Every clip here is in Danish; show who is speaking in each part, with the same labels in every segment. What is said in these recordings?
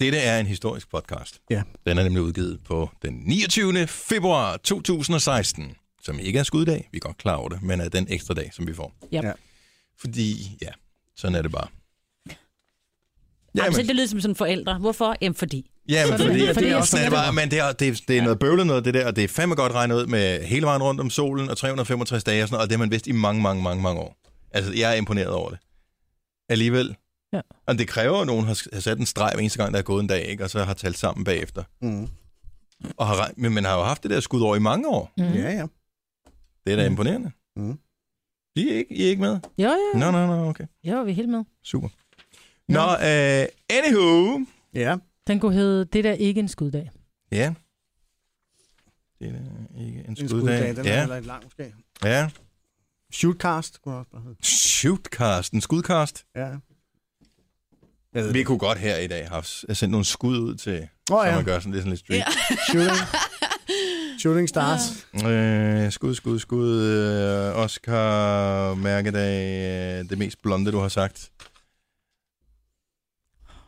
Speaker 1: Dette er en historisk podcast.
Speaker 2: Ja.
Speaker 1: Den er nemlig udgivet på den 29. februar 2016, som ikke er skuddag, vi er godt klar over det, men er den ekstra dag, som vi får.
Speaker 3: Yep.
Speaker 2: Ja.
Speaker 3: Ja.
Speaker 1: Fordi, ja, sådan er det bare.
Speaker 3: Jamen, så
Speaker 1: Jamen,
Speaker 3: det lyder som sådan forældre. Hvorfor? Jamen, fordi.
Speaker 1: jamen
Speaker 3: så er det-
Speaker 1: fordi,
Speaker 3: fordi
Speaker 1: det, fordi det er
Speaker 3: også
Speaker 1: sådan er det
Speaker 3: sådan.
Speaker 1: bare, men det er, det er, det er noget bøvlet noget, det der, og det er fandme godt regnet ud med hele vejen rundt om solen og 365 dage og sådan noget, og det har man vidst i mange, mange, mange, mange år. Altså, jeg er imponeret over det. Alligevel.
Speaker 4: Ja.
Speaker 1: Og det kræver, at nogen har har sat en streg hver eneste gang, der er gået en dag, ikke? og så har talt sammen bagefter.
Speaker 2: Mm.
Speaker 1: Og har, regn- men man har jo haft det der skud over i mange år.
Speaker 3: Mm.
Speaker 2: Ja, ja.
Speaker 1: Det er da imponerende.
Speaker 2: Mm.
Speaker 1: I er ikke, I er ikke med?
Speaker 3: Jo, jo,
Speaker 1: Nå, nå, nå, okay.
Speaker 4: Jo, vi er helt med.
Speaker 1: Super. Nå, øh, anywho.
Speaker 2: Ja.
Speaker 4: Den kunne hedde Det der ikke en skuddag.
Speaker 1: Ja. Det er ikke en
Speaker 2: En skuddag,
Speaker 1: skuddag.
Speaker 2: den er
Speaker 1: ja,
Speaker 2: heller ikke lang måske.
Speaker 1: ja.
Speaker 2: Shootcast kunne det også bare hedde.
Speaker 1: Shootcast, en skudcast.
Speaker 2: Ja. Jeg ved
Speaker 1: Vi
Speaker 2: det.
Speaker 1: kunne godt her i dag have s- have sendt nogle skud ud til,
Speaker 2: Åh
Speaker 1: oh, ja.
Speaker 2: ja,
Speaker 1: så man gør sådan lidt, sådan lidt street.
Speaker 2: shooting. Shooting stars.
Speaker 1: Ja. Øh, skud, skud, skud. Øh, Oscar, mærkedag, øh, det mest blonde, du har sagt.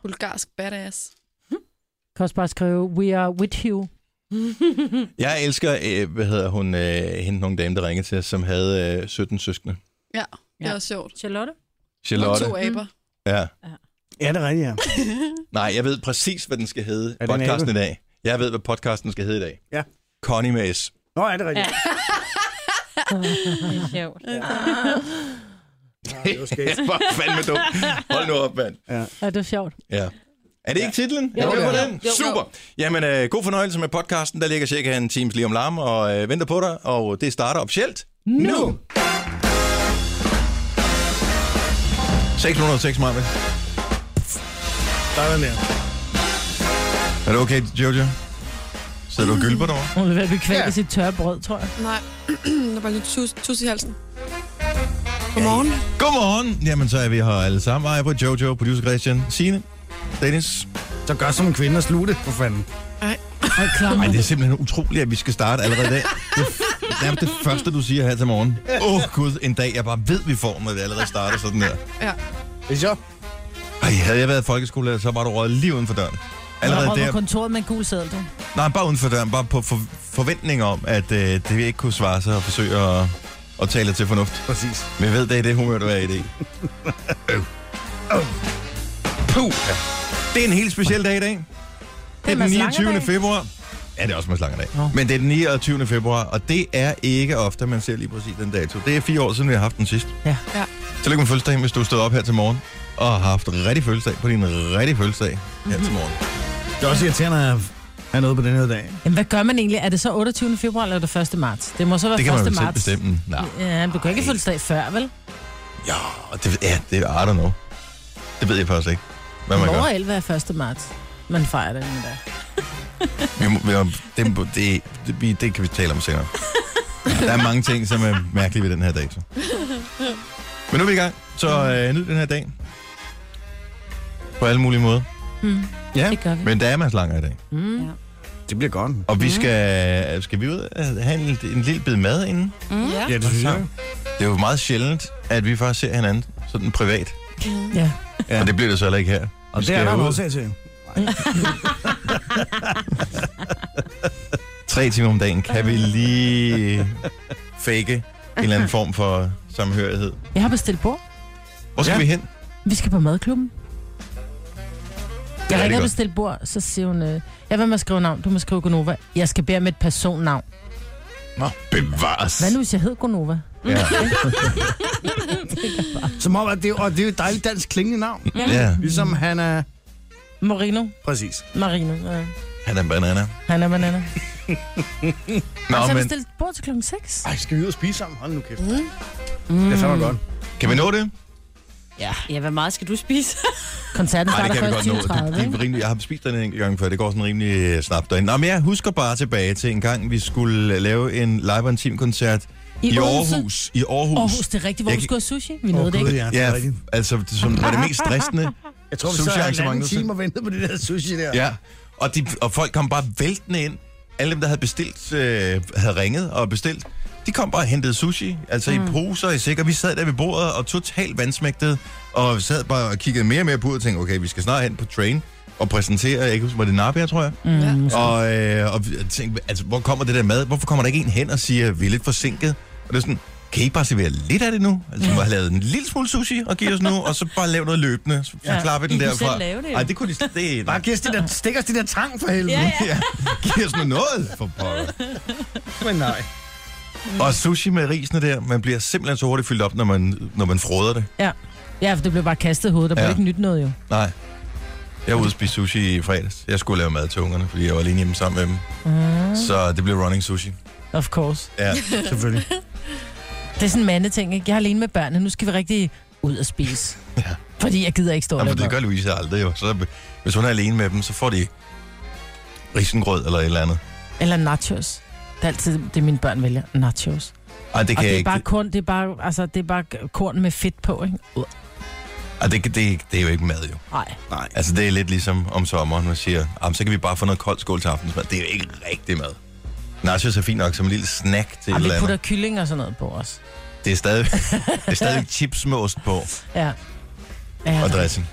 Speaker 5: Bulgarsk badass.
Speaker 4: Kan også bare skrive We are with you.
Speaker 1: Jeg elsker, øh, hvad hedder hun, øh, hende nogle dame, der ringede til os, som havde øh, 17 søskende.
Speaker 5: Ja, det
Speaker 3: Ja.
Speaker 5: er også sjovt.
Speaker 3: Charlotte?
Speaker 1: Charlotte.
Speaker 5: Og to aber.
Speaker 1: Ja.
Speaker 2: Ja, det er rigtigt, ja.
Speaker 1: Nej, jeg ved præcis, hvad den skal hedde,
Speaker 2: Er det en
Speaker 1: podcasten i dag. Jeg ved, hvad podcasten skal hedde i dag.
Speaker 2: Ja.
Speaker 1: Connie med S.
Speaker 2: Nå, er det rigtigt? Ja.
Speaker 3: Det er sjovt.
Speaker 2: Ah, det var skægt.
Speaker 1: Hvor fandme dum. Hold nu op, mand.
Speaker 4: Ja, det er sjovt.
Speaker 1: Ja. Er det ikke titlen?
Speaker 3: Jo,
Speaker 1: er du med
Speaker 3: jo,
Speaker 1: på
Speaker 3: jo.
Speaker 1: den?
Speaker 3: Jo, jo.
Speaker 1: Super. Jamen, øh, god fornøjelse med podcasten. Der ligger cirka en times lige om larm og øh, venter på dig. Og det starter officielt nu. nu. 606, Marvind.
Speaker 2: Der er den der.
Speaker 1: Er det okay, Jojo? Sidder du og gylper derovre?
Speaker 4: Hun vil være bekvæmt
Speaker 2: Ja.
Speaker 4: ja. i sit tørre brød, tror jeg.
Speaker 5: Nej, der var lidt tus, tus i halsen. Godmorgen.
Speaker 1: Godmorgen. Jamen, så er vi her alle sammen. Hej på Jojo, producer Christian, Signe, Dennis.
Speaker 2: Så gør som en kvinde og slutte, for fanden.
Speaker 4: Og klam.
Speaker 1: Ej, det er simpelthen utroligt, at vi skal starte allerede i dag. Det er nærmest det første, du siger her til morgen. Åh oh, gud, en dag jeg bare ved, vi får, når det allerede starter sådan der.
Speaker 5: Ja.
Speaker 2: Det er så.
Speaker 1: Ej, havde jeg været folkeskolelærer, så var du røget lige uden for døren. Allerede
Speaker 4: Allerede
Speaker 1: der.
Speaker 4: der. kontoret med en gul sædel, du.
Speaker 1: Nej, bare uden for døren. Bare på for, forventning om, at øh, det ikke kunne svare sig og forsøge at, at tale til fornuft.
Speaker 2: Præcis.
Speaker 1: Men jeg ved, det er det humør, du er i dag. Øv. Øv. Puh. Ja. Det er en helt speciel dag i dag. Det er den
Speaker 4: Mads
Speaker 1: 29.
Speaker 4: Langedag.
Speaker 1: februar. Ja, det er også Mads Langedag. Men det er den 29. februar, og det er ikke ofte, man ser lige præcis den dato. Det er fire år siden, vi har haft den sidst.
Speaker 4: Ja.
Speaker 5: Ja.
Speaker 1: Tillykke med fødselsdagen, hvis du stod op her til morgen og har haft rigtig fødselsdag på din rigtig fødselsdag her til morgen.
Speaker 2: Mhm. Det er også irriterende at have noget på den her dag.
Speaker 4: Jamen, hvad gør man egentlig? Er det så 28. februar eller er det 1. marts? Det må så være
Speaker 1: Det kan man
Speaker 4: 1.
Speaker 1: vel selv
Speaker 4: marts.
Speaker 1: bestemme. Nej.
Speaker 4: Ja, men du kan ikke fødselsdag før, vel?
Speaker 1: Ja, det, ja, det er I don't know. Det ved jeg faktisk ikke, hvad man gør.
Speaker 4: Over 11 er 1. marts. Man fejrer den i dag.
Speaker 1: Vi, må- vi, må- det, det, det, vi- det kan vi tale om senere. Der er mange ting, som er mærkelige ved den her dag. Så. Men nu er vi i gang, så øh, nyd den her dag. På alle mulige måder.
Speaker 4: Mm.
Speaker 2: Ja.
Speaker 4: Det gør vi.
Speaker 1: Men der er masser langer i dag.
Speaker 4: Mm.
Speaker 3: Ja.
Speaker 2: Det bliver godt.
Speaker 1: Og vi skal, øh, skal vi ud og have en, lille- en lille bid mad inden?
Speaker 5: Ja.
Speaker 2: Ja, det synes jeg.
Speaker 1: Det er jo meget sjældent, at vi faktisk ser hinanden sådan privat.
Speaker 4: Ja.
Speaker 1: Ja. Og det bliver det så heller ikke her.
Speaker 2: Og
Speaker 1: Vi
Speaker 2: det er
Speaker 1: skal
Speaker 2: der en
Speaker 1: ud
Speaker 2: årsag til.
Speaker 1: tre timer om dagen. Kan vi lige fake en eller anden form for samhørighed?
Speaker 4: Jeg har bestilt bord.
Speaker 1: Hvor skal
Speaker 2: Ja.
Speaker 1: vi hen?
Speaker 4: Vi skal på madklubben.
Speaker 1: er
Speaker 4: Jeg
Speaker 1: det
Speaker 4: ringer og
Speaker 1: godt.
Speaker 4: bestilte bord, så siger hun, øh, jeg vil med at skrive navn, du må skrive Gonova. Jeg skal bære med et personnavn.
Speaker 1: Nå, bevares.
Speaker 4: Hvad nu, hvis jeg hed Gonova?
Speaker 1: Ja.
Speaker 2: Som om, at det, og det er jo et dejligt dansk klingende navn.
Speaker 1: ja. Mm.
Speaker 2: Ligesom han er...
Speaker 4: Marino.
Speaker 2: Præcis.
Speaker 4: Marino. Ja.
Speaker 1: Han er en banana.
Speaker 4: Han er banana.
Speaker 1: Nå,
Speaker 4: Og så har jeg
Speaker 1: men
Speaker 4: bestilt bord til klokken 6.
Speaker 2: Ej, skal vi ud og spise sammen? Hold nu kæft.
Speaker 5: Mm.
Speaker 2: Det er
Speaker 4: Mm.
Speaker 2: fandme godt.
Speaker 1: kan vi nå det?
Speaker 3: Ja. ja, hvor meget skal du spise?
Speaker 4: Koncerten
Speaker 1: Nej,
Speaker 4: starter
Speaker 1: det kan vi
Speaker 4: først
Speaker 1: godt nå. Det, det er
Speaker 4: 20.30.
Speaker 1: rimelig, jeg har spist den en enkelt gang før. Det går sådan rimelig øh, snabt derinde. Nå, men jeg husker bare tilbage til en gang, vi skulle øh, lave en live on team koncert i,
Speaker 4: I Odense.
Speaker 1: Aarhus. I Aarhus.
Speaker 4: Aarhus, det er rigtigt, hvor
Speaker 1: Jeg
Speaker 4: du
Speaker 1: kan-
Speaker 4: skulle have sushi. Vi nåede det ikke.
Speaker 2: Ja, det
Speaker 1: Ja,
Speaker 2: er rigtigt.
Speaker 1: f- altså, det, som var det mest stressende.
Speaker 2: Jeg tror, vi
Speaker 1: Sushi
Speaker 2: sad en
Speaker 1: arrangement
Speaker 2: halvanden
Speaker 1: nu, så-
Speaker 2: time og ventede på det der sushi der.
Speaker 1: Ja, og, de, og folk kom bare væltende ind. Alle dem, der havde bestilt, øh, havde ringet og bestilt, de kom bare og hentede sushi, altså mm. i poser i sækker. Vi sad der ved bordet og totalt vandsmægtede, og sad bare og kiggede mere og mere på ud og tænkte, okay, vi skal snart hen på train. og præsentere, jeg kan huske, var det Nabia, tror jeg?
Speaker 4: Mm,
Speaker 5: Ja.
Speaker 4: ja.
Speaker 1: Og, øh, og vi- jeg tænkte, altså, hvor kommer det der mad? Hvorfor kommer der ikke en hen og siger, vi er lidt forsinket? Og det er sådan, kan I ikke bare servere lidt af det nu? Altså, vi må have lavet en lille smule sushi og give os nu, og så bare lave noget løbende. Så, så
Speaker 4: Ja.
Speaker 1: klapper vi den
Speaker 3: I kunne
Speaker 1: derfra.
Speaker 3: selv lave det, jo.
Speaker 1: Ej, det kunne de slet ikke.
Speaker 2: Bare giv os det der, stik os det der trang for helvede.
Speaker 3: Ja,
Speaker 1: ja. Giv os nu noget, for pokker.
Speaker 2: Men nej.
Speaker 1: Og sushi med risene der, man bliver simpelthen så hurtigt fyldt op, når man, når man froder det.
Speaker 4: ja, for det blev bare kastet i hovedet. Der blev
Speaker 1: Ja.
Speaker 4: ja. ikke nyt noget, jo.
Speaker 1: Nej. Jeg var ude at spise sushi i fredags. Jeg skulle lave mad til ungerne, fordi jeg var alene hjemme sammen med dem.
Speaker 4: Mm,
Speaker 1: Så det blev running sushi.
Speaker 4: Ah, of course.
Speaker 1: Ja,
Speaker 2: Selvfølgelig.
Speaker 4: Det er sådan en mandeting, ikke? Jeg er alene med børnene. Nu skal vi rigtig ud og spise.
Speaker 1: Ja.
Speaker 4: Fordi jeg gider ikke stå og
Speaker 1: Jamen,
Speaker 4: lave
Speaker 1: det
Speaker 4: mad.
Speaker 1: gør Louise aldrig jo. Så, hvis hun er alene med dem, så får de risengrød eller et eller andet.
Speaker 4: Eller nachos. Det er altid det, mine børn vælger. Nachos.
Speaker 1: Ej, det
Speaker 4: Og
Speaker 1: kan jeg
Speaker 4: det er
Speaker 1: ikke.
Speaker 4: bare korn, det er bare, altså, det er bare korn med fedt på, ikke? Uh,
Speaker 1: Ej, det, kan- det, det er jo ikke mad jo.
Speaker 4: Nej.
Speaker 1: Nej. Altså, det er lidt ligesom om sommeren, man siger, "Jamen, så kan vi bare få noget koldt skål til aftensmad. Det er jo ikke rigtig mad. Nachos er fint nok som en lille snack til et
Speaker 4: Og vi
Speaker 1: eller
Speaker 4: putter
Speaker 1: andet.
Speaker 4: kylling og sådan noget på os.
Speaker 1: Det er stadig, det er stadig chips med ost på
Speaker 4: Ja. ja
Speaker 1: og dressing.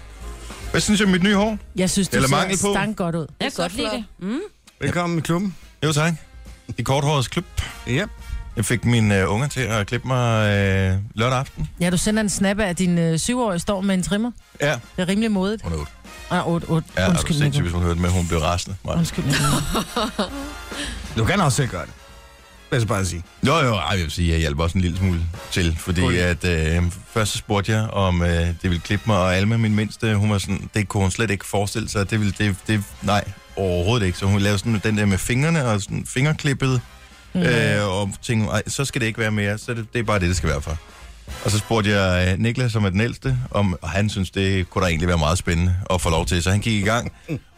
Speaker 1: Hvad synes du om mit nye hår?
Speaker 4: Jeg synes, det
Speaker 1: Eller mangel på.
Speaker 4: ser stang godt ud.
Speaker 3: Jeg kan godt lide det. Mm.
Speaker 2: Velkommen i klubben.
Speaker 1: Jo tak. I korthårets klub.
Speaker 2: Ja.
Speaker 1: Jeg fik mine øh, unger til at klippe mig øh, lørdag aften.
Speaker 3: Mm.
Speaker 4: Ja, du sender en snap af, at din øh, syvårige står med en trimmer.
Speaker 1: Ja.
Speaker 4: Det er rimelig modigt.
Speaker 1: Hun er otte.
Speaker 4: Ah, 8, 8.
Speaker 1: Ja, Undskyld, er
Speaker 4: Undskyld,
Speaker 1: du sindssyg,
Speaker 4: Nico.
Speaker 1: hvis hun hørte det med, hun blev rasende. Maja.
Speaker 4: Undskyld, Nico.
Speaker 2: Du kan også selv gøre det. Lad os bare sige.
Speaker 1: Jo, jo, ej, jeg vil sige, jeg hjalp også en lille smule til, fordi
Speaker 2: Cool.
Speaker 1: at, øh, først så spurgte jeg, om øh, det ville klippe mig, og Alma, min mindste, hun var sådan, det kunne hun slet ikke forestille sig, det ville, det, det, nej, overhovedet ikke. Så hun lavede sådan den der med fingrene, og sådan fingerklippet, mm. øh, og tænkte, ej, så skal det ikke være mere, så det, det er bare det, det skal være for. Og så spurgte jeg øh, Niklas, som er den ældste, om, og han synes, det kunne da egentlig være meget spændende at få lov til, så han gik i gang,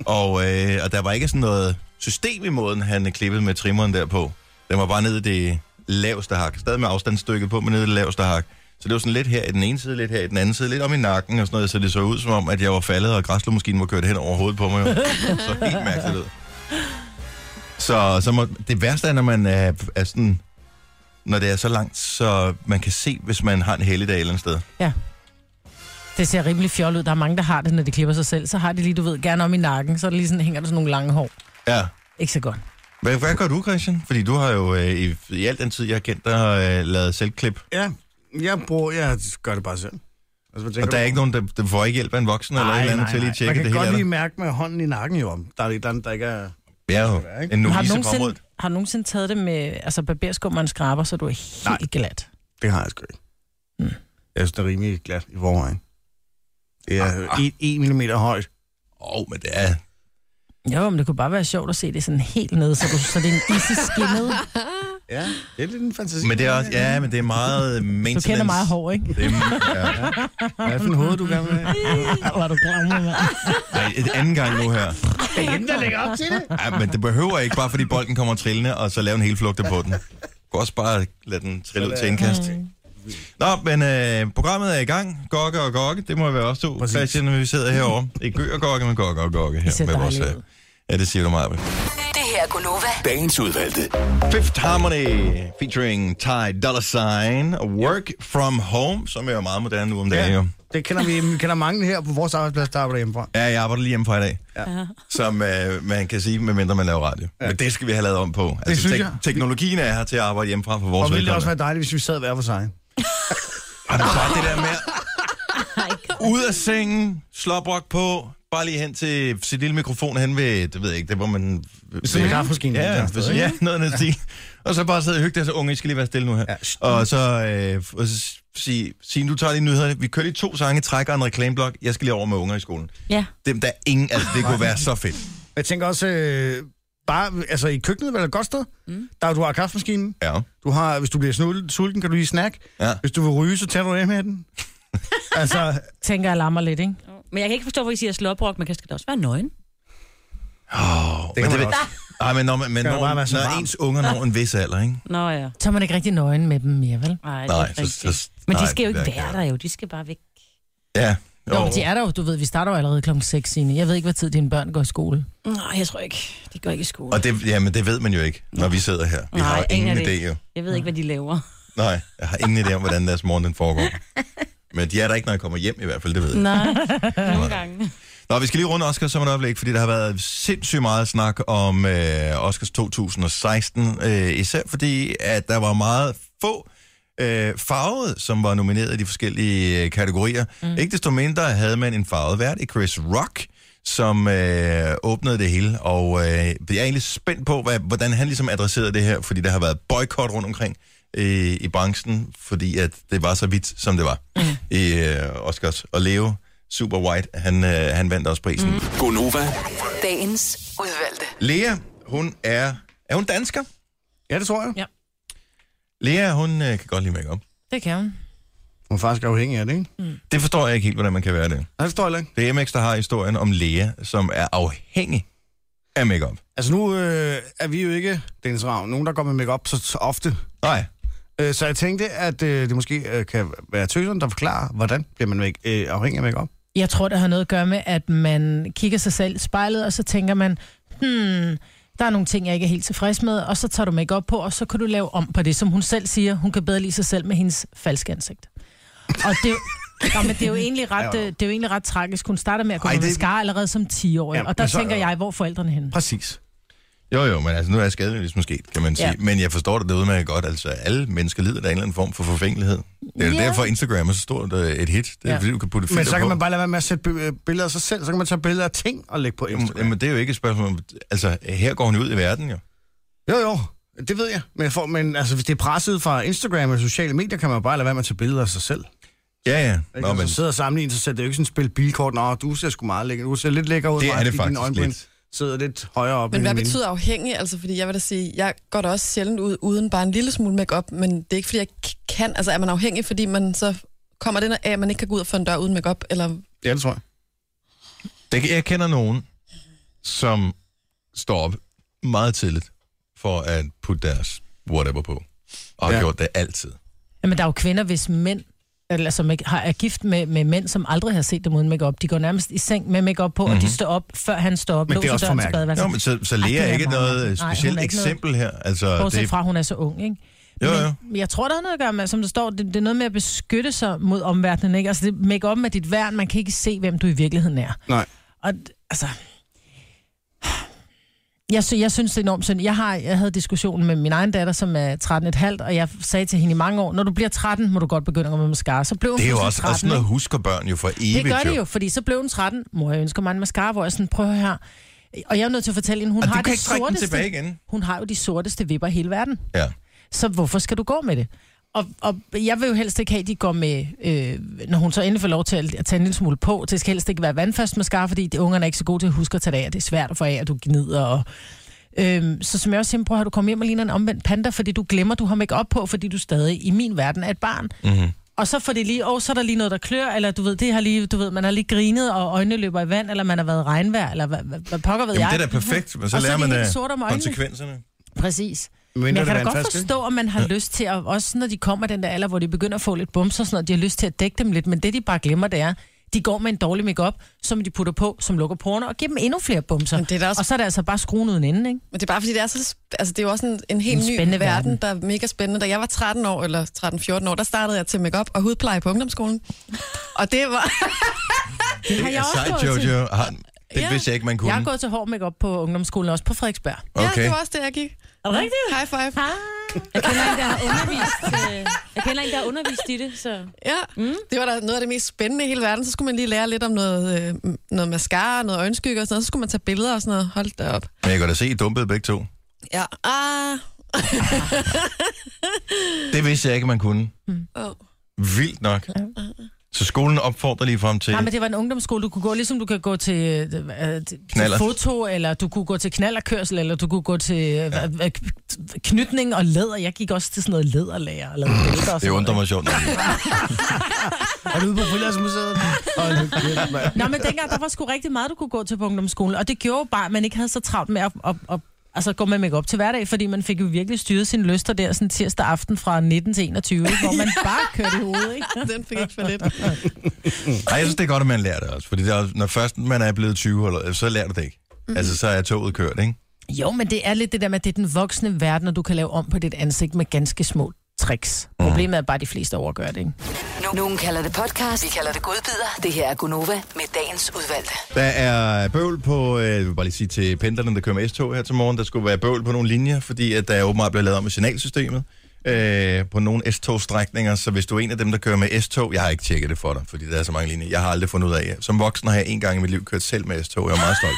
Speaker 1: og, øh, og der var ikke sådan noget system i måden, han klippede med trimmeren derpå. Den var bare nede i det laveste hak. Stadig med afstandsstykket på, men nede i det laveste hak. Så det var sådan lidt her i den ene side, lidt her i den anden side, lidt om i nakken og sådan noget, så det så ud som om, at jeg var faldet, og græslåmaskinen var kørt hen over hovedet på mig. jo. så helt mærkeligt ud. Så, så må, det værste er, når man er, er sådan, når det er så langt, så man kan se, hvis man har en helligdag et eller andet sted.
Speaker 4: Det ser rimelig fjollet ud. Der er mange, der har det, når de klipper sig selv. Så har de lige, du ved, gerne om i nakken. Så er der lige sådan, hænger der sådan nogle lange hår.
Speaker 1: Ja.
Speaker 4: Ikke så godt.
Speaker 1: Hvad, hvad gør du, Christian? Fordi du har jo øh, i, i al den tid, jeg har kendt dig, øh, lavet selvklip.
Speaker 2: Ja, jeg bruger, jeg gør det bare selv. Altså, hvad tænker
Speaker 1: Og der er
Speaker 2: du?
Speaker 1: ikke nogen, der, der får ikke hjælp af en voksen eller et eller andet til lige at
Speaker 2: Man
Speaker 1: tjekke
Speaker 2: kan
Speaker 1: det hele
Speaker 2: godt
Speaker 1: af dig.
Speaker 2: lige mærke med hånden i nakken jo, om der er et eller andet, der ikke er...
Speaker 1: Ja, jo.
Speaker 2: være, ikke?
Speaker 1: En
Speaker 4: har, du
Speaker 1: novice på
Speaker 4: nogensinde,
Speaker 1: området.
Speaker 4: har du nogensinde taget det med altså barberskum og en skraber, så du er helt
Speaker 2: Nej.
Speaker 4: Nej. glat?
Speaker 2: Det har jeg sgu ikke.
Speaker 4: Mm.
Speaker 2: Jeg synes, det er rimelig glat i forvejen. Det er 1 mm højt.
Speaker 1: Åh, oh, men det er...
Speaker 4: Jo, men det kunne bare være sjovt at se det sådan helt nede, så, du, så det er en isse skinnede.
Speaker 2: Ja, det er lidt en fantasi.
Speaker 1: Men det er også... Ja, men det er meget øh,
Speaker 4: Du
Speaker 1: maintenance.
Speaker 4: kender meget hår, ikke?
Speaker 1: Det er, ja.
Speaker 2: Hvad for en hoved, du gerne vil have?
Speaker 4: Var du klar med mig?
Speaker 1: Ej, et anden gang nu her.
Speaker 2: Det er hende, der lægger op til det.
Speaker 1: Ja, men det behøver ikke, bare fordi bolden kommer trillende, og så lave en hel flugte på den. Du kan også bare lade den trille ud til indkast.
Speaker 4: Mm.
Speaker 1: Nå, men øh, programmet er i gang. Gokke og Gokke, det må være også to.
Speaker 2: Præcis.
Speaker 1: Christian, når vi sidder herovre. Ikke Gø og Gokke, men Gokke og Gokke
Speaker 4: Det ser
Speaker 1: her med vores...
Speaker 4: dejligt
Speaker 1: øh,
Speaker 4: ud.
Speaker 1: Ja, det siger du meget. vel.
Speaker 6: Det her er Gunova.
Speaker 7: Dagens udvalgte.
Speaker 1: Fifth Harmony featuring Ty Dolla Sign Work From Home, som er jo meget moderne nu om dagen. Jo.
Speaker 2: Det kender vi, vi kender mange her på vores arbejdsplads, der arbejder hjemmefra.
Speaker 1: Ja, jeg arbejder lige hjemme fra i dag.
Speaker 2: Ja.
Speaker 1: Som øh, man kan sige, medmindre man laver radio. Ja. Men det skal vi have lavet om på. Altså,
Speaker 2: synes jeg.
Speaker 1: Teknologien er her til at arbejde hjemmefra for
Speaker 2: Og
Speaker 1: vores
Speaker 2: ville det
Speaker 1: vedkommende.
Speaker 2: også være dejligt, hvis vi sad hver for sig.
Speaker 1: Og det er bare det der med... Ud af sengen, slåbrok på, bare lige hen til sit lille mikrofon hen ved, det ved jeg ikke, det hvor man...
Speaker 2: siden af kaffemaskinen,
Speaker 1: Ja,
Speaker 2: der er
Speaker 1: ja,
Speaker 2: stadig,
Speaker 1: ved- ja, noget af den stil. Og så bare sidde og hygge dig, så unge, I skal lige være stille nu her.
Speaker 2: Ja.
Speaker 1: Og så, øh, og så s- sige, Signe, du tager lige nyhederne. Vi kører lige to sange, trækker en reklameblok. Jeg skal lige over med unger i skolen.
Speaker 3: Ja.
Speaker 1: Dem, der er ingen, altså, det kunne være så fedt.
Speaker 2: Jeg tænker også, øh, bare altså, i køkkenet var det et godt sted. Mm. Der du har kaffemaskinen.
Speaker 1: Ja.
Speaker 2: Du har, hvis du bliver snul- sulten, kan du lige snakke.
Speaker 1: Ja.
Speaker 2: Hvis du vil ryge, så tager du af med den. altså,
Speaker 4: Tænker jeg larmer lidt, ikke?
Speaker 3: Men jeg kan ikke forstå, hvor I siger slåbrok, men kan det også være nøgen?
Speaker 1: Oh,
Speaker 2: det kan man
Speaker 1: ved- Ej, men når, man, men
Speaker 2: Kan jo
Speaker 1: når,
Speaker 2: bare være så
Speaker 1: når
Speaker 2: varm.
Speaker 1: ens unger når en vis alder, ikke?
Speaker 3: Nå ja.
Speaker 4: Så er man ikke rigtig nøgen med dem mere, vel?
Speaker 3: Ej, det er
Speaker 1: Nej, så,
Speaker 3: rigtigt.
Speaker 1: så,
Speaker 3: Men de
Speaker 1: nej,
Speaker 3: skal jo ikke
Speaker 1: det er-
Speaker 3: være der jo, de skal bare væk.
Speaker 1: Ja.
Speaker 4: Jo. Nå, men de er der jo, du ved, vi starter jo allerede klokken 6, Signe. Jeg ved ikke, hvad tid dine børn går i skole.
Speaker 3: Nej, jeg tror ikke. De går ikke i skole.
Speaker 1: Og det, jamen, det ved man jo ikke, når vi sidder her. Vi
Speaker 3: Nej,
Speaker 1: har jo ingen
Speaker 3: ingen af
Speaker 1: idé
Speaker 3: det.
Speaker 1: jo.
Speaker 3: Jeg ved ikke, hvad de laver.
Speaker 1: Nej, jeg har ingen idé om, hvordan deres morgen den foregår. Men de er der ikke, når jeg kommer hjem i hvert fald, det ved jeg.
Speaker 3: Nej, nogle
Speaker 1: Nej.
Speaker 3: gange.
Speaker 1: Nå, vi skal lige runde Oscars om et øjeblik, fordi der har været sindssygt meget snak om øh, Oscars 2016, øh, især fordi, at der var meget få øh, farvede, som var nomineret i de forskellige øh, kategorier. Mm. Ikke desto mindre havde man en farvet vært i Chris Rock, som øh, åbnede det hele, og øh, jeg er egentlig spændt på, hvad, hvordan han ligesom adresserede det her, fordi der har været boykot rundt omkring øh, i branchen, fordi at det var så vidt, som det var i øh, Oscars. Og Leo, super white, han, øh, han vandt også prisen. Mm.
Speaker 6: Gonova,
Speaker 7: Dagens udvalgte.
Speaker 1: Lea, hun er... Er hun dansker?
Speaker 2: Ja, det tror jeg.
Speaker 4: Ja.
Speaker 1: Lea, hun øh, kan godt lide make
Speaker 4: Det kan hun.
Speaker 2: Hun er faktisk afhængig af det, ikke?
Speaker 4: Mm.
Speaker 1: Det forstår jeg ikke helt, hvordan man kan være det.
Speaker 2: Nej, det forstår jeg heller ikke.
Speaker 1: Det er MX, der har historien om Lea, som er afhængig af makeup.
Speaker 2: Altså nu øh, er vi jo ikke, Dennis Ravn, nogen, der går med makeup så, så ofte.
Speaker 1: Nej,
Speaker 2: Øh, så jeg tænkte, at øh, det måske øh, kan være tøseren, der forklarer, hvordan bliver man væk, øh, afhængig af makeup.
Speaker 4: Jeg tror, det har noget at gøre med, at man kigger sig selv i spejlet, og så tænker man, hmm, der er nogle ting, jeg ikke er helt tilfreds med, og så tager du make op på, og så kan du lave om på det, som hun selv siger. Hun kan bedre lide sig selv med hendes falske ansigt. Og det, er jo- Nå, men det er jo egentlig ret, øh, det er jo egentlig ret tragisk. Hun starter med at gå
Speaker 1: Ej,
Speaker 4: med
Speaker 1: det-
Speaker 4: mascara allerede som 10-årig,
Speaker 2: Ja,
Speaker 4: og der
Speaker 2: men så-
Speaker 4: tænker jeg, hvor er forældrene henne?
Speaker 2: Præcis.
Speaker 1: Jo, jo, men altså, nu er jeg skadelig, hvis måske, kan man sige. Ja.
Speaker 4: Ja.
Speaker 1: Men jeg forstår det derude med godt. Altså, alle mennesker lider af en eller anden form for forfængelighed. Det er jo
Speaker 4: Ja.
Speaker 1: derfor, Instagram er så stort øh, et hit. Det er ja.
Speaker 4: Ja.
Speaker 1: fordi, du kan putte
Speaker 2: Men
Speaker 1: filter
Speaker 2: så kan
Speaker 1: på.
Speaker 2: man bare lade være med at sætte bi- øh, billeder af sig selv. Så kan man tage billeder af ting og lægge på
Speaker 1: Jamen,
Speaker 2: Instagram.
Speaker 1: jamen, det er jo ikke et spørgsmål. om- Altså, her går hun ud i verden, jo.
Speaker 2: Jo, jo. Det ved jeg. Men, jeg får, men altså, hvis det er presset fra Instagram og sociale medier, kan man jo bare lade være med at tage billeder af sig selv.
Speaker 1: Ja, ja.
Speaker 2: Ikke?
Speaker 1: Nå,
Speaker 2: Nå,
Speaker 1: men
Speaker 2: men... Så sidder og sammenligner sig selv. Det er jo ikke sådan et spil bilkort. Nå, du ser sgu meget lækker. Du ser lidt lækker ud.
Speaker 1: det
Speaker 2: Mark,
Speaker 1: er det
Speaker 2: fordi dine
Speaker 1: faktisk
Speaker 2: øjenbryn
Speaker 1: lidt.
Speaker 2: sidder lidt højere op.
Speaker 5: Men
Speaker 2: end
Speaker 5: hvad
Speaker 2: mine.
Speaker 5: betyder afhængig? Altså, fordi jeg vil da sige, jeg går da også sjældent ud uden bare en lille smule makeup, men det er ikke, fordi jeg k- kan. Altså, er man afhængig, fordi man så kommer det af, at man ikke kan gå ud for en dør uden makeup eller
Speaker 2: Ja, det tror jeg.
Speaker 1: Det, jeg kender nogen, som står op meget tidligt for at putte deres whatever på. Og har ja.
Speaker 2: Ja.
Speaker 1: gjort det altid.
Speaker 4: Jamen, der er jo kvinder, hvis mænd eller som ikke har, er gift med, med mænd, som aldrig har set dem uden makeup. De går nærmest i seng med makeup på, mm-hmm.
Speaker 1: Mhm.
Speaker 4: og de står op, før han står op.
Speaker 2: Men det
Speaker 4: låser
Speaker 2: er også
Speaker 4: døren til
Speaker 2: for mærkeligt.
Speaker 4: badeværelset.
Speaker 1: Jo, men så, så
Speaker 4: Ej,
Speaker 1: Lea
Speaker 4: det er
Speaker 1: er ikke
Speaker 4: meget-
Speaker 1: noget
Speaker 4: nej, hun er
Speaker 1: specielt
Speaker 4: ikke noget-
Speaker 1: eksempel her. Altså,
Speaker 4: Bortset
Speaker 1: det,
Speaker 4: fra, at hun er så ung, ikke?
Speaker 1: Jo,
Speaker 4: men,
Speaker 1: jo.
Speaker 4: men jeg tror, der er noget at gøre med, som der står, det, det er noget med at beskytte sig mod omverdenen, ikke? Altså, det make op med dit værn, man kan ikke se, hvem du i virkeligheden er.
Speaker 2: Nej.
Speaker 4: Og d- altså... Jeg, sy- jeg synes, det er enormt synd. Jeg, har, jeg havde diskussionen med min egen datter, som er 13,5, og jeg sagde til hende i mange år, når du bliver 13, må du godt begynde at gå med mascara. Så blev hun
Speaker 1: det er jo
Speaker 4: pludselig
Speaker 1: også,
Speaker 4: 13,
Speaker 1: også noget,
Speaker 4: ikke?
Speaker 1: husker børn jo for
Speaker 4: Det
Speaker 1: evigt.
Speaker 4: gør det
Speaker 1: jo.
Speaker 4: jo, fordi så blev hun 13. Mor, jeg ønsker mig en mascara, hvor jeg sådan, prøv at høre her. Og jeg er nødt til at fortælle hende, hun
Speaker 1: Og du
Speaker 4: har
Speaker 1: kan
Speaker 4: det
Speaker 1: ikke trække den tilbage
Speaker 4: sorteste,
Speaker 1: igen.
Speaker 4: hun har jo de sorteste vipper i hele verden.
Speaker 1: Ja.
Speaker 4: Så hvorfor skal du gå med det? Og, og jeg vil jo helst ikke have, at de går med, øh, når hun så endelig får lov til at, at tage en lille smule på. Det skal helst ikke være vandfast mascara, fordi de ungerne er ikke så gode til at huske at tage det af. og Det er svært at få af, at du gnider. Og, øhm, så som jeg også siger, prøv at høre, du kommer hjem og ligner en omvendt panda, fordi du glemmer, du har make op på, fordi du stadig i min verden er et barn.
Speaker 1: Mm-hmm.
Speaker 4: Og så får det lige, og så er der lige noget, der klør, eller du ved, det har lige, du ved, man har lige grinet, og øjnene løber i vand, eller man har været i regnvejr, eller hvad, hvad, hvad pokker ved
Speaker 1: Jamen,
Speaker 4: jeg.
Speaker 1: det er da perfekt, men så
Speaker 4: Og så er
Speaker 1: lærer
Speaker 4: de
Speaker 1: man
Speaker 4: helt
Speaker 1: øh,
Speaker 4: sorte om øjnene.
Speaker 1: konsekvenserne.
Speaker 4: Præcis.
Speaker 2: Men
Speaker 4: Men
Speaker 2: mindre
Speaker 4: jeg kan
Speaker 2: det
Speaker 4: da
Speaker 2: er
Speaker 4: godt
Speaker 2: vandfast, ikke?
Speaker 4: forstå, at man har lyst til, at, også når de kommer i den der alder, hvor de begynder at få lidt bums og sådan noget, de har lyst til at dække dem lidt, men det de bare glemmer, det er, de går med en dårlig makeup, som de putter på, som lukker porerne, og giver dem endnu flere bumser.
Speaker 5: Men det er da også-
Speaker 4: Og så er det altså bare skruen uden ende, ikke?
Speaker 5: Men det er bare fordi, det er, så, sp- altså, det er jo også en, en helt
Speaker 4: En
Speaker 5: ny
Speaker 4: spændende
Speaker 5: verden, verden, der er mega spændende. Da jeg var 13 år, eller 13-14 år, der startede jeg til makeup og hudpleje på ungdomsskolen. Og det var...
Speaker 4: Det har jeg også
Speaker 1: Sej,
Speaker 4: gået til.
Speaker 1: Jojo. Har, det
Speaker 5: Ja.
Speaker 1: vidste jeg ikke, man kunne.
Speaker 4: Jeg har gået til hård makeup på ungdomsskolen, også på Frederiksberg.
Speaker 5: Okay. Ja,
Speaker 1: Okay.
Speaker 5: det var også det, jeg gik.
Speaker 3: Er det rigtigt?
Speaker 5: High five.
Speaker 3: Jeg kender en, der har undervist, øh, jeg kender en, der har undervist i det, så...
Speaker 5: Ja, mm. det var da noget af det mest spændende i hele verden. Så skulle man lige lære lidt om noget, øh, m- noget mascara, noget øjenskygge og sådan noget. Så skulle man tage billeder og sådan noget. Hold da op.
Speaker 1: Men jeg kan da se, I dumpede begge to.
Speaker 5: Ja. Ah.
Speaker 1: Det vidste jeg ikke, man kunne.
Speaker 5: Oh.
Speaker 1: Vildt nok. Så skolen opfordrer lige frem til...
Speaker 4: Nej, men det var en ungdomsskole, du kunne gå, ligesom du kan gå til, øh, øh, til
Speaker 1: Knallert.
Speaker 4: foto, eller du kunne gå til knallerkørsel, eller du kunne gå til øh, hva- hva- knytning og læder. Jeg gik også til sådan noget læderlager, og lavede billeder og
Speaker 1: Det
Speaker 4: sådan
Speaker 1: undrer
Speaker 4: noget.
Speaker 1: mig sjovt. nok.
Speaker 2: Er du ude på Frilandsmuseet? Hold nu kæft, mand.
Speaker 4: Nå, men dengang, der var sgu rigtig meget, du kunne gå til på ungdomsskolen, og det gjorde jo bare, at man ikke havde så travlt med at, at, at altså gå med makeup til hverdag, fordi man fik jo virkelig styret sine lyster der sådan tirsdag aften fra 19 til 21, ikke? hvor man bare kørte i hovedet, ikke?
Speaker 5: Den fik ikke for lidt.
Speaker 1: Nej, Mm. jeg synes, det er godt, at man lærer det også. Fordi det er, når først man er blevet 20, eller, så lærer du det ikke.
Speaker 4: Mm.
Speaker 1: Altså, så er toget kørt, ikke?
Speaker 4: Jo, men det er lidt det der med, at det er den voksne verden, og du kan lave om på dit ansigt med ganske små tricks. Problemet er bare, at de fleste overgør det, ikke?
Speaker 7: Nu- Nogen kalder det podcast, vi kalder det godbider. Det her er Gunova med dagens udvalgte.
Speaker 1: Der er bøvl på, øh, jeg vil bare lige sige til pendlerne, der kører med S-tog her til morgen, der skulle være bøvl på nogle linjer, fordi at der åbenbart bliver lavet om i signalsystemet øh, på nogle S-togstrækninger, så hvis du er en af dem, der kører med S-tog, jeg har ikke tjekket det for dig, fordi der er så mange linjer, jeg har aldrig fundet ud af. Som voksen har jeg en gang i mit liv kørt selv med S-tog, jeg er meget stolt.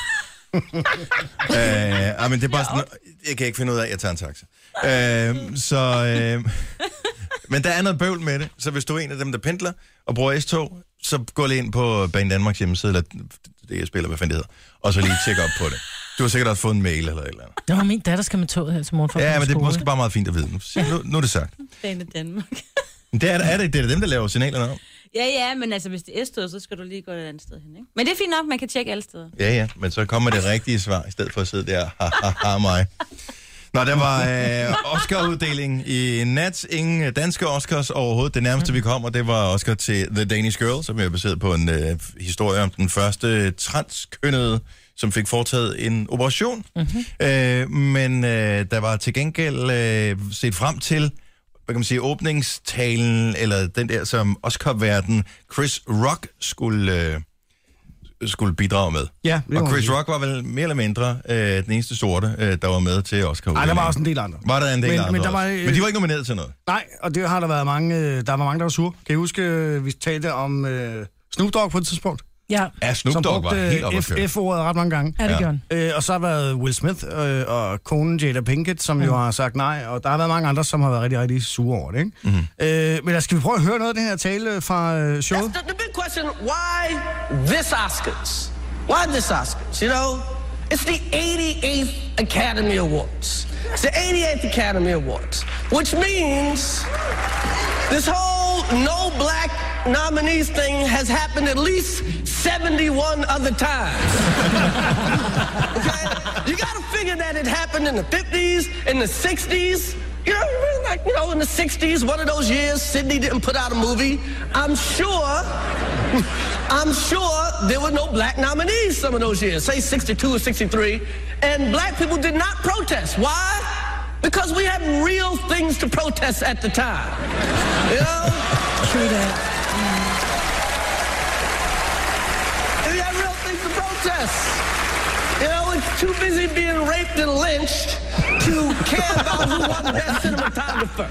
Speaker 1: øh, ej, men det er bare sådan, jeg kan ikke finde ud af, at jeg tager en taxa. Øh, så... Øh, Men der er noget bøvl med det, så hvis du er en af dem, der pendler og bruger S-tog, så gå lige ind på Bane Danmarks hjemmeside, eller det jeg spiller, hvad fanden det hedder, og så lige tjek op på det. Du har sikkert også fået en mail eller et eller andet.
Speaker 4: Det var min datter, skal med toget her til morgen for at
Speaker 1: Ja,
Speaker 4: komme
Speaker 1: men det
Speaker 4: i
Speaker 1: er
Speaker 4: skole.
Speaker 1: måske bare meget fint at vide. Nu, nu, nu er det sagt.
Speaker 3: Bane Danmark.
Speaker 1: Men det er, er det, det er dem, der laver signalerne om.
Speaker 3: Ja, ja, men altså, hvis det er S-toget, så skal du lige gå et andet sted hen, ikke? Men det er fint nok, man kan tjekke alle steder.
Speaker 1: Ja, ja, men så kommer det rigtige svar, i stedet for at sidde der, ha, ha, ha, mig. Nå, der var øh, Oscar-uddeling i nat. Ingen øh, danske Oscars overhovedet. Det nærmeste, vi kom, og det var Oscar til The Danish Girl, som er baseret på en øh, historie om den første transkønnede, som fik foretaget en operation.
Speaker 4: Mhm.
Speaker 1: Mm-hmm. Øh, men øh, der var til gengæld øh, set frem til, hvad kan man sige, åbningstalen, eller den der, som Oscar-verden Chris Rock skulle... Øh, skulle bidrage med.
Speaker 2: Ja, det
Speaker 1: og
Speaker 2: må man
Speaker 1: Chris
Speaker 2: sige.
Speaker 1: Rock var vel mere eller mindre øh, den eneste sorte, øh, der var med til Oscar.
Speaker 2: Nej, der var også en del andre.
Speaker 1: Var der en del
Speaker 2: Men-
Speaker 1: andre
Speaker 2: men der
Speaker 1: også?
Speaker 2: var, øh,
Speaker 1: men de var ikke nomineret til noget.
Speaker 2: Nej, og det har der været mange, øh, der var mange, der var sure. Kan I huske, øh, vi talte om øh, Snoop Dogg på et tidspunkt? øh,
Speaker 4: Ja,
Speaker 1: Ja, Snoop Dogg var helt oppe at køre.
Speaker 2: F- F-ordet ret mange gange.
Speaker 4: er det
Speaker 1: Ja.
Speaker 4: ja. gjort.
Speaker 2: Øh, og så har der været Will Smith øh, og konen Jada Pinkett, som mm. jo har sagt nej, og der har været mange andre, som har været rigtig, rigtig sure over det. Ikke?
Speaker 1: Mhm.
Speaker 2: Mm. Øh, men lad os- skal vi prøve at høre noget af den her tale fra øh, showet?
Speaker 6: That's the, the big question. Why this Oscars? Why this Oscars? You know, it's the 88th Academy Awards. It's the 88th Academy Awards, which means this whole no black nominees thing has happened at least 71 other times. okay? You gotta figure that it happened in the 50s, in the 60s. You know, really like, you know, in the 60s, one of those years, Sydney didn't put out a movie. I'm sure, I'm sure there were no black nominees some of those years, say 62 or 63. And black people did not protest. Why? Because we had real things to protest at the time. You know?
Speaker 5: True that.
Speaker 6: We have real things to protest. You know, it's too busy being raped and lynched to care about who won best cinematographer.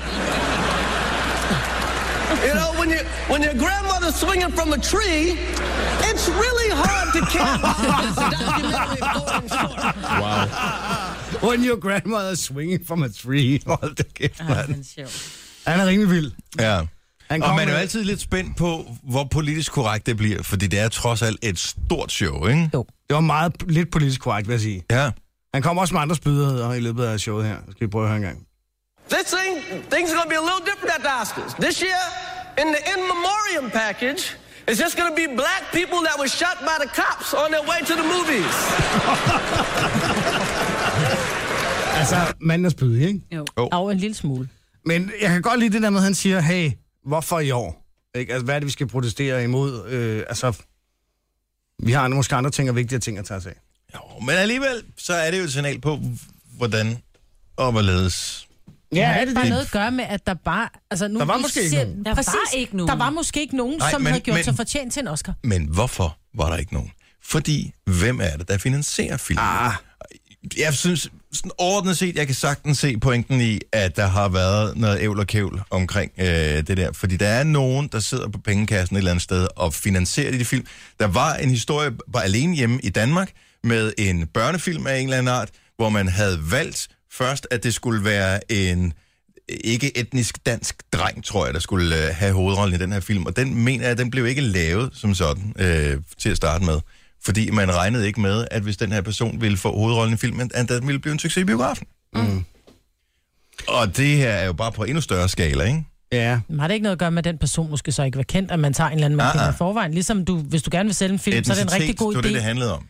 Speaker 6: You know, when you when your grandmother's swinging from a tree, it's really hard to care about this documentary going short.
Speaker 2: When your grandmother swinging from a tree. Hold da kæft,
Speaker 3: Ah,
Speaker 2: mand.
Speaker 3: den er sjov.
Speaker 2: Han er rimelig vild.
Speaker 1: Ja.
Speaker 2: Han
Speaker 1: Og
Speaker 2: kom
Speaker 1: man er jo
Speaker 2: med-
Speaker 1: altid lidt spændt på, hvor politisk korrekt det bliver, fordi det er trods alt et stort show, ikke?
Speaker 4: Jo.
Speaker 2: Det var meget p- lidt politisk korrekt, vil jeg sige.
Speaker 1: Ja.
Speaker 2: Han kom også med andre spydigheder i løbet af showet her. Skal vi prøve at høre en gang?
Speaker 6: This thing, things are gonna be a little different at the Oscars. This year, in the in memoriam package, it's just gonna be black people that were shot by the cops on their way to the movies.
Speaker 2: Altså, manden er spydig, ikke?
Speaker 4: Og en lille smule.
Speaker 2: Men jeg kan godt lide det der med, at han siger, hey, hvorfor i år? Ikke? Altså, hvad er det, vi skal protestere imod? Øh, altså, vi har måske andre ting og vigtige ting at tage os af.
Speaker 1: jo. Men alligevel, så er det jo et signal på, hvordan og hvorledes.
Speaker 4: Ja, har det ikke bare
Speaker 1: det-
Speaker 4: noget at gøre med, at der bare... Altså, nu,
Speaker 2: Der var
Speaker 4: vi
Speaker 2: måske ikke nogen.
Speaker 3: Der var ikke nogen.
Speaker 4: Der var måske ikke nogen,
Speaker 1: Nej,
Speaker 4: som
Speaker 1: men-
Speaker 4: havde gjort
Speaker 1: men-
Speaker 4: sig fortjent til en Oscar.
Speaker 1: Men hvorfor var der ikke nogen? Fordi, hvem er det, der finansierer filmen? Ah. Jeg synes, sådan ordentligt set, jeg kan sagtens se pointen i, at der har været noget ævl og kævl omkring øh, det der. Fordi der er nogen, der sidder på pengekassen et eller andet sted og finansierer de, de film. Der var en historie, var alene hjemme i Danmark, med en børnefilm af en eller anden art, hvor man havde valgt først, at det skulle være en ikke etnisk dansk dreng, tror jeg, der skulle øh, have hovedrollen i den her film. Og den mener jeg, den blev ikke lavet som sådan øh, til at starte med. Fordi man regnede ikke med, at hvis den her person ville få hovedrollen i filmen, at den ville blive en succes i biografen. Mm. Og det her er jo bare på endnu større skala, ikke?
Speaker 2: Ja.
Speaker 4: Men har det ikke noget at gøre med, at den person måske så ikke var kendt, at man tager en eller anden, man
Speaker 1: Ah,
Speaker 4: kender
Speaker 1: ah.
Speaker 4: i forvejen? Ligesom du, hvis du gerne vil sælge en film, så er det en rigtig god idé.
Speaker 1: det var det, det handlede om.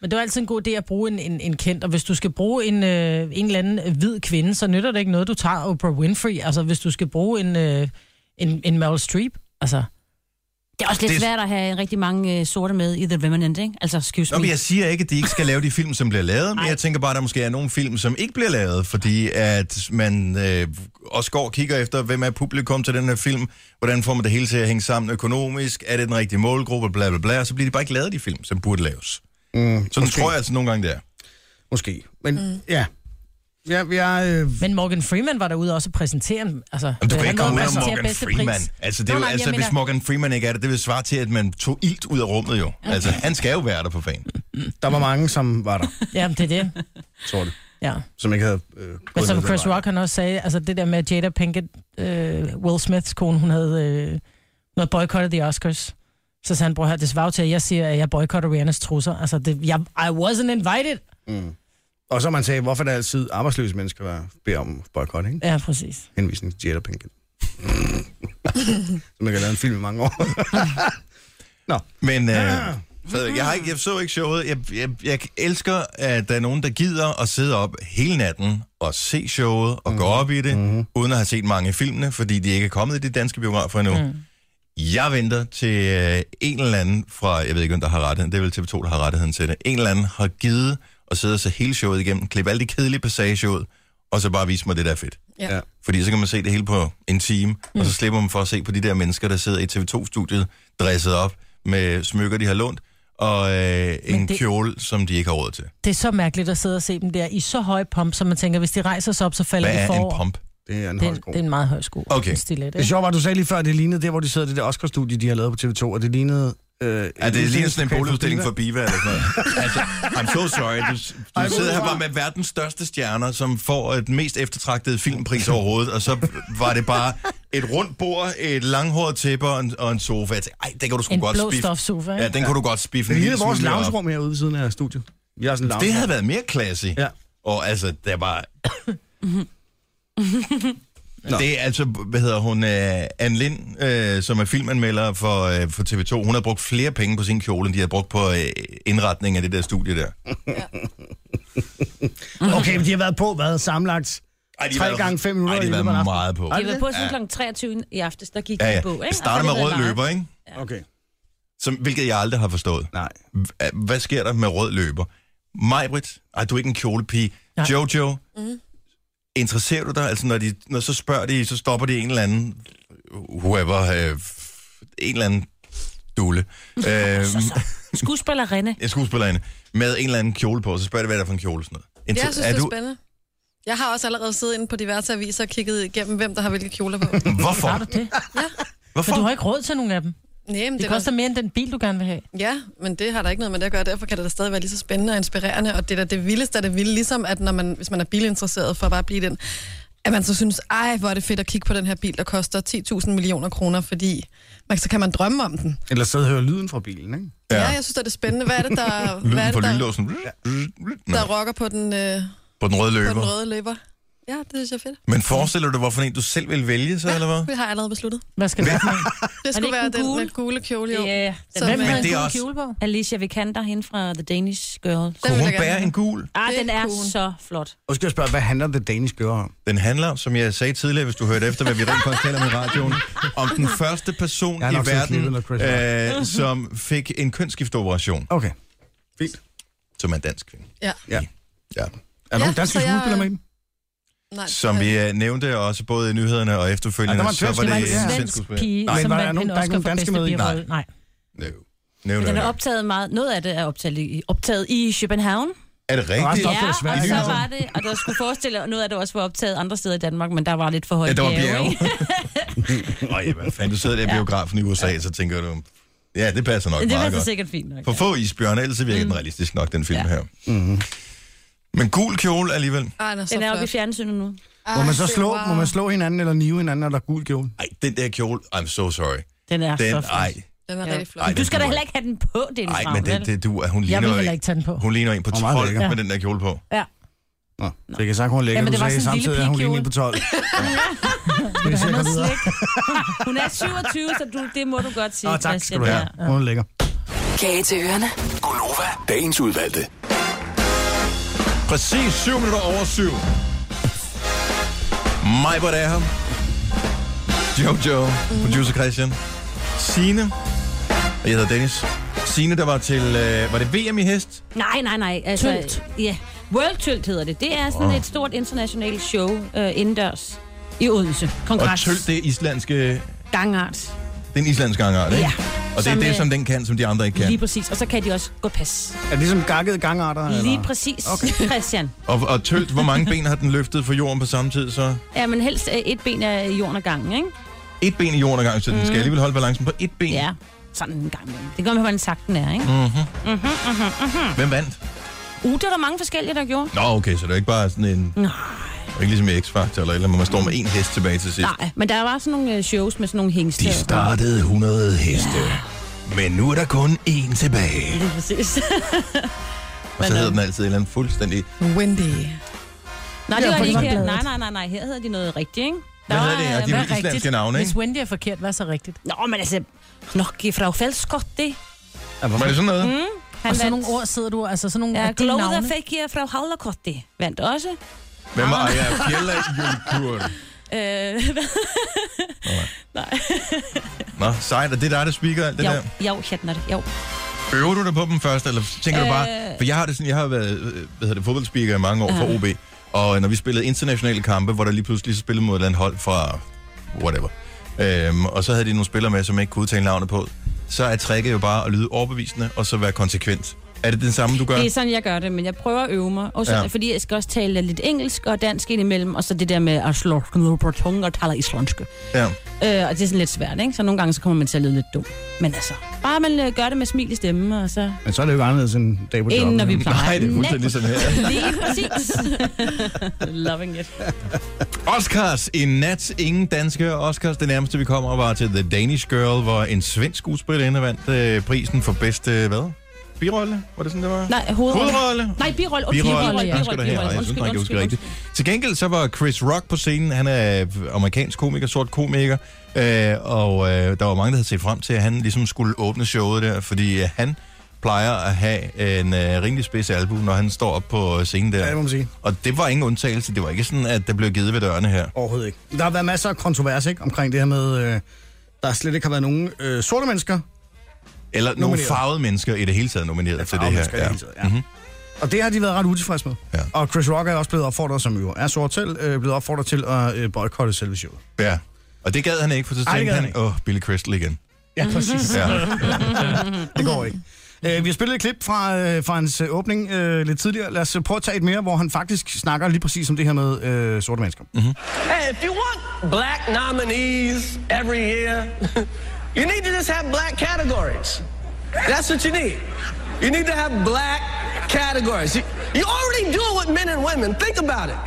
Speaker 4: Men det er jo altid en god idé at bruge en, en, en kendt, og hvis du skal bruge en, øh, en eller anden øh, hvid kvinde, så nytter det ikke noget, du tager Oprah Winfrey. Altså, hvis du skal bruge en, øh, en, en Meryl Streep, altså,
Speaker 3: Det er også lidt
Speaker 1: Det-
Speaker 3: det... svært at have rigtig mange øh, sorte med i The Revenant, ikke? Altså, excuse
Speaker 1: Nå, men
Speaker 3: me.
Speaker 1: jeg siger ikke, at de ikke skal lave de film, som bliver lavet, men jeg tænker bare, at der måske er nogle film, som ikke bliver lavet, fordi at man øh, også går og kigger efter, hvem er publikum til den her film, hvordan får man det hele til at hænge sammen økonomisk, er det den rigtige målgruppe, bla bla bla, og så bliver de bare ikke lavet de film, som burde laves. Mm, Sådan tror jeg altså nogle gange, det er.
Speaker 2: Måske. Men mm. ja. Ja, jeg, øh,
Speaker 4: Men Morgan Freeman var derude også at præsentere en- altså,
Speaker 1: Jamen, du
Speaker 4: øh,
Speaker 1: kan
Speaker 4: han
Speaker 1: ikke
Speaker 4: var
Speaker 1: komme
Speaker 4: ude at
Speaker 1: ud af
Speaker 4: præsentere
Speaker 1: Morgan
Speaker 4: bedste
Speaker 1: Freeman.
Speaker 4: pris.
Speaker 1: Altså, det er
Speaker 4: Nå,
Speaker 1: jo,
Speaker 4: nej, men jeg
Speaker 1: altså
Speaker 4: mener-
Speaker 1: hvis Morgan Freeman ikke er det, det vil svare til, at man tog ilt ud af rummet jo. Altså, han skal jo være der på fan.
Speaker 2: der var mange, som var der,
Speaker 4: Jamen, det er det.
Speaker 2: tror det,
Speaker 4: Ja.
Speaker 2: som ikke havde øh, gået
Speaker 4: Men
Speaker 2: ned
Speaker 4: som
Speaker 2: den
Speaker 4: Chris
Speaker 2: vej.
Speaker 4: Rock han også sagde, altså det der med Jada Pinkett, øh, Will Smiths kone, hun havde øh, noget boykottet de Oscars. Så sagde han, bror her, det svarer jo til, at jeg siger, at jeg boykotter Rihannas trusser. Altså, det, jeg, I wasn't invited.
Speaker 2: Mm. Og så man sagde, hvorfor er det altid arbejdsløse mennesker, der beder om boykot, ikke?
Speaker 4: Ja, præcis.
Speaker 2: Henvisning til Jada Pinkett. som ikke har lavet en film i mange år. Nå,
Speaker 1: Men øh, så jeg, har ikke, jeg så ikke showet. Jeg, jeg, jeg elsker, at der er nogen, der gider at sidde op hele natten og se showet og mm. gå op i det, mm. uden at have set mange af filmene, fordi de ikke er kommet i de danske biografer endnu. Mm. Jeg venter til øh, en eller anden fra, jeg ved ikke, hvem der har rettigheden, det er vel TV2, der har rettigheden til det. En eller anden har givet at sidde og se hele showet igennem, klippe alle de kedelige passager ud, og så bare vise mig det, der er fedt.
Speaker 5: Ja.
Speaker 2: Ja.
Speaker 5: ja.
Speaker 1: Fordi så kan man se det hele på en time, mm. og så slipper man for at se på de der mennesker, der sidder i TV2-studiet, dresset op med smykker, de har lånt, og øh, en det...
Speaker 4: det-
Speaker 1: kjole, som de ikke har råd til.
Speaker 4: Det er så mærkeligt at sidde og se dem der i så høj pomp, så man tænker, hvis de rejser sig op, så falder
Speaker 1: Hvad
Speaker 4: de
Speaker 1: er
Speaker 4: forover.
Speaker 1: en pump?
Speaker 2: det er en
Speaker 4: Det er, en-
Speaker 2: højsko.
Speaker 4: det er en meget høj sko.
Speaker 1: Okay.
Speaker 4: En stilet,
Speaker 2: Det
Speaker 4: ikke?
Speaker 2: sjove var, at du sagde lige før, at det lignede der, hvor de sidder i det der Oscar-studie, de har lavet på TV2, og det lignede... Øh,
Speaker 1: Er det lige sådan en boligudstilling for
Speaker 2: for...
Speaker 1: Biva eller sådan noget? altså, I'm so sorry. Du, du sidder her bare med verdens største stjerner, som får øh, den mest eftertragtede filmpris overhovedet, og så var det bare et rundt bord, et langhåret tæppe og en, og en sofa. Jeg tænkte, Ej, det kan du sgu
Speaker 4: En
Speaker 1: godt
Speaker 4: blå
Speaker 1: spiffe.
Speaker 4: stofsofa, ikke?
Speaker 1: Ja, den kunne du godt spiffe
Speaker 2: Det
Speaker 1: en
Speaker 2: lignede
Speaker 1: lille
Speaker 2: vores
Speaker 1: smule op.
Speaker 2: loungerum herude ved siden af studiet. Vi har sådan en lounge.
Speaker 1: Det havde været mere classy.
Speaker 2: Ja.
Speaker 1: Og altså, der var... det er altså, hvad hedder hun, øh, Anne Lind, øh, som er filmanmelder for, øh, for TV2. Hun har brugt flere penge på sin kjole, end de har brugt på øh, indretningen af det der studie der.
Speaker 2: Okay, men de har været på, hvad? Samlet
Speaker 1: Ej, de har
Speaker 2: Tre
Speaker 1: været-
Speaker 2: gange fem minutter
Speaker 1: Ej,
Speaker 2: i
Speaker 1: de har
Speaker 2: løbet af en
Speaker 1: været
Speaker 2: aften.
Speaker 1: meget på.
Speaker 3: Jeg var på siden
Speaker 1: Ja.
Speaker 3: kl. 23 i aftes, der gik
Speaker 1: Ja,
Speaker 3: ja,
Speaker 1: ja.
Speaker 3: på, ikke?
Speaker 1: Det
Speaker 3: Og så har
Speaker 1: starter
Speaker 8: Altså,
Speaker 1: med
Speaker 3: været
Speaker 1: rød
Speaker 3: live.
Speaker 1: løber, ikke?
Speaker 2: Okay.
Speaker 1: Som, hvilket jeg aldrig har forstået.
Speaker 2: Nej.
Speaker 1: H- Hvad sker der med rød løber? Majbrit, ej, du er ikke en kjolepige.
Speaker 4: Nej.
Speaker 1: Jojo, mm. interesserer du dig? Altså, når, de, når så spørger de, så stopper de en eller anden, whoever, øh, en eller anden dule. Øh,
Speaker 3: Skuespillerinde.
Speaker 1: en skuespillerinde med en eller anden kjole på, så spørger de, hvad er det for en kjole? Sådan noget. Inter-
Speaker 5: Jeg synes,
Speaker 1: er
Speaker 5: det er
Speaker 1: du,
Speaker 5: spændende. Jeg har også allerede siddet inde på diverse aviser og kigget igennem, hvem der har hvilke kjoler på.
Speaker 1: Hvorfor?
Speaker 4: Har du det?
Speaker 1: Hvorfor?
Speaker 4: Men du har ikke råd til nogen af dem.
Speaker 5: Nej, men
Speaker 4: Det
Speaker 5: det,
Speaker 4: koster
Speaker 5: det
Speaker 4: mere end den bil, du gerne vil have.
Speaker 5: Ja, men det har der ikke noget med det at gøre. Derfor kan det da stadig være lige så spændende og inspirerende. Og det er da det vildeste af det vilde, ligesom at når man, hvis man er bilinteresseret for at bare blive den, at man så synes, ej, hvor er det fedt at kigge på den her bil, der koster 10.000 millioner kroner, fordi man, så kan man drømme om den.
Speaker 2: Eller sidde og høre lyden fra bilen, ikke?
Speaker 5: Ja, ja jeg synes, det er det spændende. Hvad er det, der, hvad er
Speaker 1: Lyden på
Speaker 5: det, der,
Speaker 1: lynlåsen. Nå,
Speaker 5: der rocker på den, øh,
Speaker 1: På den røde
Speaker 5: på
Speaker 1: løber.
Speaker 5: den røde løber? Ja, det synes jeg er fedt.
Speaker 1: Men forestiller du, hvorfor en du selv vil vælge, så, eller hvad?
Speaker 5: Det har jeg allerede besluttet.
Speaker 4: Hvad skal det være?
Speaker 5: Det skulle
Speaker 3: ikke
Speaker 5: være
Speaker 3: den
Speaker 5: den
Speaker 3: gule?
Speaker 5: med gule kjole, jo.
Speaker 3: Ja,
Speaker 5: Så-
Speaker 3: den
Speaker 4: Hvem
Speaker 5: Men
Speaker 4: havde en
Speaker 1: det er
Speaker 4: god
Speaker 1: også-
Speaker 4: kjole på?
Speaker 3: Alicia Vikander, hende fra The Danish Girl.
Speaker 5: Den
Speaker 1: Kunne
Speaker 5: vil
Speaker 1: hun
Speaker 5: jeg gerne
Speaker 1: bære
Speaker 5: have.
Speaker 1: en gul?
Speaker 3: Ah,
Speaker 5: Det
Speaker 3: den er
Speaker 5: kunne hun.
Speaker 3: så flot.
Speaker 2: Og så skal jeg spørge, hvad handler The Danish Girl om?
Speaker 1: Den handler, som jeg sagde tidligere, hvis du hørte efter, hvad vi rent faktisk taler om i radioen, om den første person
Speaker 2: Jeg har
Speaker 1: i
Speaker 2: nok set
Speaker 1: verden,
Speaker 2: klippet, når Chris
Speaker 1: øh, som fik en kønsskifteoperation,
Speaker 2: Okay. Fint.
Speaker 1: som er en dansk kvinde.
Speaker 5: Ja.
Speaker 2: Ja.
Speaker 1: Ja.
Speaker 2: Er der
Speaker 5: Ja,
Speaker 2: nogen danske
Speaker 5: så jeg-
Speaker 2: skuespillere med i den?
Speaker 5: Nej,
Speaker 1: Som vi øh, nævnte også både i nyhederne og
Speaker 2: Ja,
Speaker 1: efterfølgende,
Speaker 2: der var en
Speaker 1: så
Speaker 2: svensk-
Speaker 1: var
Speaker 4: Det var
Speaker 1: det
Speaker 4: en
Speaker 2: Ja.
Speaker 1: svensk
Speaker 4: svensk
Speaker 1: skuespiller.
Speaker 4: pige,
Speaker 2: Nej,
Speaker 4: som
Speaker 2: var der
Speaker 4: vandt en
Speaker 2: nogen- der er
Speaker 4: Oscar
Speaker 2: ikke nogen
Speaker 4: for
Speaker 2: danske
Speaker 4: bedste
Speaker 2: med i?
Speaker 4: birolle. Nej.
Speaker 1: No. No, no,
Speaker 3: Den er
Speaker 1: no.
Speaker 3: optaget meget. Noget af det er optaget i, optaget i København.
Speaker 1: Er det rigtigt?
Speaker 2: Resten optaget i Sverige.
Speaker 3: og så
Speaker 2: Ja.
Speaker 3: var det, og der skulle forestille, at noget af det også var optaget andre steder i Danmark, men der var lidt for højt
Speaker 1: Ja, der var bjerge.
Speaker 3: ikke?
Speaker 1: Ej, hvad fanden, du sidder der i biografen i USA, så tænker du, ja, det passer nok
Speaker 3: Men Det var
Speaker 1: meget
Speaker 3: så
Speaker 1: godt.
Speaker 3: sikkert fint nok.
Speaker 1: For få isbjørne, ellers så virker
Speaker 4: Mm.
Speaker 1: den realistisk nok, den film her. Men gul kjole alligevel.
Speaker 5: Ej, den er så
Speaker 3: Den er oppe i
Speaker 5: flot.
Speaker 3: fjernsynet nu.
Speaker 5: Ej,
Speaker 2: Må man så
Speaker 5: se,
Speaker 2: slå,
Speaker 5: wow.
Speaker 2: må man slå hinanden eller nive hinanden, når der er gul kjole?
Speaker 1: Ej, den der kjole, I'm so sorry.
Speaker 4: Den er
Speaker 1: Den,
Speaker 4: så flot.
Speaker 1: ej,
Speaker 5: Den er
Speaker 3: Ja.
Speaker 5: rigtig flot.
Speaker 1: Ej,
Speaker 3: Du skal da
Speaker 1: duer
Speaker 3: heller ikke have den på, det
Speaker 1: Nej, men det, det du, hun
Speaker 4: Jeg
Speaker 1: ligner,
Speaker 4: vil
Speaker 1: jo
Speaker 4: heller ikke tage den på.
Speaker 1: hun ligner en på
Speaker 2: Åh, meget
Speaker 1: 12
Speaker 2: lækker.
Speaker 1: med den der kjole på.
Speaker 4: Ja.
Speaker 2: Nå, så jeg kan sagt, hun er lækker,
Speaker 4: Jamen,
Speaker 2: du
Speaker 4: det var
Speaker 2: sagde
Speaker 4: sådan en lille
Speaker 2: samtidig, at hun
Speaker 4: pigekjole.
Speaker 2: lige er på 12. Skal vi se, hvad videre?
Speaker 3: Hun er 27, så du, det må du godt sige.
Speaker 2: Åh, tak skal du have.
Speaker 3: Christian.
Speaker 2: Hun er lækker.
Speaker 7: Kage til ørerne.
Speaker 9: Gonova, dagens udvalgte.
Speaker 1: Præcis 7 minutter over 7. Mig, hvor er her. Jojo, producer Christian. Sine Og jeg hedder Dennis. Signe, der var til... Øh, var det VM i hest?
Speaker 8: Nej, nej, nej. Altså,
Speaker 4: Tølt.
Speaker 8: Ja. World Tølt hedder det. Det er sådan
Speaker 1: Wow.
Speaker 8: et stort internationalt show øh, indendørs i Odense.
Speaker 1: Og
Speaker 8: Kongres.
Speaker 1: tølt det er islandske...
Speaker 8: Gangart.
Speaker 1: Den islandske gangart, ikke?
Speaker 8: Ja.
Speaker 1: Og det er
Speaker 8: Som,
Speaker 1: det,
Speaker 8: øh,
Speaker 1: som den kan, som de andre ikke
Speaker 8: Ja. Lige
Speaker 1: kan.
Speaker 8: præcis. Og så kan de også gå pas.
Speaker 2: Er det ligesom gakkede gangarter?
Speaker 8: Ja. Lige
Speaker 2: eller?
Speaker 8: præcis, okay. Christian.
Speaker 1: Og, og tølt, hvor mange ben har den løftet for jorden på samme tid, så...
Speaker 8: Ja, men helst øh, et ben af jorden ad gangen, ikke?
Speaker 1: Et ben i jorden ad gangen, så den skal alligevel holde balancen på et ben.
Speaker 8: Mm.
Speaker 1: Mhm.
Speaker 8: Ja. Sådan en gang. imellem. Det gør man, hvordan sagt den er, ikke?
Speaker 2: Mm.
Speaker 8: Mhm,
Speaker 1: Hvem vandt?
Speaker 8: Uh, det er der mange forskellige, der gjorde.
Speaker 1: Nå, okay, så det er ikke bare sådan en...
Speaker 8: Nej.
Speaker 1: Ikke ligesom i X-Factor eller et eller andet, hvor man står med en hest tilbage til sidst.
Speaker 8: Nej, men der var sådan nogle øh, shows med sådan nogle hængste.
Speaker 1: De startede 100 heste, men nu er der kun én tilbage.
Speaker 8: Lige præcis.
Speaker 1: Og så hedder den altid et eller andet fuldstændig...
Speaker 5: Wendy.
Speaker 8: nej, det
Speaker 4: Ja,
Speaker 8: var
Speaker 4: på
Speaker 8: ikke her.
Speaker 4: Ekstrabladet.
Speaker 8: Nej, nej, nej, nej. Her hedder de noget rigtigt, ikke?
Speaker 1: Hvad hedder det? Og de
Speaker 8: øh,
Speaker 1: er
Speaker 4: Hvad
Speaker 1: jo islandske navne,
Speaker 4: Hvis
Speaker 1: ikke?
Speaker 4: Wendy er forkert, hvad er så rigtigt?
Speaker 8: Nå, men altså... Nok i fra Felskotti.
Speaker 1: Var det sådan noget? Mm.
Speaker 8: Han
Speaker 4: Og sådan nogle ord sidder du, altså sådan nogle
Speaker 8: Ja,
Speaker 4: af dine
Speaker 8: Glóða
Speaker 4: navne.
Speaker 8: fik jeg fra Hallakotti. Vandt også.
Speaker 1: Hvem var
Speaker 8: Ah.
Speaker 1: Aja Fjella Julkur?
Speaker 8: Øh, hvad?
Speaker 1: Nå, sejt. Og det er dig, der speaker alt det
Speaker 8: Jo,
Speaker 1: der.
Speaker 8: jo, Hjartner, jo.
Speaker 1: Øver du dig på dem først, eller tænker øh... du bare... For jeg har det sådan, jeg har været øh, hvad hedder det, fodboldspeaker i mange år for OB, og når vi spillede internationale kampe, hvor der lige pludselig spillede mod et eller andet hold fra whatever, øhm, og så havde de nogle spillere med, som jeg ikke kunne udtale navnet på, så er tricket jo bare at lyde overbevisende, og så være konsekvent. Er det den samme, du gør?
Speaker 8: Det er sådan, jeg gør det, men jeg prøver at øve mig. Og så,
Speaker 1: Ja.
Speaker 8: ja. Fordi jeg skal også tale lidt engelsk og dansk indimellem, og så det der med at slå knudbertung og taler islandske.
Speaker 1: Ja.
Speaker 8: Øh, og det er sådan lidt svært, ikke? Så nogle gange så kommer man til at lyde lidt dum. Men altså, bare man øh, gør det med smil i stemmen, og så...
Speaker 2: Men så er det jo ikke anderledes end dag på
Speaker 8: Inden
Speaker 2: jobben.
Speaker 8: når vi plejer.
Speaker 1: Nej, det er fuldstændig ligesom her.
Speaker 8: Lige præcis. Loving it.
Speaker 1: Oscars i nat. Ingen danske Oscars. Det nærmeste, vi kommer, var til The Danish Girl, hvor en svensk skuespiller vandt øh, prisen for bedste, hvad? Birolle? Var det sådan, det var?
Speaker 8: Nej, hovedrolle.
Speaker 1: Hovedrolle?
Speaker 8: Nej, birolle. Undskyld,
Speaker 1: Birolle,
Speaker 8: birolle.
Speaker 1: ja. Tak skal du have. Ej, Jeg synes,
Speaker 8: Undskyld,
Speaker 1: jeg
Speaker 8: undskyld,
Speaker 1: husker
Speaker 8: undskyld.
Speaker 1: rigtigt. Til gengæld så var Chris Rock på scenen. Han er øh, amerikansk komiker, sort komiker. Øh, og øh, der var mange, der havde set frem til, at han ligesom skulle åbne showet der, fordi øh, han plejer at have en øh, rimelig spids albu, når han står op på øh, scenen
Speaker 2: Ja, det må
Speaker 1: der.
Speaker 2: man sige.
Speaker 1: Og det var ingen undtagelse. Det var ikke sådan, at der blev givet ved dørene her.
Speaker 2: Overhovedet ikke. Der har været masser af kontrovers ikke, omkring det her med, øh, der slet ikke har været nogen øh, sorte mennesker.
Speaker 1: Eller nogle
Speaker 2: Nomineret.
Speaker 1: farvede mennesker i det hele taget nomineret til det her. Mhm.
Speaker 2: Ja. Ja. Mm-hmm. Og det har de været ret utilfredse med.
Speaker 1: Ja.
Speaker 2: Og Chris Rock er også blevet opfordret, som jo er sort selv, øh, blevet opfordret til at øh, boykotte selve showet.
Speaker 1: ja. Og det gad han ikke, for så
Speaker 2: Ej, det
Speaker 1: tænkte
Speaker 2: gad han
Speaker 1: han, åh, oh, Billy Crystal igen.
Speaker 2: Ja, præcis.
Speaker 1: Ja.
Speaker 2: Det går ikke. Øh, vi har spillet et klip fra, øh, fra hans øh, åbning øh, lidt tidligere. Lad os øh, prøve at tage et mere, hvor han faktisk snakker lige præcis om det her med øh, sorte mennesker.
Speaker 1: Mhm.
Speaker 6: Hey, if you want black nominees every year, you need to just have black categories. That's what you need. You need to have black categories. You, you already do it with men and women. Think about it.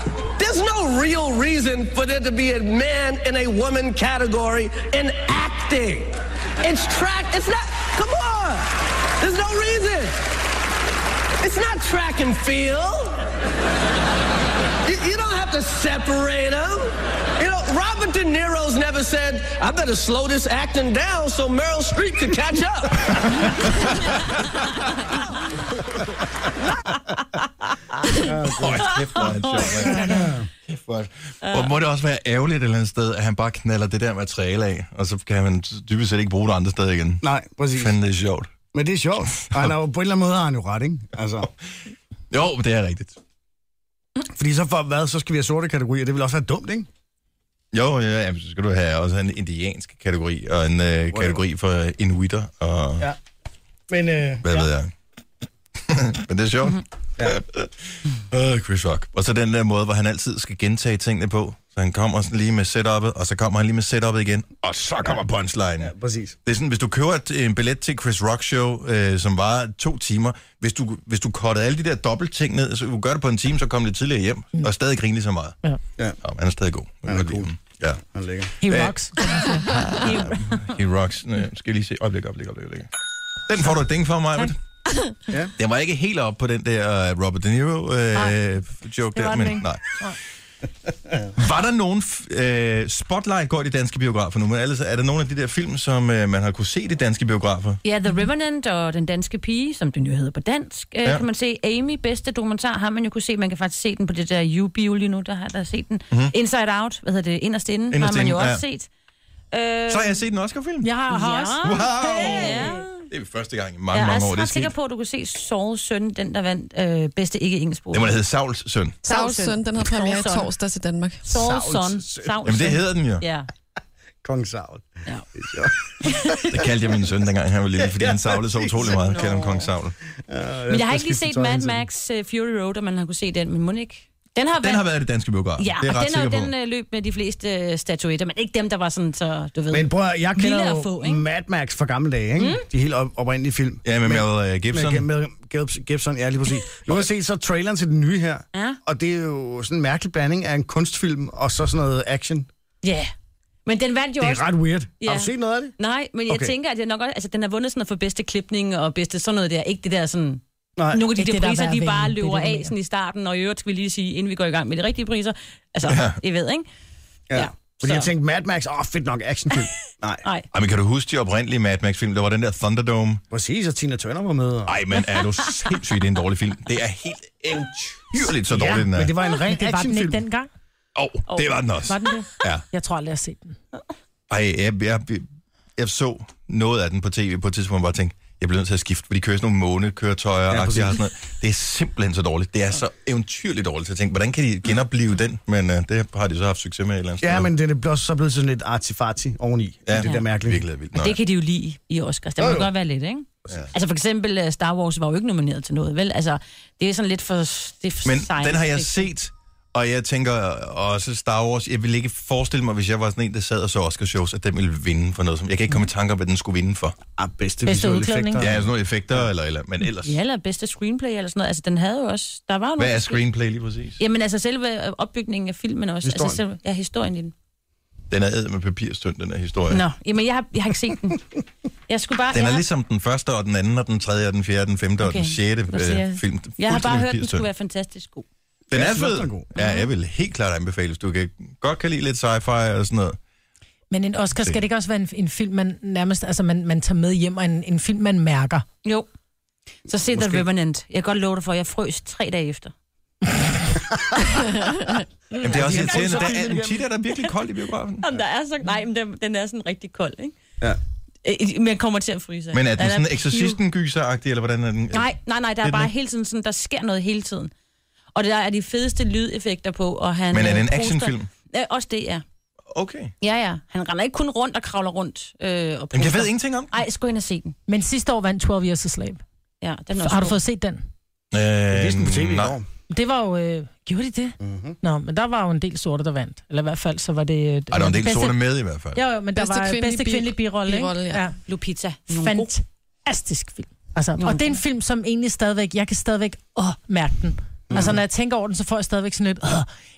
Speaker 6: There's no real reason for there to be a man and a woman category in acting. It's track. It's not. Come on. There's no reason. It's not track and field. You, you don't have to separate them. You know, Robert De Niro's never said, I better slow this acting down so Meryl Streep can catch up.
Speaker 1: Hold kæft, hvor er han sjov, mand. Kæft, hvor er- Og må det også være ærgerligt et eller andet sted, at han bare knaller det der materiale af, og så kan man dybest set ikke bruge det andre steder igen.
Speaker 2: Nej, præcis.
Speaker 1: Fanden, det er sjovt.
Speaker 2: Men det er sjovt. Og han er jo, på en eller anden måde har han jo ret, ikke? Altså,
Speaker 1: Jo, det er rigtigt.
Speaker 2: fordi så for hvad, så skal vi have sorte kategorier. Det vil også være dumt, ikke?
Speaker 1: Jo, ja, ja, men så skal du have også en indiansk kategori, og en øh, kategori for øh, inuitter, og ja.
Speaker 2: Ja. Men øh,
Speaker 1: hvad ja. ved jeg. Men det er sjovt. Ja. Øh, Chris Rock. Og så den der måde, hvor han altid skal gentage tingene på. Så han kommer sådan lige med setup'et, og så kommer han lige med setup'et igen, og så kommer punchline. Ja,
Speaker 2: præcis.
Speaker 1: Det er sådan, hvis du køber et, en billet til Chris Rock Show, øh, som var to timer, hvis du, hvis du kottede alle de der dobbeltting ned, så kunne du gøre det på en time, så kom lidt tidligere hjem, mm. og stadig grine lige så meget.
Speaker 4: Ja.
Speaker 2: Ja.
Speaker 1: Og han er stadig god. Jeg
Speaker 2: Han er
Speaker 1: kan godt lide
Speaker 2: cool.
Speaker 1: ham. Ja.
Speaker 2: Han er lækker.
Speaker 4: He
Speaker 1: Hvad-
Speaker 4: rocks.
Speaker 1: He rocks. Nå, skal jeg lige se. Øjeblik, øjeblik, øjeblik. øjeblik. Den får du et ding for, mig.
Speaker 2: Ja.
Speaker 1: Den var ikke helt op på den der øh, Robert De Niro øh,
Speaker 4: var
Speaker 1: joke der,
Speaker 4: den
Speaker 1: men
Speaker 4: ikke.
Speaker 1: nej. Var der nogen... f- Øh, spotlight går i de danske biografer nu, men ellers er der nogle af de der film, som øh, man har kunne se i de danske biografer?
Speaker 8: Ja, The Revenant og Den Danske Pige, som den jo hedder på dansk, øh,
Speaker 1: Ja.
Speaker 8: ja. kan man se. Amy, bedste dokumentar, har man jo kunne se. Man kan faktisk se den på det der U-Bio lige nu, der har der set den. Mm-hmm. Inside Out, hvad hedder det, Inderst Inden,
Speaker 1: Mhm. Inderst
Speaker 8: har man jo
Speaker 1: Inde,
Speaker 8: også set. Øh,
Speaker 1: Så har jeg set en Oscar-film.
Speaker 8: Ah,
Speaker 4: Jeg har, har
Speaker 8: ja.
Speaker 4: også.
Speaker 1: Wow!
Speaker 8: Ja.
Speaker 1: Det Det er første gang i mange,
Speaker 8: Jeg
Speaker 1: ja,
Speaker 8: er
Speaker 1: mange år, det er
Speaker 8: ret
Speaker 1: sket.
Speaker 8: sikker på, at du kunne se Sauls søn, den der vandt øh, bedste ikke engelsk
Speaker 1: Det må da hedde Sauls søn.
Speaker 5: Sauls søn, den havde premiere i
Speaker 8: Sauls søn.
Speaker 5: torsdags i Danmark.
Speaker 8: Sauls søn.
Speaker 2: Sauls søn.
Speaker 8: Sauls
Speaker 1: Jamen, det
Speaker 8: søn.
Speaker 1: hedder den jo.
Speaker 8: Ja.
Speaker 2: Kong Saul.
Speaker 8: Ja.
Speaker 2: Det er sjovt.
Speaker 1: Det kaldte jeg min søn, dengang han var lille, fordi han savlede så utrolig meget. Jeg kalder ham kong Savl. Øh,
Speaker 8: Men jeg har ikke lige
Speaker 2: skifter
Speaker 8: set
Speaker 2: tøj
Speaker 8: Mad
Speaker 2: hele tiden.
Speaker 8: Max øh, Fury Road, og man har kunne se den, men må den ikke? Den har
Speaker 1: Den
Speaker 8: været...
Speaker 1: har været i det danske biograf.
Speaker 8: Ja,
Speaker 1: det er jeg
Speaker 8: og
Speaker 1: ret
Speaker 8: den, har,
Speaker 1: sikker på.
Speaker 8: den øh, løb med de fleste øh, statuetter, men ikke dem, der var sådan, så du ved...
Speaker 2: Men bror, jeg kender
Speaker 8: Lille
Speaker 2: jo
Speaker 8: at få, ikke?
Speaker 2: Mad Max fra gamle dage, ikke? De helt op- oprindelige film.
Speaker 1: Ja, med Mel øh, Gibson.
Speaker 2: Med, med Gibson, Gibson, ja, lige præcis. Nu har jeg set så traileren til den nye her,
Speaker 8: Ja.
Speaker 2: og det er jo sådan en mærkelig blanding af en kunstfilm og så sådan noget action. Det
Speaker 8: Ja. Men den vandt jo også...
Speaker 2: er ret weird.
Speaker 8: Ja.
Speaker 2: Har du set noget af det?
Speaker 8: Nej, men jeg
Speaker 2: Okay.
Speaker 8: okay. tænker, at jeg nok også, altså, den har vundet sådan noget for bedste klipning og bedste sådan noget der. Ikke det der sådan...
Speaker 2: Nej.
Speaker 8: Nogle af de
Speaker 4: Ikke
Speaker 8: der
Speaker 4: det, der er
Speaker 8: priser,
Speaker 4: værd at
Speaker 8: de bare
Speaker 4: vinde. Det er
Speaker 8: løber
Speaker 4: det, jeg
Speaker 8: af
Speaker 4: mener.
Speaker 8: sådan i starten, og i øvrigt skal vi lige sige, inden vi går i gang med de rigtige priser. Altså, I ved, ikke? ja.
Speaker 2: Fordi
Speaker 8: Så-
Speaker 2: jeg tænkte, Mad Max, åh, oh, fedt nok actionfilm. Nej.
Speaker 8: Nej.
Speaker 1: Ej, men kan du huske de oprindelige Mad Max-film? Der var den der Thunderdome.
Speaker 2: Præcis, og Tina Turner var med. Og...
Speaker 1: Ej, men er du sindssygt, det er en dårlig film. Det er helt eventyrligt så dårlig, den er.
Speaker 2: men det var en ren
Speaker 4: Det var den
Speaker 2: actionfilm.
Speaker 4: ikke dengang.
Speaker 1: Åh, oh, det var den også.
Speaker 4: Var den det?
Speaker 1: Ja.
Speaker 4: Jeg tror aldrig, jeg har set den.
Speaker 1: Ej, jeg, jeg, jeg så noget af den på tv på et tidspunkt, hvor jeg tænkte, jeg bliver nødt til at skifte, for de kører sådan nogle månekøretøjer ja, og
Speaker 2: præcis.
Speaker 1: sådan noget. Det er simpelthen så dårligt. Det er så eventyrligt dårligt. Så jeg tænkte, hvordan kan de genopleve den? Men uh, det har de så haft succes med et eller andet
Speaker 2: Ja,
Speaker 1: sted.
Speaker 2: men den er blevet- så blevet sådan lidt artifati oveni. Ja. Det der mærkelige.
Speaker 1: Virkelig er vildt. Nå,
Speaker 8: Og det kan de jo lide i Oscars. Det må
Speaker 2: Jo,
Speaker 8: jo
Speaker 2: jo.
Speaker 8: godt være lidt, ikke? Ja. Altså for eksempel øh, Star Wars var jo ikke nomineret til noget, vel? Altså, det er sådan lidt for... Det er for
Speaker 1: Men
Speaker 8: science
Speaker 1: den har jeg
Speaker 8: fiction.
Speaker 1: set, og jeg tænker også Star Wars. Jeg ville ikke forestille mig, hvis jeg var sådan en, der sad og så Oscar-shows, at den ville vinde for noget. Som, jeg kan ikke komme i tanke om, hvad den skulle vinde for.
Speaker 2: Ah,
Speaker 4: Bedste
Speaker 2: bedste, visuelle
Speaker 4: udklædning.
Speaker 2: effekter.
Speaker 1: Ja, sådan nogle effekter eller eller, men ellers.
Speaker 8: Ja, eller bedste screenplay eller sådan noget. Altså, den havde jo også... Der var jo
Speaker 1: Hvad
Speaker 8: nogle-
Speaker 1: er screenplay lige præcis?
Speaker 8: Jamen altså selve øh, opbygningen af filmen også.
Speaker 2: Historien.
Speaker 8: Altså, selve, ja, historien i den.
Speaker 1: Den er æd med papirstønd, den her historie.
Speaker 8: Nå, jamen jeg har, jeg har ikke set den. Jeg skulle bare...
Speaker 1: Den
Speaker 8: jeg,
Speaker 1: er ligesom den første, og den anden, og den tredje, og den fjerde, og den femte, okay. og
Speaker 8: Okay.
Speaker 1: den sjette
Speaker 8: Nu siger
Speaker 1: øh,
Speaker 8: jeg-
Speaker 1: film.
Speaker 8: jeg har bare
Speaker 1: Fuldstændig
Speaker 8: hørt, den
Speaker 1: papirstønd.
Speaker 8: skulle være fantastisk god.
Speaker 1: Den
Speaker 2: Jeg
Speaker 1: er
Speaker 2: synes også, den er
Speaker 1: fed.
Speaker 2: god.
Speaker 1: Ja, jeg vil helt klart anbefale, hvis du kan, godt kan lide lidt sci-fi og sådan noget.
Speaker 4: Men en Oscar, skal det ikke også være en, en film, man nærmest, altså man, man tager med hjem, og en, en film, man mærker?
Speaker 8: Jo. Så se The Revenant. Jeg kan godt love dig for, at jeg frøs tre dage efter.
Speaker 1: Jamen, det er også
Speaker 2: de er
Speaker 1: irriterende.
Speaker 2: altid
Speaker 1: Der er,
Speaker 2: igennem.
Speaker 1: tit er der virkelig koldt i biografen.
Speaker 8: Jamen, der er så... Nej, men den, den er sådan rigtig kold, ikke?
Speaker 2: Ja.
Speaker 8: Øh, Men jeg kommer til at fryse. af.
Speaker 1: Men er den sådan
Speaker 8: piv-
Speaker 1: exorcisten gyser eller hvordan er den?
Speaker 8: Nej, nej, nej, der
Speaker 1: Det
Speaker 8: er
Speaker 1: er
Speaker 8: bare
Speaker 1: den.
Speaker 8: hele tiden sådan, der sker noget hele tiden. Og der er de fedeste lydeffekter på, og han...
Speaker 1: Men er det
Speaker 8: øh,
Speaker 1: en
Speaker 8: poster-
Speaker 1: actionfilm?
Speaker 8: Ja, også det, ja.
Speaker 1: Okay.
Speaker 8: Ja, ja. Han render ikke kun rundt og kravler rundt. Øh, og
Speaker 1: Jamen, jeg
Speaker 8: poster.
Speaker 1: ved ingenting om den.
Speaker 8: Ej, skulle ind og se den.
Speaker 4: Men sidste år vandt 12 Years a Slave.
Speaker 8: Ja, den er også
Speaker 4: Har du
Speaker 8: god.
Speaker 4: fået set den?
Speaker 1: Øh,
Speaker 2: Jeg viste den på tv i
Speaker 1: nej.
Speaker 2: går.
Speaker 4: Det var jo... Øh, gjorde de det? Mm-hmm. Nå, men der var jo en del sorte, der vandt. Eller i hvert fald, så var det... Øh,
Speaker 1: Mhm. Ej, der var en del
Speaker 4: bedste-
Speaker 1: sorte med i hvert fald.
Speaker 4: Jo, jo, men der
Speaker 5: Bedste
Speaker 4: bedste var
Speaker 5: kvindelige
Speaker 4: bedste
Speaker 5: bi-
Speaker 4: kvindelige birolle, ikke?
Speaker 5: birolle, ja.
Speaker 8: Lupita.
Speaker 4: Fantastisk film. Altså,
Speaker 8: Nogle
Speaker 4: og det er en film, som egentlig stadigvæk... Jeg kan stadigvæk åh, mærke den.
Speaker 1: Mhm.
Speaker 4: Altså, når jeg tænker over den, så får jeg stadigvæk sådan lidt... Åh.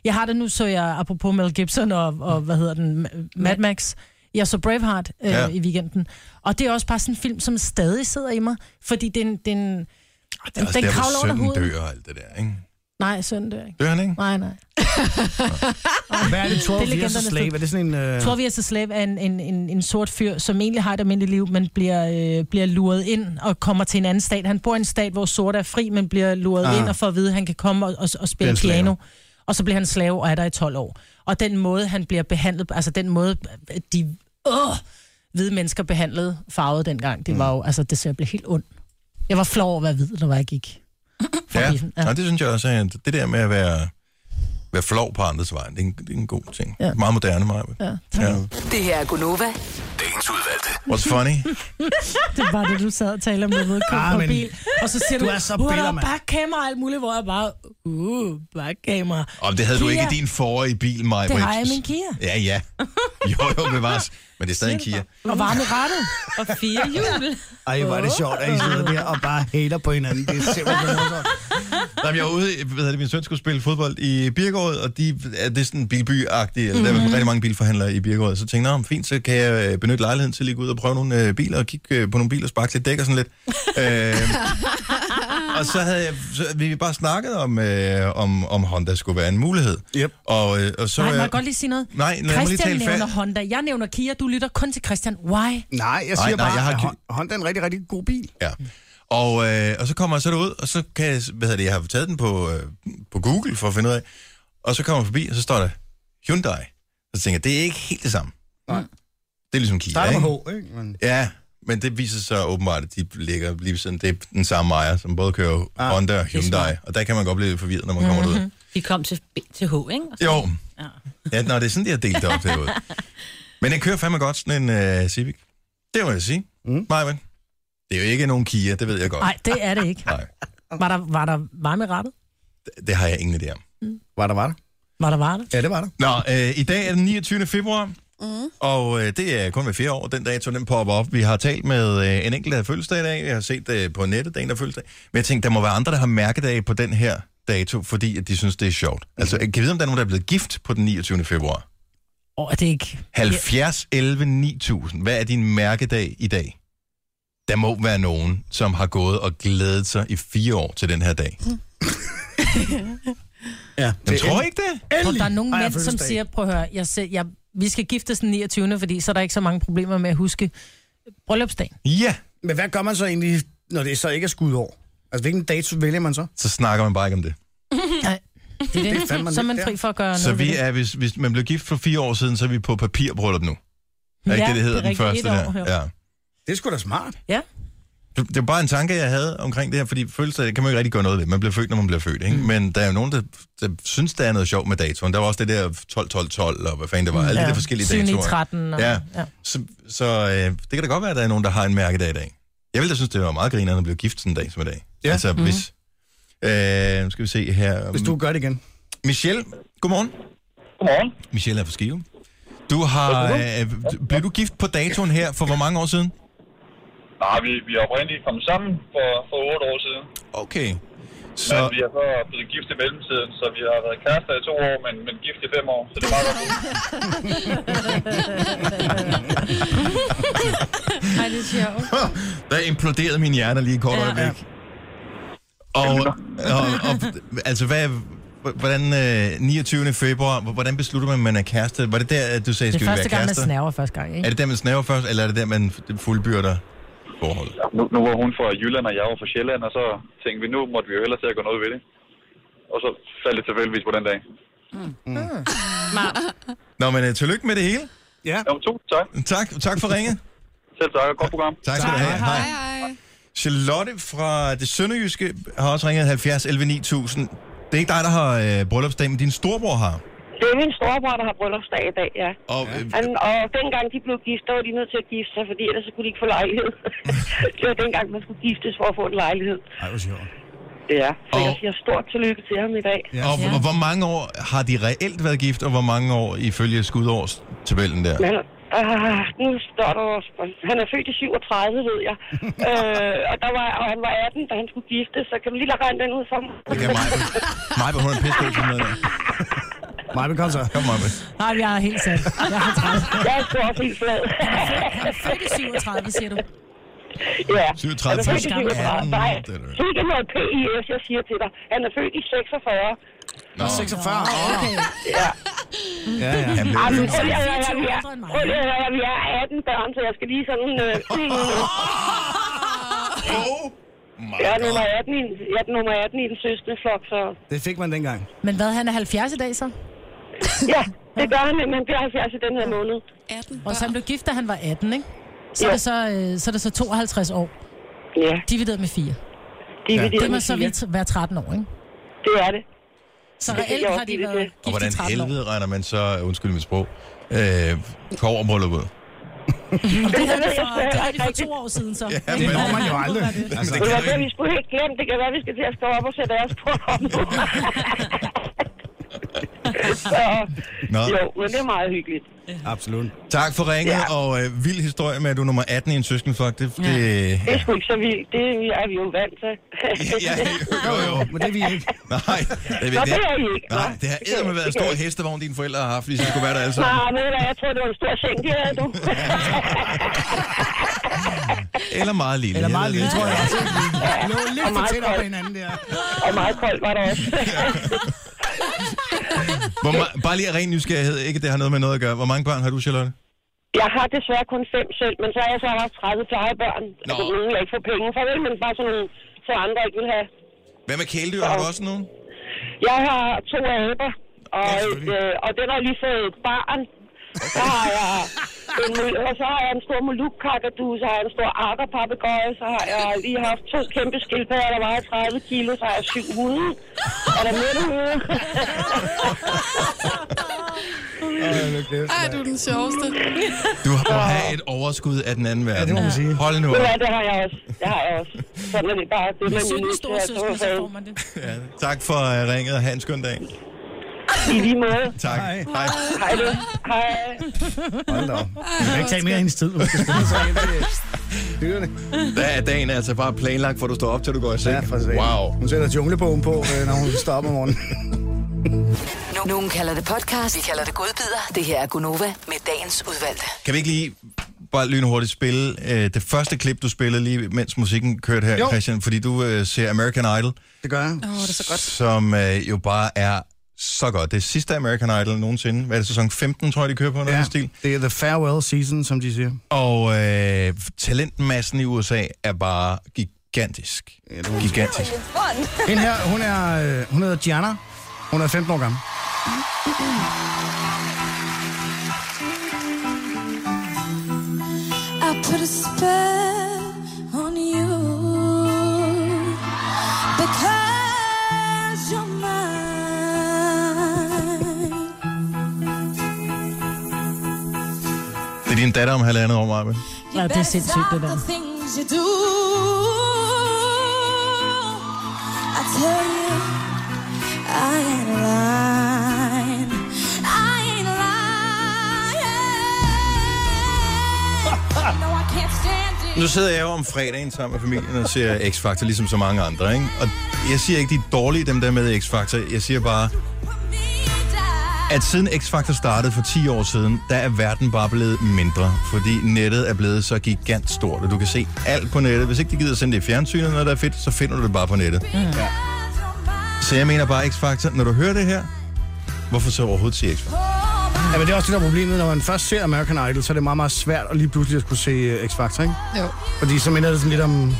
Speaker 4: Jeg har det nu, så jeg, apropos Mel Gibson og, og hvad hedder den, Ma- Mad Max. Jeg så Braveheart øh,
Speaker 1: Ja.
Speaker 4: ja. i weekenden. Og det er også bare sådan en film, som stadig sidder i mig, fordi den, den, den,
Speaker 1: Altså,
Speaker 4: den kravler
Speaker 1: der, hvor
Speaker 4: under
Speaker 1: sønnen
Speaker 4: hovedet.
Speaker 1: dør og alt det der, ikke?
Speaker 4: Nej, sønnen dør ikke.
Speaker 1: Dør han ikke?
Speaker 4: Nej, nej.
Speaker 2: Hvad er det, 12
Speaker 4: Det er
Speaker 2: Years a
Speaker 4: legendernes
Speaker 2: Slave? Er det sådan en... Øh...
Speaker 4: Tror vi, at Slave er en, en, en, en sort fyr, som egentlig har et almindeligt liv, men bliver, øh, bliver luret ind og kommer til en anden stat. Han bor i en stat, hvor sort er fri, men bliver luret
Speaker 2: Ah.
Speaker 4: ah. ind og får at vide, at han kan komme og, og, og spille
Speaker 2: Bliver en
Speaker 4: piano. Og så bliver han slave og er der i 12 år. Og den måde, han bliver behandlet, altså den måde, de åh, hvide mennesker behandlede farvet dengang,
Speaker 2: Mm.
Speaker 4: det var jo, altså det så jeg blev helt ond. Jeg var flov over at være hvid, når jeg gik.
Speaker 1: Ja,
Speaker 4: biffen,
Speaker 1: ja.
Speaker 4: ja.
Speaker 1: Og det synes jeg også, at det der med at være, være flov på andres vej, det er en, det er en god ting. Ja.
Speaker 4: Ja.
Speaker 1: Meget moderne, mig. Ja. ja.
Speaker 7: Det her er Gunova.
Speaker 9: Dagens udvalgte.
Speaker 1: What's funny?
Speaker 4: Det var det, du sad og talte om, da du kom
Speaker 2: Ah,
Speaker 4: ah,
Speaker 2: men-
Speaker 4: bil. Og så siger
Speaker 2: Du
Speaker 4: du,
Speaker 2: er så
Speaker 4: "Uh, der
Speaker 2: bitter,
Speaker 4: er
Speaker 2: mand."
Speaker 4: bakkamera og alt muligt, hvor jeg bare, uh, bakkamera.
Speaker 1: Og det havde du ikke i
Speaker 4: Kia.
Speaker 1: din forrige bil, mig.
Speaker 4: Det har jeg i min Kia.
Speaker 1: Ja, ja. Jo, jo, bevares. Men det er stadig en Kia.
Speaker 4: Og varme rettet.
Speaker 8: Og fire jul.
Speaker 2: Ej, hvor er det sjovt, at I sidder der og bare hater på hinanden. Det er simpelthen noget
Speaker 1: Jamen, jeg var ude, hvad hedder det, min søn skulle spille fodbold i Birkerød, og de, er det er sådan bilby-agtigt, mm-hmm. der er rigtig mange bilforhandlere i Birkerød, så tænkte jeg, "Nå, fint, så kan jeg øh, benytte lejligheden til at ligge ud og prøve nogle øh, biler, og kigge øh, på nogle biler, sparke lidt dæk og sådan lidt. øh, og så havde jeg, så, vi bare snakket om, øh, om, om Honda skulle være en mulighed.
Speaker 2: Yep.
Speaker 1: Og, øh, og så,
Speaker 4: Nej, må
Speaker 1: jeg,
Speaker 4: jeg godt lige sige noget?
Speaker 1: Nej, lad mig lige
Speaker 4: Christian
Speaker 1: tale
Speaker 4: nævner
Speaker 1: fa-
Speaker 4: Honda, jeg nævner Kia, du lytter kun til Christian. Why?
Speaker 2: Nej, jeg
Speaker 1: Nej,
Speaker 2: siger
Speaker 1: nej,
Speaker 2: bare,
Speaker 1: jeg har
Speaker 2: at
Speaker 1: ikke-
Speaker 2: Hon- Honda er en rigtig, rigtig god bil.
Speaker 1: Ja. Og, øh, og så kommer jeg så derud, og så kan jeg, hvad hedder det, jeg har taget den på, øh, på Google for at finde ud af, og så kommer jeg forbi, og så står der Hyundai. Og så tænker jeg, det er ikke helt det samme.
Speaker 2: Nej.
Speaker 1: Det er ligesom Kia,
Speaker 2: Starter
Speaker 1: ikke?
Speaker 2: med H, ikke? Men...
Speaker 1: Ja, Men det viser sig åbenbart, at de ligger lige ved siden. Det er den samme ejer, som både kører ah, Honda og Hyundai. Og der kan man godt blive lidt forvirret, når man kommer mm-hmm. derud.
Speaker 8: Vi kom til, B- til H, ikke? Og så-
Speaker 1: Jo.
Speaker 8: Ja.
Speaker 1: Ja, nå, det er sådan, de har delt det op derude. Men den kører fandme godt, sådan en uh, Civic. Det må jeg sige. Mm. Maja, det er jo ikke nogen Kia, det ved jeg godt.
Speaker 4: Nej, det er det ikke.
Speaker 1: Nej.
Speaker 4: Var der, var der varme i rattet?
Speaker 1: Det har jeg ingen idé om.
Speaker 8: Mm.
Speaker 2: Var der, var der?
Speaker 4: Var der varme?
Speaker 2: Ja, det var der.
Speaker 1: Nå, øh, i dag er den 29. februar, mm. og øh, det er kun hver fjerde år, den dato, den popper op. Vi har talt med øh, en enkelt, der har fødselsdag i dag, jeg har set det øh, på nettet, der er en, der har fødselsdag. Men jeg tænkte, der må være andre, der har mærkedag på den her dato, fordi at de synes, det er sjovt. Altså, jeg kan vide, om der er nogen, der er blevet gift på den 29. februar.
Speaker 4: Åh, er det ikke?
Speaker 1: 70, 11, 9000. Hvad er din mærkedag i dag? Der må være nogen, som har gået og glædet sig i fire år til den her dag.
Speaker 2: Ja,
Speaker 1: Jeg tror I ikke det?
Speaker 4: Tror, du, der er nogle
Speaker 2: Ej, jeg
Speaker 4: mænd, som
Speaker 2: fødselsdag.
Speaker 4: siger, prøv at høre, jeg, se, jeg, vi skal giftes den 29. fordi så er der ikke så mange problemer med at huske bryllupsdagen.
Speaker 1: Ja,
Speaker 2: Men hvad gør man så egentlig, når det så ikke er skudår? Altså, hvilken dato vælger man så?
Speaker 1: så snakker man bare ikke om det.
Speaker 4: Nej, det er det.
Speaker 2: er fandme
Speaker 4: så er man
Speaker 2: lidt
Speaker 4: fri for at gøre
Speaker 1: Så
Speaker 4: noget
Speaker 1: vi
Speaker 4: ved det.
Speaker 1: er, hvis, hvis man blev gift for fire år siden, så er vi på papirbryllup nu. Er ikke ja, det, det hedder
Speaker 4: er
Speaker 1: det den første
Speaker 4: rigtigt. Et
Speaker 1: der?
Speaker 4: år,
Speaker 1: Ja.
Speaker 2: Det er sgu da smart.
Speaker 4: Ja.
Speaker 1: Det, det var bare en tanke, jeg havde omkring det her, fordi følelser, det kan man jo ikke rigtig gøre noget ved. Man bliver født, når man bliver født, ikke? Mm. Men der er jo nogen, der, der synes, der er noget sjovt med datoen. Der var også det der 12-12-12, og hvad fanden det var. Alle ja. de der forskellige
Speaker 4: Syv, ni,
Speaker 1: datoer.
Speaker 4: 13. Og,
Speaker 1: Ja.
Speaker 4: ja. ja.
Speaker 1: Så, så øh, det kan da godt være, at der er nogen, der har en mærkedag i dag. Jeg ville da synes, det var meget grinerende at blive gift sådan en dag som i dag. Ja. Altså, mm. hvis... Øh, nu skal vi se her.
Speaker 2: Mhm. Hvis du gør det igen.
Speaker 1: Michelle, godmorgen.
Speaker 10: Godmorgen.
Speaker 1: Michelle er fra Skive. Du har... Øh, blev du gift på datoen her for hvor mange år siden?
Speaker 10: Nej, vi, vi er oprindeligt kommet sammen for, for 8 år siden.
Speaker 1: Okay.
Speaker 10: Så... Men
Speaker 1: Så,
Speaker 10: vi er så blevet gift i mellemtiden, så vi har været kærester i to år, men, men gift i fem år. Så det er meget godt.
Speaker 3: Nej, det er sjovt.
Speaker 1: der imploderede min hjerne lige et kort
Speaker 3: Ja.
Speaker 1: øjeblik. Og, og, og, altså, hvad, hvordan, øh, 29. februar, hvordan beslutter man, at man er kæreste? Var det der, at du sagde,
Speaker 4: Det er
Speaker 1: skal vi være
Speaker 4: første gang, man
Speaker 1: kærester?
Speaker 4: snæver første gang, ikke?
Speaker 1: Er det der, man snæver først, eller er det der, man fuldbyrder forholdet?
Speaker 10: Nu, nu var hun fra Jylland, og jeg var fra Sjælland, og så tænkte vi, nu måtte vi jo hellere til at gøre noget ved det. Og så faldt det tilfældigvis på den dag.
Speaker 8: Mm.
Speaker 1: Mm. Nå, men uh, tillykke med det hele.
Speaker 10: Jo, to, tak.
Speaker 1: Tak, tak for ringet.
Speaker 10: Selv tak, og godt program.
Speaker 1: Tak skal du have. Hej. Charlotte fra det sønderjyske har også ringet 70 11 9000. Det er ikke dig, der har øh, bryllupsdag, men din storbror har.
Speaker 11: Det er min storebror, der har bryllupsdag i dag, ja.
Speaker 1: Og, øh,
Speaker 11: Han, og dengang de blev gift, der var de nødt til at gifte sig, fordi ellers så kunne de ikke få lejlighed. det var dengang, man skulle giftes for at få en lejlighed.
Speaker 2: Ej, hvor sjovt.
Speaker 11: Ja, så
Speaker 1: Og-
Speaker 11: jeg siger stort tillykke til ham i dag.
Speaker 1: ja. og, og hvor mange år har de reelt været gift, og hvor mange år ifølge skudårstabellen der?
Speaker 11: Men, øh, nu står der også, han er født i 37, ved jeg. øh, og, der var, og han var 18, da han skulle giftes, så kan du lige lade regne den ud for mig.
Speaker 1: Det kan mig. Mig på 100 pisse til noget der.
Speaker 2: Maja, kom så.
Speaker 1: Kom, Maja.
Speaker 4: Nej, jeg er helt sat. Jeg har 30.
Speaker 11: Jeg er sgu også helt flad.
Speaker 4: Han er født i 37, siger du.
Speaker 11: ja.
Speaker 1: 37,
Speaker 11: han er født i
Speaker 1: 18,
Speaker 11: 37. Nej,
Speaker 1: det er det.
Speaker 11: ikke noget PIS, jeg siger til dig. Han er født i 46.
Speaker 1: Nå,
Speaker 2: 46. Okay. Ja. Ja, ja.
Speaker 1: han blev
Speaker 11: Ej, men
Speaker 1: yngre.
Speaker 11: prøv lige at høre, vi er- prøv lige at høre, vi er 18 børn, så jeg skal lige sådan... Øh,
Speaker 1: Oh my
Speaker 11: jeg, er nummer
Speaker 1: God.
Speaker 11: 18 i, en- jeg er nummer 18 i en søskendeflok, så...
Speaker 2: Det fik man dengang.
Speaker 4: Men hvad, han er 70 i dag så?
Speaker 11: Ja, det gør han, men han bliver 70 i den her måned.
Speaker 5: 18
Speaker 4: Og så han blev gift, da han var 18, ikke? Så er
Speaker 11: Jo.
Speaker 4: det så, øh, så, er det så 52 år,
Speaker 11: Ja,
Speaker 4: divideret med 4.
Speaker 11: de ja.
Speaker 4: Det må så vidt være 13 år, ikke?
Speaker 11: Det er det.
Speaker 4: Så
Speaker 11: Det kan
Speaker 4: reelt
Speaker 11: jeg
Speaker 4: har
Speaker 11: også
Speaker 4: de
Speaker 11: lige
Speaker 4: været
Speaker 11: lidt
Speaker 1: Og
Speaker 4: gift i
Speaker 1: hvordan
Speaker 4: 13 år.
Speaker 1: helvede regner man så, undskyld mit sprog, øh, koverbrylluppet?
Speaker 4: Det havde de
Speaker 11: ved jeg
Speaker 4: for,
Speaker 11: sgu
Speaker 4: det havde de
Speaker 11: heller
Speaker 4: for
Speaker 11: ikke
Speaker 4: to år siden så.
Speaker 1: Ja,
Speaker 2: Det
Speaker 1: men-
Speaker 2: når man jo aldrig. Altså,
Speaker 11: Det var det, vi skulle helt glemme. Det kan være, vi skal til at stå op og sætte os på ham. så,
Speaker 1: Nå.
Speaker 11: jo, men det er meget hyggeligt.
Speaker 2: absolut.
Speaker 1: Tak for ringet, ja.
Speaker 11: Ja.
Speaker 1: og øh, vild historie med, at du er nummer 18 i en søskenflok. Det, ja. det,
Speaker 11: Det er sgu ikke så vildt. Det er vi jo vant til.
Speaker 1: ja, jo, jo.
Speaker 2: Men det er vi ikke.
Speaker 1: Nej, det,
Speaker 11: Nå,
Speaker 1: det,
Speaker 11: det er I ikke, hva'?
Speaker 1: Nej, det har
Speaker 11: Det kan jeg-
Speaker 1: æder med været en
Speaker 11: det kan
Speaker 1: stor
Speaker 11: jeg ikke.
Speaker 1: hestevogn, dine forældre har haft, fordi så skulle være der alle sammen.
Speaker 11: Nej, ved du hvad, jeg troede, det var en stor seng, de havde, du.
Speaker 1: Eller meget lille.
Speaker 2: Eller meget
Speaker 1: ved
Speaker 2: lille,
Speaker 1: det
Speaker 2: tror jeg.
Speaker 1: ikke.
Speaker 2: også. Vi lå lidt
Speaker 11: Og
Speaker 2: for
Speaker 11: meget
Speaker 2: tæt op ad
Speaker 11: koldt.
Speaker 2: hinanden der.
Speaker 11: og meget koldt var det også.
Speaker 1: Hvor ma- bare lige af ren nysgerrighed, ikke at det har noget med noget at gøre. Hvor mange børn har du, Charlotte?
Speaker 11: Jeg har desværre kun fem selv, men så har jeg så haft 30 plejebørn.
Speaker 1: Nå.
Speaker 11: Altså, nogen, jeg ikke får penge for, vel, men bare sådan nogle, så andre ikke vil have.
Speaker 1: Hvad med kæledyr? Har du også nogen?
Speaker 11: Jeg har to aber, og,
Speaker 1: Ja,
Speaker 11: et,
Speaker 1: selvfølgelig.
Speaker 11: øh, og den har lige fået et barn. Så har jeg Mm, og så har jeg en stor moluk-kakadu, så har jeg en stor akkerpapegøje, så har jeg lige haft to kæmpe skildpadder, der vejer 30 kilo, så har jeg syv hunde. Er der mere, du hører?
Speaker 5: Ej, du er den sjoveste.
Speaker 1: Du må
Speaker 5: Ah.
Speaker 1: have et overskud af den anden verden. Ja, det må man sige. Hold nu op.
Speaker 11: Ved du hvad, det har jeg også. Det har jeg også. Sådan er det bare. Det er man nødt til at stå for.
Speaker 1: Ja. Tak for uh, ringet, og have en skøn dag.
Speaker 11: I lige måde.
Speaker 1: Tak. Hej. Hej.
Speaker 11: Hej du. Hej.
Speaker 2: Hold da op. Vi kan ikke tage mere af hendes tid. Hun skal spille sig ind i dyrene.
Speaker 1: Der er dagen altså bare planlagt, for du står op, til du går i seng.
Speaker 2: Ja, for satan.
Speaker 1: wow.
Speaker 2: Hun sætter junglebogen på, øh, når hun står op om morgenen.
Speaker 7: Nu- Nogen kalder det podcast, vi kalder det godbider. Det her er Gunova med dagens udvalgte.
Speaker 1: Kan vi ikke lige bare lynhurtigt spille øh, det første klip, du spillede lige, mens musikken kørte her,
Speaker 2: Jo.
Speaker 1: Christian? Fordi du øh, ser American Idol,
Speaker 2: Det gør jeg.
Speaker 5: Åh, oh, det er så godt.
Speaker 1: som øh, jo bare er så godt. Det sidste American Idol nogensinde. Hvad er det, sæson 15, tror jeg, de kører på? Noget ja. stil.
Speaker 2: Det er the farewell season, som de siger.
Speaker 1: Og øh, talentmassen i USA er bare gigantisk. Gigantisk.
Speaker 2: Hende her, hun, er, øh, hun hedder Gianna. Hun er 15 år gammel.
Speaker 12: I put a spell on you because you're mine.
Speaker 1: Det er din datter om halvandet år, Marvin.
Speaker 12: You
Speaker 4: Ja, det er sindssygt, det der.
Speaker 12: the things you do. I tell you, I ain't lying. I ain't lying. no, I can't stand it.
Speaker 1: Nu sidder jeg jo om fredagen sammen med familien og ser X-Factor, ligesom så mange andre, ikke? Og jeg siger ikke, de er dårlige, dem der er med i X-Factor. Jeg siger bare, at siden X-Factor startede for 10 år siden, der er verden bare blevet mindre, fordi nettet er blevet så gigantstort, og du kan se alt på nettet. Hvis ikke de gider sende det i fjernsynet, når der er fedt, så finder du det bare på nettet. Mm. Ja. Så jeg mener bare, X-Factor, når du hører det her, hvorfor så overhovedet sige X-Factor?
Speaker 2: Ja, men det er også det, der er problemet. Når man først ser American Idol, så er det meget, meget svært at lige pludselig at skulle se øh, X-Factor, ikke?
Speaker 5: Jo.
Speaker 2: Fordi så minder det sådan lidt om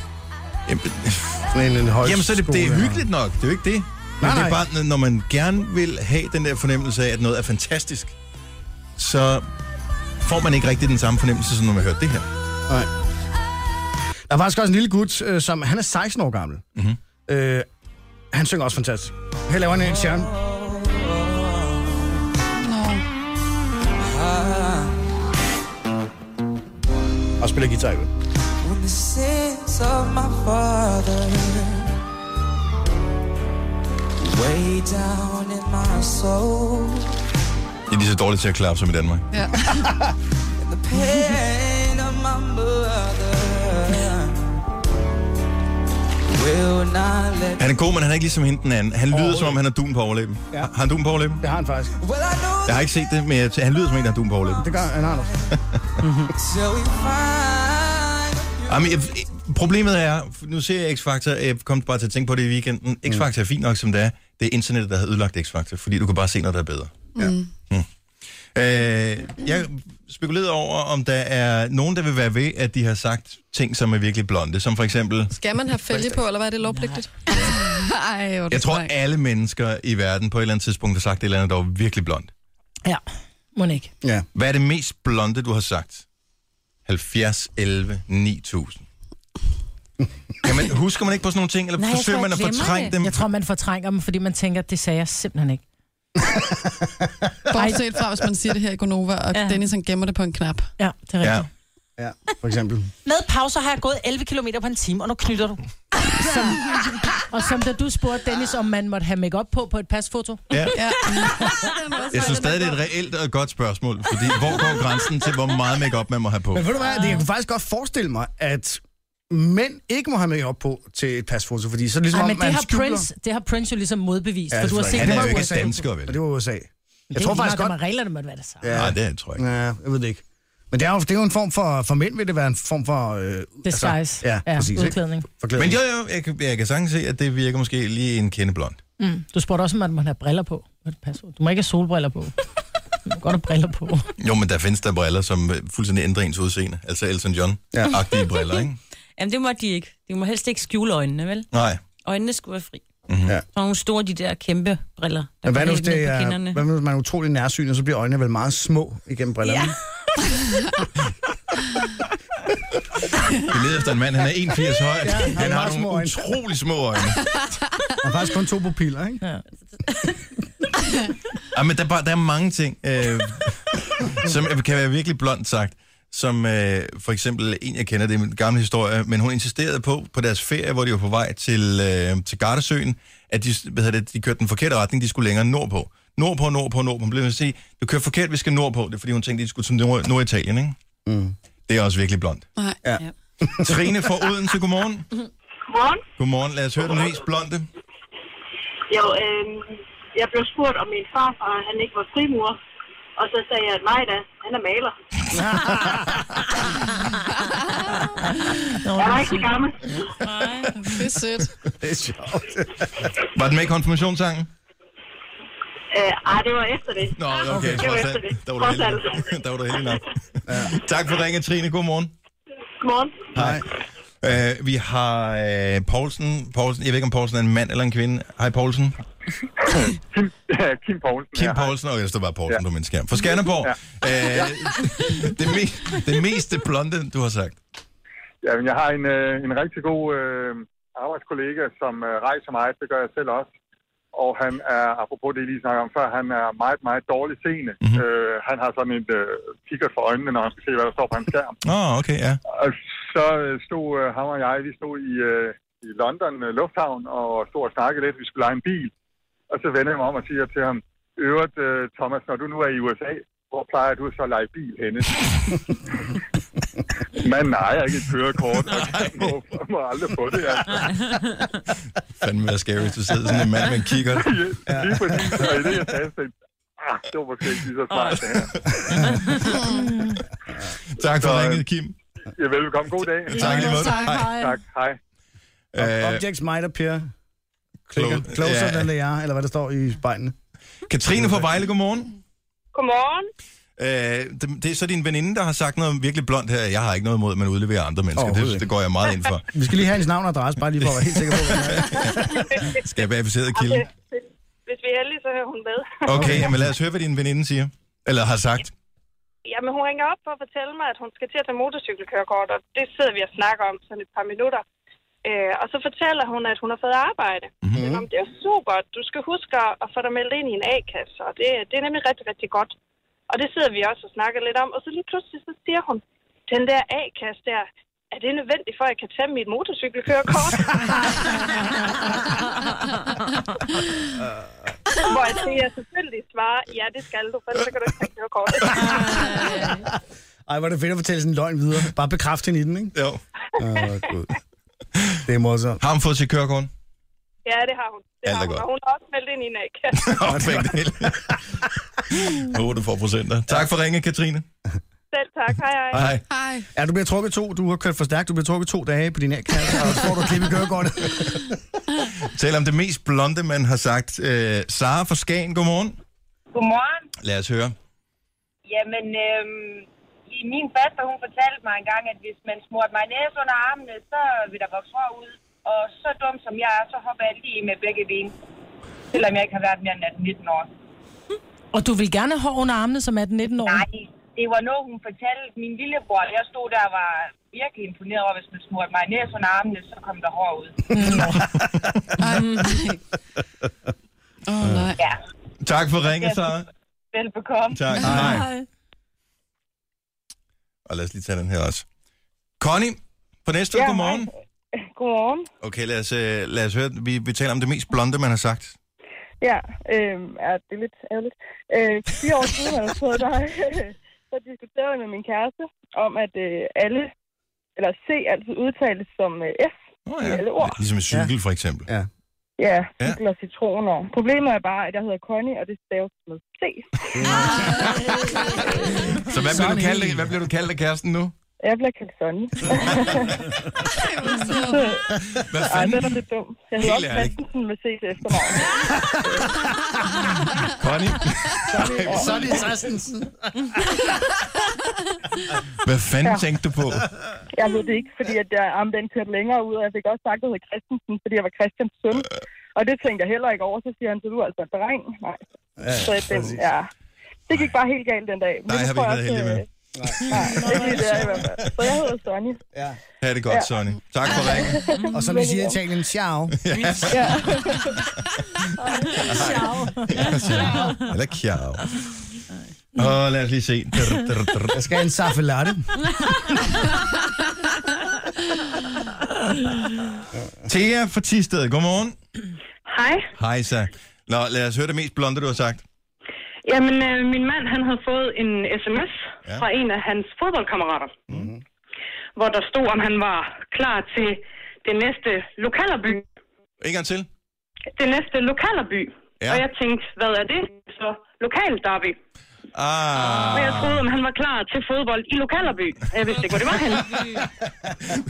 Speaker 2: sådan en, en højskole.
Speaker 1: Jamen, så er det, det er hyggeligt nok. Det er jo ikke det. Men
Speaker 2: Nej,
Speaker 1: det er
Speaker 2: nej.
Speaker 1: bare, når man gerne vil have den der fornemmelse af, at noget er fantastisk, så får man ikke rigtig den samme fornemmelse, som når man hører det her.
Speaker 2: Nej. Der er faktisk også en lille gut, øh, som... Han er 16 år gammel.
Speaker 1: Mhm.
Speaker 2: Øh, han synger også fantastisk. Her laver han en charm. Og spiller guitar, ikke?
Speaker 12: When the sins of my father weigh down in my soul,
Speaker 1: Det er lige så dårligt til at klappe som i Danmark.
Speaker 12: yeah. and the pain of my mother will not let
Speaker 1: Han er god, men han er ikke ligesom hende den anden. Han lyder, som om han har dun på overlæben. Ja. Har han dun på overlæben?
Speaker 2: Det har han faktisk.
Speaker 12: Well, I know
Speaker 1: Jeg har ikke set det, men jeg- han lyder som en, der har dun på overlæben.
Speaker 2: Det gør han, Anders.
Speaker 12: till we find
Speaker 1: Jamen, jeg, problemet er, nu ser jeg X-Factor, jeg kom bare til at tænke på det i weekenden. X-Factor er fint nok, som det er. Det er internettet, der har ødelagt X-Factor, fordi du kan bare se noget, der er bedre.
Speaker 5: Mm.
Speaker 1: Øh, jeg spekulerede over, om der er nogen, der vil være ved, at de har sagt ting, som er virkelig blonde. Som for eksempel,
Speaker 5: Skal man have fælge på, eller hvad er det lovpligtigt? Ej, hvor er du
Speaker 1: jeg tror,
Speaker 5: streng.
Speaker 1: alle mennesker i verden på et eller andet tidspunkt har sagt et eller andet, der var virkelig blondt.
Speaker 4: Ja, må ikke.
Speaker 2: Ja.
Speaker 1: Hvad er det mest blonde, du har sagt? 70, 11, 9000. Jamen, husker man ikke på sådan nogle ting, eller Nej, forsøger man at fortrænge dem?
Speaker 4: Jeg tror, man fortrænger dem, fordi man tænker, det sagde jeg simpelthen ikke.
Speaker 5: Bortset fra, hvis man siger det her i Gonova, og ja. Dennis han gemmer det på en knap.
Speaker 4: Ja, det er
Speaker 1: Ja,
Speaker 4: rigtigt.
Speaker 2: Ja, for eksempel.
Speaker 13: Med pauser har jeg gået 11 km på en time, og nu knytter du.
Speaker 4: Ja. Som, og som da du spurgte Dennis, om man måtte have makeup på på et pasfoto.
Speaker 1: ja.
Speaker 5: Ja.
Speaker 1: Jeg synes stadig, det er et reelt og godt spørgsmål, fordi hvor går grænsen til, hvor meget makeup man må have på?
Speaker 2: Men ved du hvad, det, jeg kunne faktisk godt forestille mig, at mænd ikke må have med op på til et pasfoto, fordi så er det ligesom,
Speaker 4: Ej,
Speaker 2: om
Speaker 4: men
Speaker 2: man
Speaker 4: det har,
Speaker 2: skjuler-
Speaker 4: Prince, det har Prince jo ligesom modbevist,
Speaker 2: Ja,
Speaker 4: ja, for
Speaker 2: det
Speaker 4: du har
Speaker 2: tror jeg
Speaker 4: set
Speaker 2: ikke.
Speaker 1: Han er
Speaker 2: var
Speaker 1: jo ikke
Speaker 2: USA.
Speaker 1: dansker, vel?
Speaker 2: Og det var USA. Jeg
Speaker 4: det
Speaker 2: tror
Speaker 4: er
Speaker 2: faktisk godt...
Speaker 4: godt. reglerne måtte være det samme.
Speaker 1: Nej, det tror jeg ikke.
Speaker 2: Ja, jeg ved det ikke. Men det er jo, det er jo en form for... For mænd vil det være en form for... Øh,
Speaker 4: Disguise. Altså,
Speaker 2: ja, ja, præcis. ikke?
Speaker 4: Udklædning.
Speaker 2: Forklædning.
Speaker 1: Men jo, jo, jeg, kan- jeg kan sagtens se, at det virker måske lige en kende blond.
Speaker 4: Mm. Du spurgte også, om man måtte have briller på på et pasfoto. Du må ikke have solbriller på. Du må godt have briller på.
Speaker 1: Jo, men der findes der briller, som øh, fuldstændig ændrer ens udseende. Altså Elton John-agtige ja. briller, ikke?
Speaker 8: Jamen, det måtte de ikke. De må helst ikke skjule øjnene, vel?
Speaker 1: Nej.
Speaker 8: Øjnene skulle være fri.
Speaker 1: Mm-hmm.
Speaker 2: Ja.
Speaker 8: Så nogle store, de der kæmpe briller, der
Speaker 2: Men hvad
Speaker 8: går
Speaker 2: nu, hvis
Speaker 8: helt ned på
Speaker 2: det er,
Speaker 8: kinderne.
Speaker 2: hvad nu, hvis man er utrolig nærsyn, og så bliver øjnene vel meget små igennem brillerne? Ja.
Speaker 1: Vi leder efter en mand, han er 1,80 høj.
Speaker 2: Ja, han
Speaker 1: han
Speaker 2: har
Speaker 1: har
Speaker 2: små
Speaker 1: nogle
Speaker 2: øjne.
Speaker 1: utrolig små øjne.
Speaker 2: Og faktisk kun to pupiller, ikke?
Speaker 4: Ja.
Speaker 1: Ja, Ah, men der, er bare, der er mange ting, øh, som kan være virkelig blondt sagt. Som øh, for eksempel en, jeg kender, det er en gammel historie, men hun insisterede på, på deres ferie, hvor de var på vej til, øh, til Gardasøen, at de, hvad hedder det, de kørte den forkerte retning, de skulle længere nordpå. Nordpå, nordpå, nordpå. Hun blev ved at sige, du kører forkert, vi skal nordpå. Det er fordi, hun tænkte, de skulle til Nord- Norditalien, ikke? Mm. Det er også virkelig blondt.
Speaker 5: Nej.
Speaker 1: Ja. Trine fra Odense, godmorgen.
Speaker 14: Godmorgen.
Speaker 1: Godmorgen, lad os høre den mest blonde.
Speaker 14: Jo, øh, jeg blev spurgt, om min farfar han ikke var frimurer. Og så sagde jeg, nej da, han er maler. jeg var ikke så gammel.
Speaker 5: Nej, det er sødt.
Speaker 1: Det er sjovt. Var den med i konfirmationssangen?
Speaker 14: Øh, ej, det var efter det.
Speaker 1: Nå, okay,
Speaker 14: det var
Speaker 1: trods
Speaker 14: efter
Speaker 1: alt.
Speaker 14: det.
Speaker 1: Der var du
Speaker 14: Trods alt.
Speaker 1: heldig, der var du heldig nok. Ja. Tak for ringen, Trine. Godmorgen.
Speaker 14: Godmorgen.
Speaker 1: Hej. Uh, vi har uh, Poulsen. Poulsen. Jeg ved ikke, om Poulsen er en mand eller en kvinde. Hej, Poulsen.
Speaker 10: Kim Poulsen.
Speaker 1: Kim Poulsen, og jeg står bare Poulsen ja. på min skærm. Fra Skanderborg. Ja. Uh, det, me- det meste blonde, du har sagt.
Speaker 10: Jamen, jeg har en, øh, en rigtig god øh, arbejdskollega, som øh, rejser meget. Det gør jeg selv også. Og han er, apropos det, I lige snakkede om før, han er meget, meget dårlig seende. Mm-hmm. Øh, han har sådan et øh, kikkert for øjnene, når han skal se, hvad der står på hans skærm.
Speaker 1: Nå, oh, okay, ja.
Speaker 10: Og så øh, stod øh, ham og jeg, vi stod i, øh, i London øh, Lufthavn og stod og snakkede lidt. Vi skulle lege en bil. Og så vender jeg mig om og siger til ham, Øvrigt, øh, Thomas, når du nu er i USA, hvor plejer du så at lege bil henne? Manden ejer ikke et kørekort, og må, må aldrig få det. Altså.
Speaker 1: Fanden være scary, hvis du sidder sådan en mand med en kikkert.
Speaker 10: Ja, lige præcis. Og i det, jeg sagde, så tænkte, jeg, ah, det var måske ikke lige så smart, det her.
Speaker 1: Tak for
Speaker 10: Så, øh,
Speaker 1: ringet, Kim.
Speaker 10: Ja, velkommen. God dag.
Speaker 1: Tak i lige måde. Tak, Hej. hej.
Speaker 10: Tak, hej.
Speaker 1: Øh,
Speaker 2: Objects might appear Klikker.
Speaker 1: Clo-
Speaker 2: closer
Speaker 1: ja.
Speaker 2: yeah. than they are, eller hvad der står i spejlene.
Speaker 1: Katrine fra Vejle, godmorgen.
Speaker 14: Godmorgen.
Speaker 1: Øh, det, det er så din veninde, der har sagt noget virkelig blondt her. Jeg har ikke noget imod, at man udleverer andre mennesker.
Speaker 2: Overhovedet
Speaker 1: Det, det går jeg meget ind for.
Speaker 2: Vi skal lige have hendes navn og adresse, bare lige for at være helt sikker på, hvad det er.
Speaker 1: Skal jeg verificere kilden?
Speaker 14: Hvis vi er heldige, så hører hun med.
Speaker 1: Okay, jamen lad os høre, hvad din veninde siger. Eller har sagt.
Speaker 14: Jamen, hun ringer op for at fortælle mig, at hun skal til at tage motorcykelkørekort, og det sidder vi og snakker om sådan et par minutter. Øh, og så fortæller hun, at hun har fået arbejde.
Speaker 1: Mhm.
Speaker 14: Mm-hmm. Jamen, det er super. Du skal huske at få dig meldt ind i en A-kasse, og det, det er nemlig rigtig, rigtig godt. Og det sidder vi også og snakker lidt om. Og så lige pludselig, så siger hun, den der A-kasse der, er det nødvendigt for, at jeg kan tage mit motorcykelkørekort? Hvor jeg siger, jeg selvfølgelig svarer, ja, det skal du, for ellers så kan du ikke tage kørekortet.
Speaker 2: Ej, hvor er det fedt at fortælle sådan en løgn videre. Bare bekræft hende i den, ikke?
Speaker 1: Jo.
Speaker 2: Åh, gud. Det er morsomt.
Speaker 1: Har hun fået sit kørekort?
Speaker 14: Ja, det har hun. Det
Speaker 1: Alt
Speaker 14: har
Speaker 1: er
Speaker 14: hun.
Speaker 1: godt.
Speaker 14: Og hun har også meldt ind i en A-kasse.
Speaker 1: Håber, du får procenter. Tak for ringe, Katrine.
Speaker 14: Selv tak. Hej, hej.
Speaker 1: Hej.
Speaker 5: Hej.
Speaker 2: Ja, du bliver trukket to. Du har kørt for stærkt. Du bliver trukket to dage på din A-kasse, og så får du klip i kørekortet.
Speaker 1: Tal om det mest blonde, man har sagt. Øh, Sara fra Skagen, godmorgen.
Speaker 15: Godmorgen.
Speaker 1: Lad os høre.
Speaker 15: Jamen, øhm, i min faster, hun fortalte mig engang, at hvis man smurte mig næse under armene, så vil der vokse hår ud. Og så dum som jeg er, så hopper jeg lige med begge ben. Selvom jeg ikke har været mere end 18-19 år.
Speaker 4: Og du vil gerne have hår under armene som 18-19 år?
Speaker 15: Nej, det var noget, hun fortalte min lillebror. Jeg stod der og var virkelig imponeret over, hvis man smurte mig næse under armene, så kom der hår ud.
Speaker 5: Åh, oh, nej.
Speaker 15: Ja,
Speaker 1: Tak for ringe, Sara.
Speaker 15: velbekomme.
Speaker 1: Tak. Hej. Og lad os lige tage den her også. Connie fra Næstved,
Speaker 16: Ja,
Speaker 1: godmorgen.
Speaker 16: Godmorgen.
Speaker 1: Okay, lad os, øh, lad os høre. Vi, vi taler om det mest blonde, man har sagt.
Speaker 16: Ja, øh, ja, det er lidt ærgerligt. Øh, for fire år siden, eller så, der, der diskuterede jeg med min kæreste om, at øh, alle, eller C altid udtales som øh, F oh, ja. i alle ord.
Speaker 1: Ligesom en cykel, ja. for eksempel.
Speaker 2: Ja.
Speaker 16: Ja, ja. og citroner. Problemet er bare, at jeg hedder Connie, og det staves med C.
Speaker 1: Så hvad bliver, du kaldt, hvad bliver du kaldt af kæresten nu?
Speaker 16: Jeg bliver kaldt Sonny.
Speaker 1: Hvad
Speaker 16: Ej,
Speaker 1: fanden?
Speaker 16: den er lidt dum. Jeg hedder
Speaker 1: Helt
Speaker 16: også
Speaker 1: ærligt.
Speaker 16: Christensen med C til efternavn.
Speaker 1: Connie?
Speaker 16: Ej,
Speaker 2: Så er det Christensen.
Speaker 1: Hvad fanden
Speaker 16: Ja.
Speaker 1: tænkte du på?
Speaker 16: Jeg ved det ikke, fordi at jeg armen den kørte længere ud, og jeg fik også sagt, at jeg hed Christensen, fordi jeg var Christians søn. Og det tænkte jeg heller ikke over, så siger han, så du er altså en dreng. Nej.
Speaker 1: Ja,
Speaker 16: så den,
Speaker 1: præcis.
Speaker 16: ja. Det gik bare helt galt den dag. Men
Speaker 1: Nej,
Speaker 16: nu
Speaker 1: har vi
Speaker 16: tror
Speaker 1: ikke
Speaker 16: jeg
Speaker 1: været heldige
Speaker 16: også,
Speaker 1: med.
Speaker 16: øh, Nej, ikke lige der i hvert fald. Så jeg hedder Sonja.
Speaker 2: Ja.
Speaker 1: Ha' det godt, ja.
Speaker 16: Ja.
Speaker 1: Sonny. Tak for ringen.
Speaker 2: Og som vi siger i Italien, ciao.
Speaker 1: Ja. Ja,
Speaker 16: Ja.
Speaker 1: ciao. Eller ciao. Og lad os lige se. Drr, drr, drr.
Speaker 2: Jeg skal have en saffelatte.
Speaker 1: Thea fra Tisted, godmorgen.
Speaker 17: Hej.
Speaker 1: Hej, så. Nå, lad os høre det mest blonde, du har sagt.
Speaker 17: Jamen, øh, min mand han havde fået en sms
Speaker 1: ja.
Speaker 17: fra en af hans fodboldkammerater, mm-hmm. hvor der stod, om han var klar til det næste lokalerby.
Speaker 1: En gang til.
Speaker 17: Det næste lokalerby.
Speaker 1: Ja.
Speaker 17: Og jeg tænkte, hvad er det? Så lokal derby.
Speaker 1: Ah.
Speaker 17: Og jeg troede, om han var klar til fodbold i lokalerby. Jeg vidste ikke, hvor det var henne.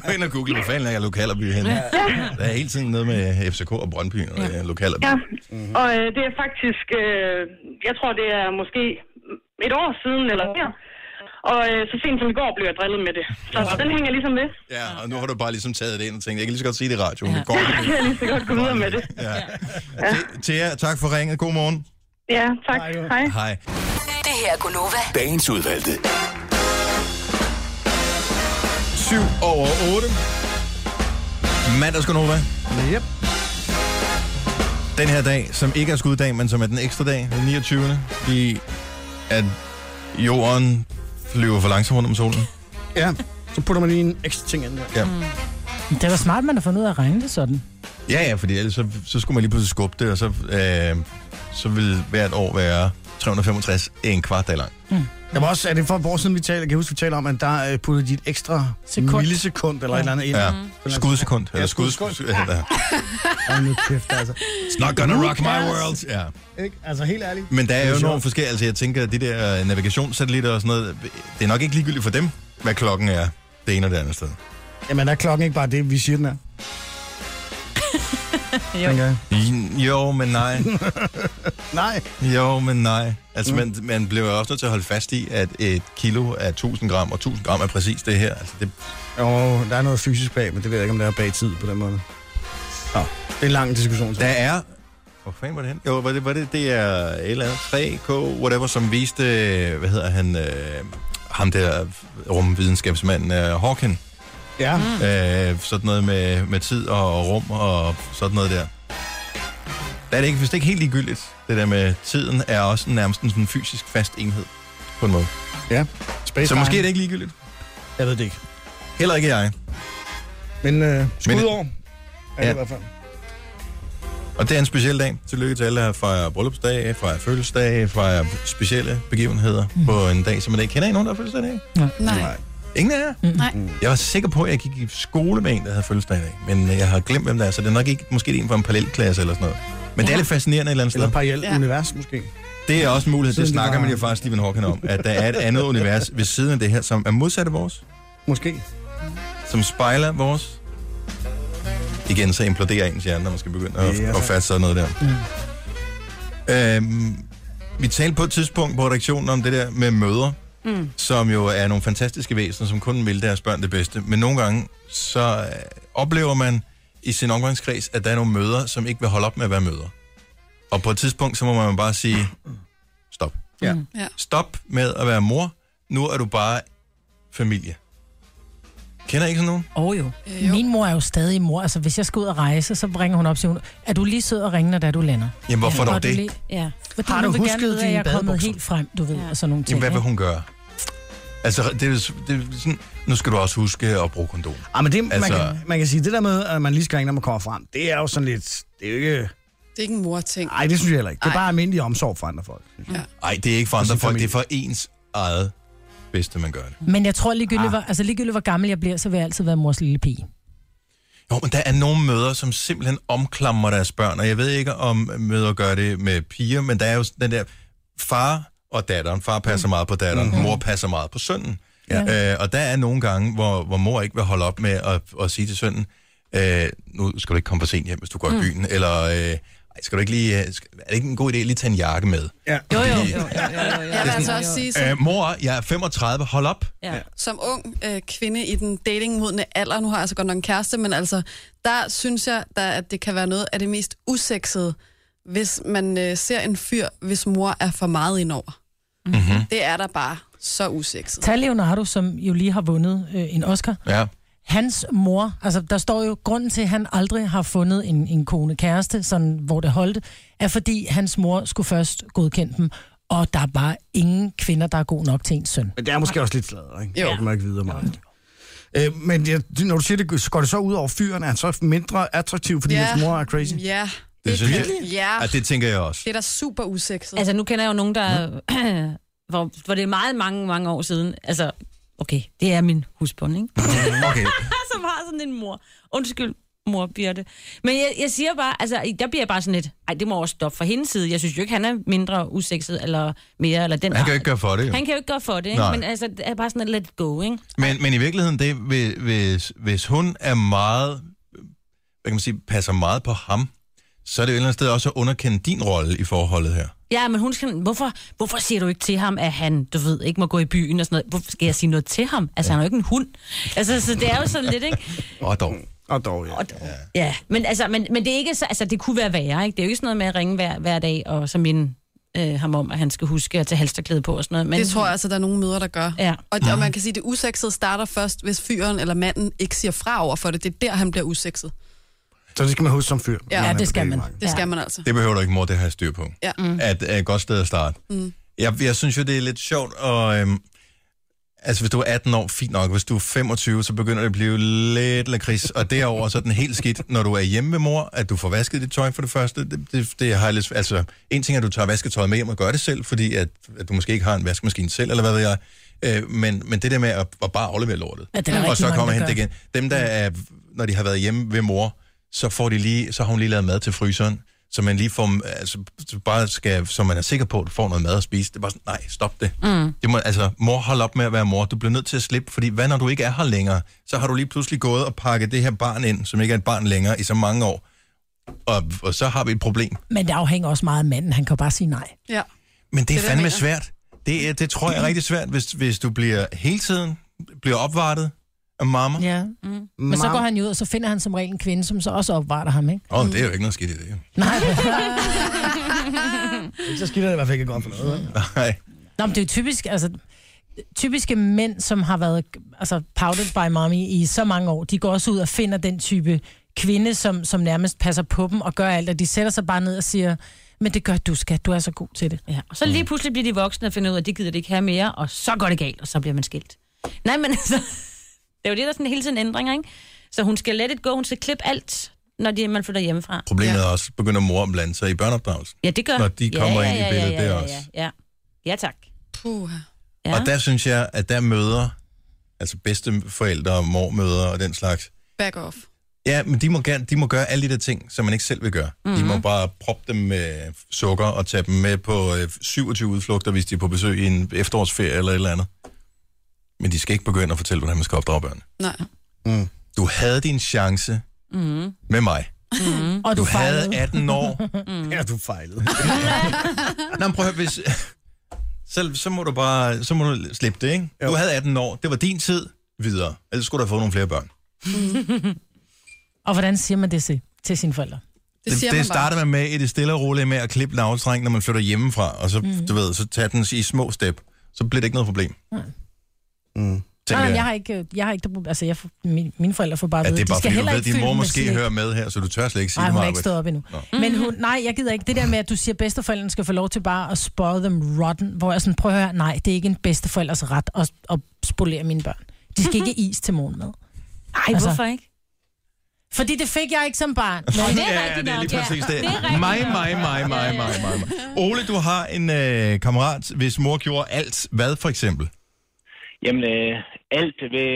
Speaker 1: Gå ind og google, hvor fanden er lokalerby henne. Der er hele tiden noget med øh, FCK og Brøndby og øh, ja. lokalerby.
Speaker 17: Ja, og øh, det er faktisk, øh, jeg tror det er måske et år siden eller mere. Og øh, så sent som i går blev jeg drillet med det. Så den hænger ligesom ved.
Speaker 1: Ja, og nu har du bare ligesom taget det ind og tænkt, jeg kan lige så godt sige det i radioen. Ja. Det går
Speaker 17: Jeg kan lige så godt gå videre med det.
Speaker 1: Ja. ja. Thea, tak for ringet. God morgen.
Speaker 17: Ja, tak. Hej.
Speaker 1: Hej.
Speaker 7: Det her er Gunova.
Speaker 9: Dagens udvalgte.
Speaker 1: 7 over 8. Mandagsgonova. Yep. Den her dag, som ikke er skuddag, men som er den ekstra dag, den 29. Fordi at jorden flyver for langsomt rundt om solen.
Speaker 2: Ja, så putter man lige en ekstra ting ind der.
Speaker 1: Ja.
Speaker 4: Det er da smart, man har fundet ud af at regne det sådan.
Speaker 1: Ja, ja, fordi ellers så, så skulle man lige pludselig skubbe det, og så, øh, så ville hvert år være 365 en kvart dag lang.
Speaker 2: Jeg var også, er det for et år siden, vi talte, jeg kan huske, vi talte om, at der øh, puttede de et ekstra Sekund. millisekund eller et eller andet ind.
Speaker 1: Ja.
Speaker 2: Sådan-
Speaker 1: Skudsekund. Eller
Speaker 2: Ja,
Speaker 1: skud,
Speaker 2: skudsekund.
Speaker 1: skud, ja.
Speaker 2: Ej, nu kæft, altså.
Speaker 1: It's not gonna rock my world. Ja.
Speaker 2: Ikke? Altså, helt ærligt.
Speaker 1: Men der
Speaker 2: Det
Speaker 1: er jo
Speaker 2: sjovt.
Speaker 1: nogle forskellige, altså jeg tænker, at de der navigationssatellitter og sådan noget, det er nok ikke ligegyldigt for dem, hvad klokken er det ene og det andet sted.
Speaker 2: Jamen, er klokken ikke bare det, vi siger, den er? Tænker jeg.
Speaker 1: I- Jo, men nej.
Speaker 2: nej. Mm.
Speaker 1: Jo, men nej. Altså, man, man bliver jo også nødt til at holde fast i, at et kilo er 1000 gram, og 1000 gram er præcis det her. Altså, det,
Speaker 2: Jo, der er noget fysisk bag, men det ved jeg ikke, om der er bag tid på den måde. Nå, det er en lang diskussion. Så.
Speaker 1: Der er... Hvor fanden var det hen? Jo, var det, var det, det er et eller andet 3K, whatever, som viste, øh, hvad hedder han, øh, ham der rumvidenskabsmanden øh, Hawking.
Speaker 2: Ja.
Speaker 1: Mm. Øh, sådan noget med, med tid og rum og sådan noget der. Der er det ikke, hvis det ikke helt ligegyldigt, det der med tiden er også nærmest en sådan fysisk fast enhed, på en måde.
Speaker 2: Ja.
Speaker 1: Så måske er det ikke ligegyldigt.
Speaker 2: Jeg ved det ikke.
Speaker 1: Heller ikke jeg.
Speaker 2: Men øh, skudår er det
Speaker 1: Ja.
Speaker 2: i hvert fald.
Speaker 1: Og det er en speciel dag. Tillykke til alle, der fejrer bryllupsdag, fejrer fødselsdag, fejrer specielle begivenheder mm. på en dag, som man ikke kender. Er I nogen, der har fødselsdag i dag?
Speaker 5: Nej.
Speaker 1: Ingen af jer? Mm.
Speaker 5: Nej.
Speaker 1: Jeg var sikker på, at jeg gik i skole med en, der havde fødselsdag i dag, men øh, jeg har glemt, hvem der er, så det er nok ikke, måske det er en fra en parallelklasse eller sådan noget. Men det er lidt fascinerende et eller andet sted.
Speaker 2: Eller parallelt ja. univers, måske.
Speaker 1: Det er også en mulighed, det
Speaker 2: Siden de
Speaker 1: snakker
Speaker 2: var-
Speaker 1: man jo faktisk Stephen Hawking om, at der er et andet univers ved siden af det her, som er modsat af vores,
Speaker 2: Måske.
Speaker 1: som spejler vores. Igen, så imploderer ens hjerne, når man skal begynde at,
Speaker 2: Ja,
Speaker 1: at fatte sådan noget der.
Speaker 2: Mm.
Speaker 1: Øhm, vi talte på et tidspunkt på redaktionen om det der med mødre,
Speaker 12: Mm.
Speaker 1: som jo er nogle fantastiske væsener, som kun vil deres børn det bedste. Men nogle gange, så øh, oplever man i sin omgangskreds, at der er nogle mødre, som ikke vil holde op med at være mødre. Og på et tidspunkt, så må man bare sige, stop.
Speaker 2: Ja.
Speaker 5: Ja.
Speaker 1: Stop med at være mor. Nu er du bare familie. Kender I ikke sådan nogen?
Speaker 4: Åh oh, jo. Min mor er jo stadig mor. Altså, hvis jeg skal ud og rejse, så ringer hun op og siger, hun, er du lige sød og ringe, når det er, du lander?
Speaker 1: Jamen, hvorfor
Speaker 4: Og
Speaker 1: dog
Speaker 4: du
Speaker 1: det?
Speaker 4: lige- Ja. Fordi
Speaker 2: Har
Speaker 4: har
Speaker 2: du
Speaker 4: du vil gerne
Speaker 2: husket
Speaker 4: vide, at
Speaker 2: dine
Speaker 4: jeg er kommet
Speaker 2: badebukser?
Speaker 4: helt frem, du ved, og sådan nogle
Speaker 1: Jamen,
Speaker 4: ting.
Speaker 1: hvad vil
Speaker 4: ikke?
Speaker 1: hun gøre? Altså, det er, jo- det er jo sådan, nu skal du også huske at bruge kondom.
Speaker 2: Ah, men det, altså...
Speaker 1: Altså-
Speaker 2: man, kan, man kan sige, det der med, at man lige skal ringe, når man kommer frem, det er jo sådan lidt... Det er jo ikke...
Speaker 5: Det er ikke en mor-ting.
Speaker 2: Nej, det synes jeg heller ikke. Det er bare almindelig omsorg for andre folk. Ligesom
Speaker 1: Nej, det er ikke for
Speaker 2: For
Speaker 1: andre
Speaker 2: sin
Speaker 1: folk, det er for ens eget bedste, man gør det.
Speaker 4: Men jeg tror ligegyldigt,
Speaker 1: Ah.
Speaker 4: hvor, altså, ligegyldigt, hvor gammel jeg bliver, så vil jeg altid være mors lille pige.
Speaker 1: Jo, men der er nogle mødre, som simpelthen omklamrer deres børn, og jeg ved ikke, om mødre gør det med piger, men der er jo den der far og datteren. Far passer meget på datteren, mor passer meget på sønnen. Mm. Mm-hmm. Ja. Øh, og der er nogle gange, hvor, hvor mor ikke vil holde op med at, at sige til sønnen, øh, nu skal du ikke komme for sent hjem, hvis du går mm. i byen, eller øh, "Ej, skal du ikke lige, øh, skal, er det ikke en god idé at lige tage en jakke med?
Speaker 2: Ja.
Speaker 5: Jo, jo,
Speaker 1: Fordi-
Speaker 5: jo, jo, jo, jo. Jeg vil altså også sige,
Speaker 1: Øh,
Speaker 5: som,
Speaker 1: mor, jeg er 35, hold op.
Speaker 5: ja. som ung øh, kvinde i den datingmodne alder, nu har jeg altså godt nok en kæreste, men altså, der synes jeg, der, at det kan være noget af det mest usexede, hvis man øh, ser en fyr, hvis mor er for meget indover.
Speaker 1: Mm-hmm.
Speaker 5: Det er der bare. Så usekset.
Speaker 4: Tag Leonardo, som jo lige har vundet øh, en Oscar.
Speaker 1: Ja.
Speaker 4: Hans mor, altså der står jo, grunden til, at han aldrig har fundet en, en kone kæreste, sådan, hvor det holdte, er fordi hans mor skulle først godkende dem, og der er bare ingen kvinder, der er god nok til ens søn.
Speaker 2: Men det er måske også lidt sladder, ikke? Jo. Det må ikke videre meget. Øh, men jeg, når du siger det, så går det så ud over fyren, er han så mindre attraktiv, fordi
Speaker 5: Ja.
Speaker 2: ja. hans mor er crazy?
Speaker 5: Ja.
Speaker 1: Det synes jeg.
Speaker 5: Ja.
Speaker 1: Ja, det tænker jeg også.
Speaker 5: Det er da super usekset.
Speaker 8: Altså, nu kender jeg jo nogen, der...
Speaker 1: Mm.
Speaker 8: hvor, hvor det er meget mange, mange år siden. Altså, okay, det er min husbund, ikke?
Speaker 1: Okay.
Speaker 8: som har sådan en mor. Undskyld, mor Birte. Men jeg, jeg siger bare, altså, der bliver jeg bare sådan lidt, ej, det må også stoppe fra hendes side. Jeg synes jo ikke, han er mindre usekset, eller mere, eller den
Speaker 1: Han kan jo ikke gøre for det, jo.
Speaker 8: Han kan jo ikke gøre for det, ikke?
Speaker 1: Nej.
Speaker 8: Men altså, det er bare sådan lidt let go, ikke?
Speaker 1: Men, men i virkeligheden, det, hvi- hvis, hvis hun er meget, øh, hvad kan man sige, passer meget på ham, så er det jo et eller andet sted også at underkende din rolle i forholdet her.
Speaker 8: Ja, men hun skal, hvorfor, hvorfor siger du ikke til ham, at han, du ved, ikke må gå i byen og sådan noget? Hvorfor skal jeg sige noget til ham? Altså, han er jo ikke en hund. Altså, så det er jo sådan lidt, ikke?
Speaker 1: Og dog.
Speaker 2: Og dog, ja. Og
Speaker 8: dog. Ja, men, altså, men, men det er ikke så, altså, det kunne være værre, ikke? Det er jo ikke sådan noget med at ringe hver, hver dag og så minde øh, ham om, at han skal huske at tage halsterklæde på og sådan noget. Men,
Speaker 5: Men... Det tror jeg altså, der er nogle møder, der gør.
Speaker 8: Ja.
Speaker 5: Og, og man kan sige, at det usexede starter først, hvis fyren eller manden ikke siger fra over for det. Det er der, han bliver usexet.
Speaker 2: Så det skal man huske som fyr.
Speaker 5: Ja, det skal
Speaker 1: man.
Speaker 5: Det skal man altså.
Speaker 1: Det behøver du ikke, mor, det har jeg styr på.
Speaker 5: Ja.
Speaker 1: Mm. At er et godt sted at starte.
Speaker 5: Mm.
Speaker 1: Jeg, jeg synes jo, det er lidt sjovt, og øhm, altså hvis du er 18 år, fint nok. Hvis du er 25, så begynder det at blive lidt lakrids, og derover så er den helt skidt, når du er hjemme med mor, at du får vasket dit tøj for det første. Det, det, det har jeg lidt, altså, en ting er, at du tager vasketøjet med hjem og gør det selv, fordi at, at du måske ikke har en vaskemaskine selv, eller hvad ved jeg. Øh, men, men det der med at, at bare aflevere lortet,
Speaker 4: Ja, det er der
Speaker 1: og
Speaker 4: rigtig
Speaker 1: så
Speaker 4: mange,
Speaker 1: kommer
Speaker 4: der
Speaker 1: hen
Speaker 4: gør.
Speaker 1: igen. Dem, der er, når de har været hjemme ved mor, så, får de lige, så har hun lige lavet mad til fryseren, så man lige får, altså, så bare skal, så man er sikker på, at du får noget mad at spise. Det er bare sådan, nej, stop det.
Speaker 8: Mm.
Speaker 1: Det må, altså, mor, hold op med at være mor. Du bliver nødt til at slippe, fordi hvad når du ikke er her længere? Så har du lige pludselig gået og pakket det her barn ind, som ikke er et barn længere, i så mange år. Og, og så har vi et problem.
Speaker 4: Men det afhænger også meget af manden, han kan jo bare sige nej.
Speaker 5: Ja.
Speaker 1: Men
Speaker 4: Det er
Speaker 1: det er
Speaker 4: det, jeg
Speaker 1: fandme
Speaker 4: mener.
Speaker 1: svært. Det, er, det tror jeg er rigtig svært, hvis, hvis du bliver hele tiden bliver opvartet af mamma.
Speaker 4: Ja.
Speaker 1: Mm.
Speaker 4: Men så går han jo ud, og så finder han som regel en kvinde, som så også opvarter ham, ikke?
Speaker 1: Åh, oh, det er jo ikke noget skidt i det. jo.
Speaker 2: Så skidt er det i hvert fald ikke godt for noget. vel?
Speaker 1: Nej.
Speaker 4: Nå, men det er jo typisk, altså, typiske mænd, som har været altså, pouted by mommy i så mange år, de går også ud og finder den type kvinde, som, som nærmest passer på dem og gør alt, og de sætter sig bare ned og siger, men det gør du, skat, du er så god til det.
Speaker 8: Ja. Og så lige pludselig bliver de voksne og finder ud af, at de gider det ikke have mere, og så går det galt, og så bliver man skilt. Nej, men altså, det er jo det, der er sådan hele tiden ændringer, ikke? Så hun skal let it go, hun skal klippe alt, når de, man flytter hjemmefra.
Speaker 1: Problemet ja. er også, begynder mor at blande sig i børneopdragelsen.
Speaker 8: Ja, det gør
Speaker 1: Når de
Speaker 8: ja,
Speaker 1: kommer
Speaker 8: ja,
Speaker 1: ind i
Speaker 8: ja,
Speaker 1: billedet,
Speaker 8: ja,
Speaker 1: det
Speaker 8: ja,
Speaker 1: er
Speaker 8: ja,
Speaker 1: også.
Speaker 8: Ja, ja tak.
Speaker 5: Puh.
Speaker 8: Ja.
Speaker 1: Og der synes jeg, at der møder, altså bedsteforældre og mormødre og den slags,
Speaker 5: Back off.
Speaker 1: Ja, men de må, gerne, de må gøre alle de der ting, som man ikke selv vil gøre. Mm-hmm. De må
Speaker 5: Mhm.
Speaker 1: bare proppe dem med sukker og tage dem med på øh, 27 udflugter, hvis de er på besøg i en efterårsferie eller et eller andet. Men de skal ikke begynde at fortælle, hvordan man skal opdrage børn.
Speaker 5: Nej.
Speaker 1: Mm. Du havde din chance
Speaker 8: Mm.
Speaker 1: med mig.
Speaker 8: Mm.
Speaker 1: Du havde 18 år.
Speaker 2: Mm. Ja, du fejlede.
Speaker 1: Nå, men prøv at høre, hvis... Så, så må du bare så må du slippe det, ikke? Jo. Du havde 18 år. Det var din tid videre. Ellers skulle du have fået nogle flere børn.
Speaker 4: og hvordan siger man det til, til sine forældre?
Speaker 1: Det, det, det starter man med i det stille og rolige med at klippe navlstreng, når man flytter hjemmefra, og så,
Speaker 4: Mm.
Speaker 1: mm. du ved, så tager den i små step. Så bliver det ikke noget problem.
Speaker 4: Nej.
Speaker 1: Mm.
Speaker 4: Nej,
Speaker 1: Tænker
Speaker 4: nej, jeg
Speaker 1: jeg.
Speaker 4: har ikke, jeg har ikke det problem. Altså, jeg, får- min, mine forældre får bare
Speaker 1: Ja,
Speaker 4: at
Speaker 1: det
Speaker 4: vide,
Speaker 1: er bare,
Speaker 4: de skal
Speaker 1: fordi du
Speaker 4: heller
Speaker 1: ved,
Speaker 4: ikke
Speaker 1: din
Speaker 4: fylde
Speaker 1: mor
Speaker 4: med
Speaker 1: måske
Speaker 4: slik.
Speaker 1: hører med her, så du tør slet ikke sige
Speaker 4: Nej,
Speaker 1: det
Speaker 4: hun er
Speaker 1: meget.
Speaker 4: ikke stået op endnu.
Speaker 1: Nå.
Speaker 4: Men hun, nej, jeg gider ikke. Det der med, at du siger, at bedsteforældrene skal få lov til bare at spoil them rotten, hvor jeg sådan, prøv at høre, nej, det er ikke en bedsteforældres ret at, at spolere mine børn. De skal ikke is til morgenmad. Altså,
Speaker 8: Ej, hvorfor ikke?
Speaker 4: Fordi det fik jeg ikke som barn. Men
Speaker 1: Ja, det er lige præcis det.
Speaker 4: Det er rigtigt
Speaker 1: Mig,
Speaker 4: nok.
Speaker 1: mig, mig, mig, mig, mig, mig. Ole, du har en øh, kammerat, hvis mor gjorde alt. Hvad for eksempel?
Speaker 18: Jamen, øh, alt ved...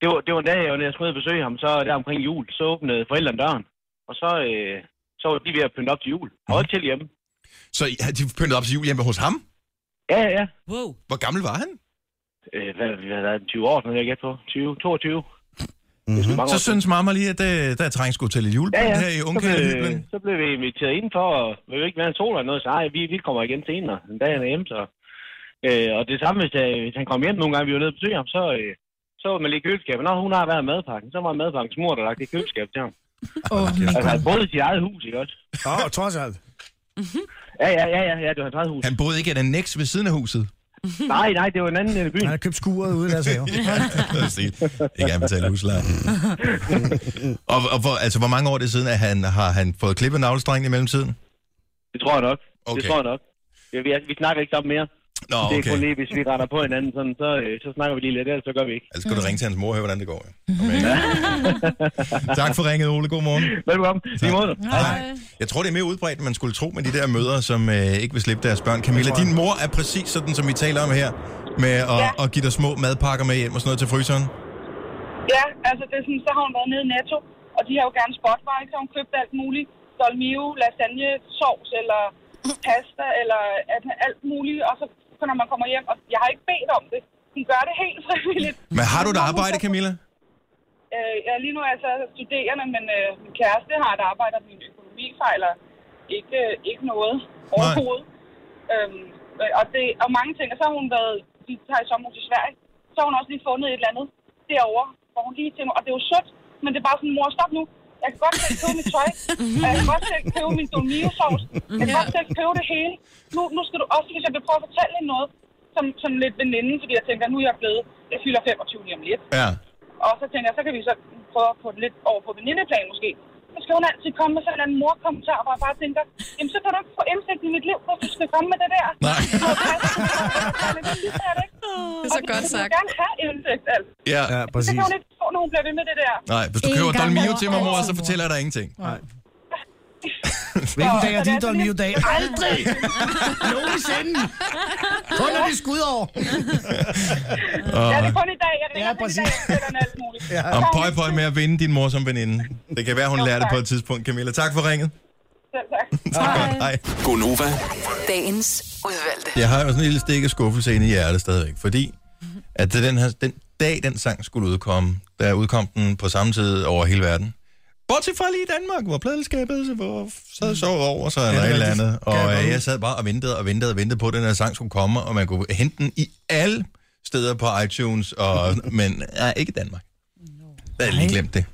Speaker 18: Det var, det var en dag, jeg var nede og skulle ned og besøge ham, så der omkring jul, så åbnede forældrene døren. Og så, øh, så var de ved at pynte op til jul. Hold til hjemme.
Speaker 1: Så ja, de pyntede op til jul hjemme hos ham?
Speaker 18: Ja, ja.
Speaker 8: Wow.
Speaker 1: Hvor gammel var han?
Speaker 18: Øh, hvad, hvad, hvad, 20 år, når jeg gætter på. 20, 22.
Speaker 1: Mm-hmm.
Speaker 18: mange
Speaker 1: Så
Speaker 18: år
Speaker 1: synes mamma lige, at øh, der er trængskud til lidt julebørn her i
Speaker 18: Mhm. så, blev,
Speaker 1: ungkærligheden.
Speaker 18: så blev vi inviteret indenfor, og vi vil ikke være en sol eller noget, så nej, vi, vi kommer igen senere, en dag han er hjemme, så... Øh, og det samme, hvis, øh, hvis han kom hjem nogle gange, vi var nede og besøge ham, så, øh, så var man lige i køleskabet. Nå, hun har været i madpakken, så var madpakkens mor, der lagt det i køleskabet til ham.
Speaker 4: Oh,
Speaker 18: altså, han boede i sit eget hus, ikke også?
Speaker 2: Åh, trods alt.
Speaker 18: Ja, ja, ja, ja, ja, det var hans eget hus.
Speaker 1: Han boede ikke i et annex ved siden af huset.
Speaker 18: Nej, nej, det var en anden øh, ende af byen.
Speaker 2: Han har købt skuret ude i deres have.
Speaker 1: Ikke gerne betale husleje. og og hvor, altså, hvor mange år er det siden, at han har han fået klippet navlestrengen i mellemtiden?
Speaker 18: Det tror jeg nok. Okay. Det
Speaker 1: Okay.
Speaker 18: tror jeg nok. Ja, vi, vi snakker ikke sammen mere.
Speaker 1: Nå,
Speaker 18: Det er
Speaker 1: okay.
Speaker 18: kun lige, hvis vi retter på hinanden, sådan, så, øh, så snakker vi lige lidt, ellers så gør vi ikke.
Speaker 1: Altså, skal du ringe til hans mor og høre, hvordan det går? Ja. Om ikke andet. tak for ringet, Ole. God morgen.
Speaker 18: Velkommen. Lige måde.
Speaker 1: Hej. Jeg tror, det er mere udbredt, end man skulle tro med de der mødre, som øh, ikke vil slippe deres børn. Camilla, din mor er præcis sådan, som vi taler om her, med at, ja. at give dig små madpakker med hjem og sådan noget til fryseren.
Speaker 15: Ja, altså det er sådan, så har hun været nede i Netto, og de har jo gerne spotvarer, ikke? så har hun købt alt muligt. Dolmio, lasagne, sovs eller pasta eller alt- alt muligt, og så når man kommer hjem, og jeg har ikke bedt om det. Hun gør det helt frivilligt.
Speaker 1: Men har du et arbejde, Camilla?
Speaker 15: Øh, ja, lige nu er jeg så studerende, men øh, min kæreste har et arbejde, og min økonomi fejler ikke, øh, ikke noget overhovedet. Øhm, øh, og, det, og mange ting, og så har hun været, vi tager i sommerhus i Sverige, så har hun også lige fundet et eller andet derovre, hvor hun lige tænker, og det er jo sødt, men det er bare sådan, mor, stop nu. Jeg kan godt selv købe mit tøj, og jeg kan godt selv købe min domino-sovs, jeg kan godt selv købe det hele. Nu, nu skal du også, hvis jeg vil prøve at fortælle hende noget, som, som lidt veninde, fordi jeg tænker, nu er jeg blevet, jeg fylder 25 lige om lidt.
Speaker 1: Ja.
Speaker 15: Og så tænker jeg, så kan vi så prøve at få det lidt over på venindeplan måske. Så skal hun altid komme med sådan en eller anden morkommentar, hvor jeg bare tænker, jamen så kan du ikke få indsigt i mit liv, hvis du skal komme med det der. Nej.
Speaker 5: Det er så godt
Speaker 15: sagt.
Speaker 5: sagt.
Speaker 15: Jeg vil gerne have indsigt alt.
Speaker 1: Ja, ja
Speaker 15: Så kan hun ikke få, når hun bliver ved med det der.
Speaker 1: Nej, hvis du
Speaker 15: En
Speaker 1: køber
Speaker 15: gang
Speaker 1: Dolmio
Speaker 15: over,
Speaker 1: til mig, mor,
Speaker 15: altid
Speaker 1: så fortæller jeg dig ingenting.
Speaker 2: Nej. Hvilken dag er din Dolmio-dag? Aldrig! Nogensinde! Kun når de skud over.
Speaker 15: Ja, det er kun i dag. Jeg ringer
Speaker 2: Ja,
Speaker 15: ja,
Speaker 2: præcis.
Speaker 15: præcis. i dag, jeg fortæller hende alt muligt.
Speaker 2: Ja.
Speaker 1: Om pøj pøj med at vinde din mor som veninde. Det kan være, hun lærer det på et tidspunkt, Camilla. Tak for ringet.
Speaker 15: Selv tak.
Speaker 1: Tak. Hej.
Speaker 9: Gonova.
Speaker 7: Dagens udvalgte.
Speaker 1: Jeg har jo sådan en lille stik af skuffelse inde i hjertet stadigvæk, fordi at det den, her, den dag, den sang skulle udkomme, der udkom den på samme tid over hele verden. Bortset fra lige i Danmark, hvor pladelskabet var sad sovet over sig eller
Speaker 2: det
Speaker 1: et
Speaker 2: er
Speaker 1: eller
Speaker 2: rigtigt.
Speaker 1: andet. Og øh,
Speaker 2: Kan jeg
Speaker 1: jeg,
Speaker 2: godt
Speaker 1: jeg sad bare og ventede og ventede og ventede på, at den her sang skulle komme, og man kunne hente den i alle steder på iTunes, og, men ja, ikke i Danmark. Jeg havde lige glemt det.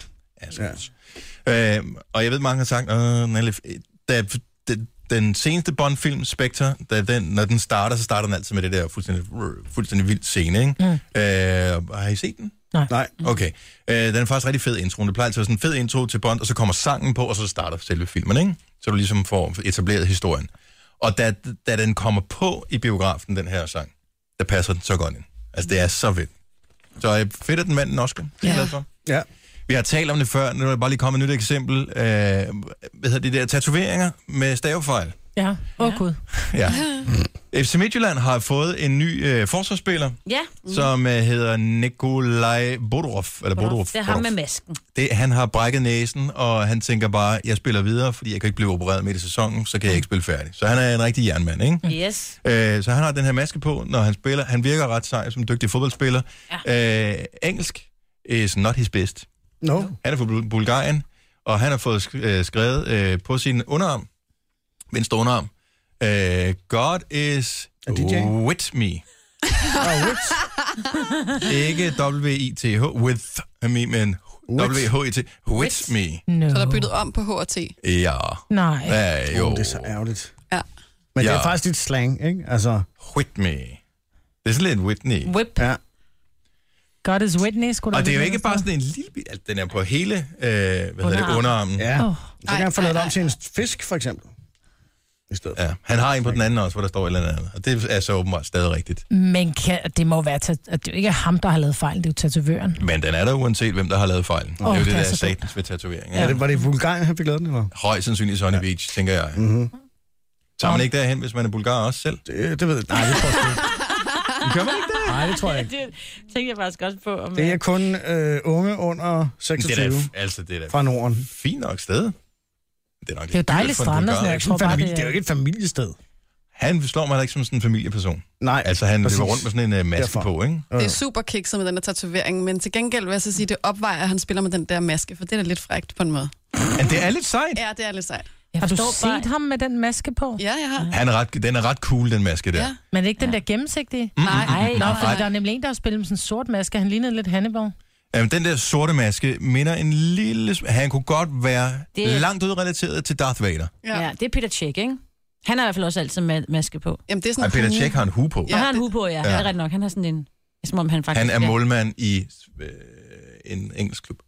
Speaker 1: Altså, ja. øh, og jeg ved, mange har sagt, "Åh, den er lidt f-" da, den, den seneste Bond-film, Spectre, da den, når den starter, så starter den altid med det der fuldstændig, fuldstændig vildt scene, ikke? Mm. Øh, har I set den?
Speaker 4: Nej.
Speaker 1: Nej. Okay. Øh, den er faktisk rigtig fed intro. Det plejer altid at være sådan en fed intro til Bond, og så kommer sangen på, og så starter selve filmen, ikke? Så du ligesom får etableret historien. Og da, da den kommer på i biografen, den her sang, der passer den så godt ind. Altså, det er så fedt. Så øh, fedt, at den vandt en Oscar. Det er jeg glad for.
Speaker 2: Ja.
Speaker 1: Vi har talt om det før, nu er der bare lige kommet et nyt eksempel. Øh, hvad hedder de der tatoveringer med stavefejl?
Speaker 4: Ja, åh oh, gud.
Speaker 1: Ja. Mm. FC Midtjylland har fået en ny øh, forsvarsspiller,
Speaker 8: Ja.
Speaker 1: mm. som øh, hedder Nikolaj Bodorov. Eller Bodorov.
Speaker 8: Det er ham med masken.
Speaker 1: det, han har brækket næsen, og han tænker bare, jeg spiller videre, fordi jeg kan ikke blive opereret midt i sæsonen, så kan jeg ikke spille færdig. Så han er en rigtig jernmand, ikke?
Speaker 8: Yes.
Speaker 1: Øh, så han har den her maske på, når han spiller. Han virker ret sej som dygtig fodboldspiller. Ja. Øh, engelsk is not his best.
Speaker 2: No.
Speaker 1: Han er fra Bul- Bulgarien, og han har fået sk- øh, skrevet øh, på sin underarm, venstre underarm, øh, God is with me. Ikke W-I-T-H, with me, men W-H-I-T, with me.
Speaker 5: Så der er byttet om på H&T.
Speaker 1: Ja.
Speaker 4: Nej.
Speaker 1: Ja, jo.
Speaker 2: Oh, det er så ærgerligt.
Speaker 5: Ja.
Speaker 2: Men det
Speaker 1: Ja.
Speaker 2: er faktisk lidt slang, ikke? Altså,
Speaker 1: With me. Det er sådan lidt Whitney.
Speaker 8: Whip.
Speaker 2: Ja.
Speaker 4: God is Whitney, skulle
Speaker 1: Og det er jo ikke bare sådan en lille bit, altså, den er på hele, øh, hvad hedder det,
Speaker 4: Underarmen.
Speaker 1: underarmen.
Speaker 2: Ja.
Speaker 4: Oh.
Speaker 2: Så kan han få lavet om til en fisk, for eksempel.
Speaker 1: ja. Han har en på den anden også, hvor der står et eller andet, og det er så åbenbart stadig rigtigt.
Speaker 4: Men kan, det må jo være, tat- at det jo ikke er ham, der har lavet fejl, det er jo tatovøren.
Speaker 1: Men den er der uanset, hvem der har lavet fejlen. det er
Speaker 4: Åh,
Speaker 1: jo det,
Speaker 4: det er
Speaker 1: der er
Speaker 4: så dumt.
Speaker 1: satans ved tatovering.
Speaker 2: Ja.
Speaker 1: Ja.
Speaker 2: det, var det i Bulgarien, han fik lavet den, eller?
Speaker 1: Højst sandsynligt Sunny ja. Beach, tænker jeg.
Speaker 2: Mm-hmm.
Speaker 1: Tager man ikke derhen, hvis man er bulgar også selv?
Speaker 2: Det, det ved jeg. Nej, det tror jeg ikke.
Speaker 1: Gør man ikke det?
Speaker 2: Nej, det tror jeg ikke.
Speaker 8: Det tænkte jeg faktisk også på. Om
Speaker 2: Det er kun øh, unge under 26
Speaker 1: Det er da, f- altså, det er da
Speaker 2: fra Norden.
Speaker 1: fint nok sted. Det er, nok
Speaker 2: Det er jo dejligt strand og sådan noget. Jeg tror bare, det er-
Speaker 1: et familiested. Han slår mig heller ikke som sådan en familieperson.
Speaker 2: Nej,
Speaker 1: Altså, han
Speaker 2: præcis.
Speaker 1: løber rundt med sådan en uh, maske
Speaker 2: Derfor.
Speaker 1: på, ikke?
Speaker 5: Det er super kikset med den der tatovering, men til gengæld vil jeg så sige, det opvejer, at han spiller med den der maske, for det er da lidt frækt på en måde.
Speaker 1: Men det er lidt sejt.
Speaker 5: Ja, det er lidt sejt.
Speaker 4: Har du set bare... ham med den maske på?
Speaker 5: Ja, jeg har.
Speaker 1: Han er ret, den er ret cool, den maske der.
Speaker 4: Ja. Men ikke den der gennemsigtige?
Speaker 1: Mm, mm, mm, mm.
Speaker 4: Nej, Nå,
Speaker 1: Nej.
Speaker 4: fordi der er nemlig en, der har spillet med sådan en sort maske. Han lignede lidt Hannibal.
Speaker 1: Jamen, den der sorte maske minder en lille... sm- Han kunne godt være
Speaker 8: Det er-
Speaker 1: det... langt ud relateret til Darth Vader.
Speaker 8: Ja. ja, det er Peter Check, ikke? Han har i hvert fald også altid ma- maske på.
Speaker 5: Jamen, det er
Speaker 1: Ej, Peter Tjek har en hue på.
Speaker 8: Ja, han har en hue på, ja. ja.
Speaker 1: Ja.
Speaker 8: Det er ret nok. Han har sådan en... Som om han faktisk
Speaker 1: Han er
Speaker 8: ja.
Speaker 1: målmand i øh, en engelsk klub.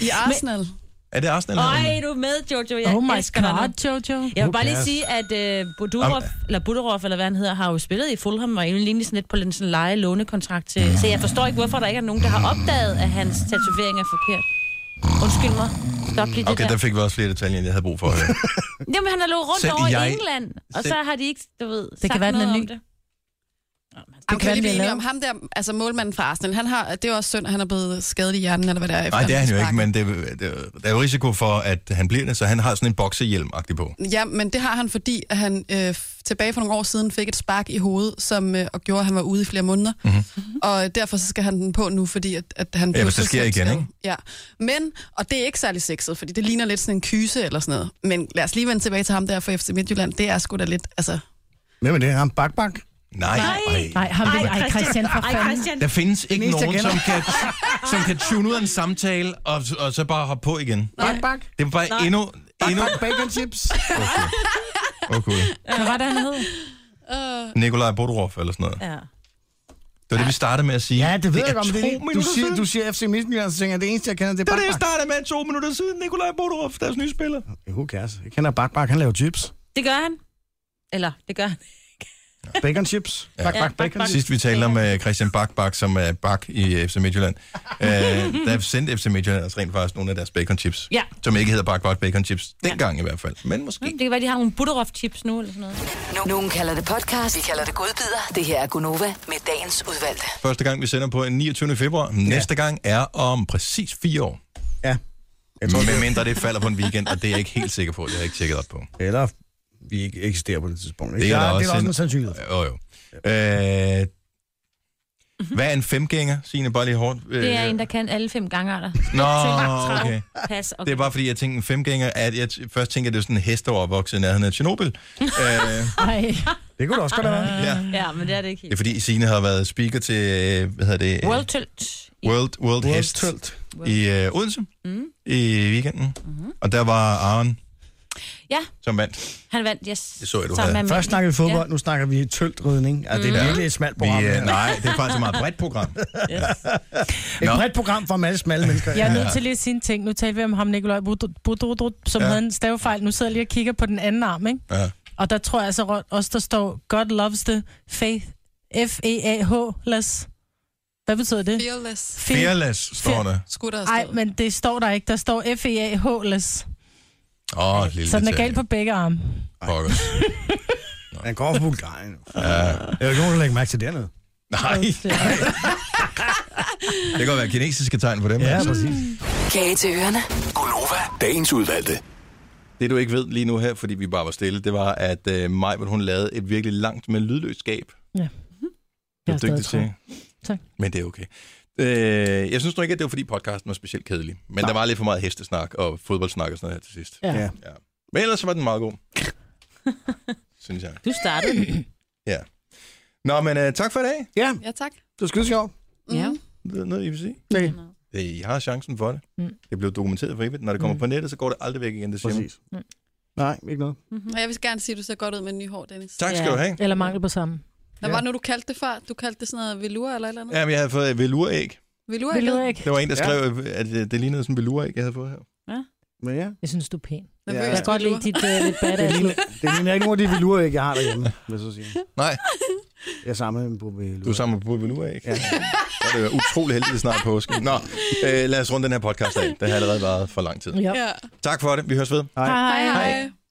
Speaker 8: I Arsenal.
Speaker 1: Er det Arsenal?
Speaker 8: Nej, du er med, Jojo. Jeg
Speaker 4: Oh my
Speaker 8: elsker dig
Speaker 4: God,
Speaker 8: nu.
Speaker 4: Jojo.
Speaker 8: Jeg vil
Speaker 4: Who
Speaker 8: bare lige
Speaker 4: cares?
Speaker 8: sige, at øh, Budurov,
Speaker 4: Om-
Speaker 8: eller Budurov, eller hvad han hedder, har jo spillet i Fulham, og egentlig lignende sådan lidt på en sådan leje-lånekontrakt til... Så jeg forstår ikke, hvorfor der ikke er nogen, der har opdaget, at hans tatovering er forkert. Undskyld mig. Stop lige det
Speaker 1: Okay,
Speaker 8: der.
Speaker 1: der fik vi også flere detaljer, end jeg havde brug for at høre.
Speaker 8: Jamen, han har løbet rundt
Speaker 1: Selv
Speaker 8: over jeg...
Speaker 1: jeg-
Speaker 8: i England, og så
Speaker 1: selv-
Speaker 8: har de ikke, du ved,
Speaker 4: kan
Speaker 8: sagt
Speaker 4: være, den er
Speaker 8: noget
Speaker 4: ny.
Speaker 8: om det.
Speaker 5: Det
Speaker 4: kan
Speaker 5: kan vi
Speaker 4: den
Speaker 5: blive
Speaker 4: blive
Speaker 5: enige om ham der, altså målmanden fra Arsenal, han har, det er jo også synd, at han er blevet skadet i hjernen, eller hvad det er. efter
Speaker 1: Nej, det er han jo
Speaker 5: spark.
Speaker 1: ikke, men det, det, der er jo risiko for, at han bliver det, så han har sådan en boksehjelm-agtig på.
Speaker 5: Ja, men det har han, fordi at han øh, f- tilbage for nogle år siden fik et spark i hovedet, som øh, og gjorde, at han var ude i flere måneder. Mm-hmm. Og derfor så skal han den på nu, fordi at, at han...
Speaker 1: Mhm. Ja,
Speaker 5: blev
Speaker 1: hvis det
Speaker 5: så
Speaker 1: sker
Speaker 5: slemt
Speaker 1: igen,
Speaker 5: skadet.
Speaker 1: ikke?
Speaker 5: Ja, men, og det er ikke særlig sexet, fordi det ligner lidt sådan en kyse eller sådan noget. Men lad os lige vende tilbage til ham der fra FC Midtjylland. Det er sgu da lidt, altså...
Speaker 2: Hvem er det? Ham Bakbak?
Speaker 1: Nej,
Speaker 4: Nej, ham vil Ej, Christian, for
Speaker 8: Ej,
Speaker 4: fanden.
Speaker 8: Christian.
Speaker 1: Der findes ikke
Speaker 4: eneste, jeg
Speaker 1: nogen,
Speaker 4: kender.
Speaker 1: som kan, som kan tune ud af en samtale, og, og så bare hoppe på igen.
Speaker 2: Bak, bak.
Speaker 1: Det er bare
Speaker 2: Nej.
Speaker 1: endnu... endnu...
Speaker 2: Bak, bacon chips.
Speaker 1: Okay.
Speaker 4: Hvad var det, han hed?
Speaker 1: Øh. Nikolaj Bodorov eller sådan noget.
Speaker 8: Ja.
Speaker 1: Det var det, vi startede med at sige.
Speaker 2: Ja, det ved
Speaker 1: er
Speaker 2: jeg ikke, om det
Speaker 1: to
Speaker 2: er det. Du
Speaker 1: minutter
Speaker 2: siger,
Speaker 1: siden.
Speaker 2: du siger FC Midtjylland, så tænker jeg, det eneste, jeg kender, det er
Speaker 1: Det var det, jeg
Speaker 2: Bakbak.
Speaker 1: startede med to minutter siden. Nikolaj Bodorov, deres nye spiller.
Speaker 2: Who cares? Jeg kender Bakbak, han laver chips.
Speaker 8: Det gør han. Eller, det gør han.
Speaker 2: Bacon chips. Bak, bak, bacon chips.
Speaker 1: Sidst vi talte om øh, Christian Bak, Bak, som er Bak i FC Midtjylland, øh, der sendte FC Midtjylland altså rent faktisk nogle af deres bacon chips.
Speaker 8: Ja.
Speaker 1: Som ikke hedder Bak, Bak, bacon chips. Dengang i hvert fald. Men måske.
Speaker 8: Nå, Det kan være, de har nogle Budurov-chips nu, eller sådan noget.
Speaker 7: Nogen kalder det podcast, vi kalder det godbider. Det her er Gunova med dagens udvalgte.
Speaker 1: Første gang, vi sender på den 29. februar. Næste gang er om præcis fire år.
Speaker 2: Ja.
Speaker 1: Jeg tror, Med mindre det falder på en weekend, og det er jeg ikke helt sikker på. Det har jeg ikke tjekket op på.
Speaker 2: Eller vi ikke eksisterer på det tidspunkt.
Speaker 1: Det er der
Speaker 2: Ja,
Speaker 1: også
Speaker 2: det er der
Speaker 1: en-
Speaker 2: også en sandsynlighed. for.
Speaker 1: Jo, jo. Øh, hvad er en femgænger, Signe? Bare lige hårdt. Øh,
Speaker 8: Det er en, der kan alle fem gangarter.
Speaker 1: Nå,
Speaker 8: Tynd, trav,
Speaker 1: okay.
Speaker 8: Pas og
Speaker 1: Det er bare fordi, jeg tænkte en femgænger, at jeg t- først tænker, at det er sådan en hest, der er opvokset i nærheden af Tjernobyl. øh,
Speaker 4: Nej.
Speaker 2: Det kunne det også godt have været.
Speaker 1: ja.
Speaker 8: Ja, men det er det ikke
Speaker 1: Det er
Speaker 8: helt.
Speaker 1: fordi Signe har været speaker til, øh, hvad hedder det? øh,
Speaker 8: World Tilt.
Speaker 1: World, World, World Hest
Speaker 2: Tilt.
Speaker 1: i øh, Odense mm. i weekenden.
Speaker 8: Mhm.
Speaker 1: Mm-hmm. Og der var Aaron,
Speaker 8: Ja,
Speaker 1: som vandt.
Speaker 8: han vandt, yes.
Speaker 1: Det så jeg, du
Speaker 8: Sammen
Speaker 1: havde.
Speaker 8: med
Speaker 2: Først snakker vi fodbold, nu snakker vi tøltridning. Altså,
Speaker 4: Mm.
Speaker 2: det er virkelig et smalt
Speaker 1: Vi,
Speaker 2: program.
Speaker 1: øh,
Speaker 2: her.
Speaker 1: nej, det er faktisk et meget bredt program.
Speaker 2: Et bredt program for meget smalle mennesker.
Speaker 4: Jeg er nødt til lige at sige en ting. Nu talte vi om ham, Nikolaj Budrudrud, som
Speaker 1: Ja.
Speaker 4: ja. havde en stavefejl. Nu sidder jeg lige og kigger på den anden arm, ikke?
Speaker 1: Ja.
Speaker 4: Og der tror jeg altså ro- også, der står, God loves the faith. E F-E-A-H, less. Hvad betyder det?
Speaker 5: Fearless.
Speaker 4: Fe-
Speaker 1: Fearless står der.
Speaker 5: Skulle der
Speaker 4: Ej, men det står der ikke. Der står E F-E-A-H, less.
Speaker 1: Åh, oh, lille
Speaker 4: Så den er
Speaker 1: detalje.
Speaker 4: galt på begge arme.
Speaker 1: Pokkers.
Speaker 2: Han går fra Bulgarien.
Speaker 1: Ja.
Speaker 2: Jeg er jo ikke nogen, der lægger mærke til dernede.
Speaker 1: Nej. det kan godt være kinesiske tegn på dem.
Speaker 2: Ja,
Speaker 1: altså.
Speaker 2: præcis.
Speaker 7: Kage til ørerne.
Speaker 9: Gunova, dagens udvalgte.
Speaker 1: Det du ikke ved lige nu her, fordi vi bare var stille, det var, at øh, Maj, hun lavede et virkelig langt, men lydløst skab.
Speaker 4: Ja. Mhm.
Speaker 1: Det
Speaker 4: Jeg
Speaker 1: er
Speaker 4: er
Speaker 1: du dygtig
Speaker 4: stadig
Speaker 1: til.
Speaker 4: Tak.
Speaker 1: Men det er okay. Øh, jeg synes nu ikke, at det var, fordi podcasten var specielt kedelig. Men der var lidt for meget hestesnak og fodboldsnak og sådan noget her til sidst.
Speaker 4: Ja.
Speaker 2: Ja.
Speaker 1: Ja. Men ellers var den meget god. synes jeg.
Speaker 8: Du startede. den.
Speaker 1: Ja. Nå, men øh, tak for i dag.
Speaker 2: Ja,
Speaker 5: Ja, tak. Mhm.
Speaker 2: det var skide sjovt.
Speaker 8: Ja.
Speaker 2: Mm.
Speaker 1: Det er noget, I vil sige.
Speaker 2: Nej.
Speaker 1: Øh, I har chancen for det.
Speaker 4: Mm.
Speaker 1: Det blev dokumenteret for evigt. Når det kommer på nettet, så går det aldrig væk igen, det siger man.
Speaker 2: Præcis.
Speaker 4: Mm.
Speaker 2: Nej, ikke noget.
Speaker 5: Mm-hmm. Og jeg vil gerne sige, at du ser godt ud med en ny hår, Dennis.
Speaker 1: Tak skal
Speaker 4: Ja.
Speaker 1: du have.
Speaker 4: Eller mangel på sammen.
Speaker 5: Hvad var det nu, du kaldte det før? Du kaldte det sådan noget velour eller et eller andet?
Speaker 1: Jamen, jeg havde fået øh, veluræg.
Speaker 5: Velour,
Speaker 4: Vil du
Speaker 5: ikke?
Speaker 4: ikke?
Speaker 1: Det var en, der skrev, øh, at det, det lignede sådan en veluræg, jeg havde fået her.
Speaker 2: Men ja,
Speaker 4: Jeg synes, du er pæn.
Speaker 5: Nervøs
Speaker 4: Jeg kan godt
Speaker 5: velour.
Speaker 4: lide dit uh, lidt
Speaker 2: det
Speaker 4: badass
Speaker 2: ligner,
Speaker 4: look.
Speaker 2: det ligner ikke nogen af de velurer, ikke jeg har derhjemme, vil jeg så sige.
Speaker 1: Nej,
Speaker 2: Jeg samler dem på velurer.
Speaker 1: du er sammen med Bubbe nu, ikke? Ja. Så er det utrolig heldigt det er snart påske. Nå, øh, lad os runde den her podcast af. Det har allerede været for lang tid.
Speaker 4: Ja.
Speaker 5: Ja.
Speaker 1: Tak for det. Vi høres ved.
Speaker 2: Hej.
Speaker 5: Hej, hej.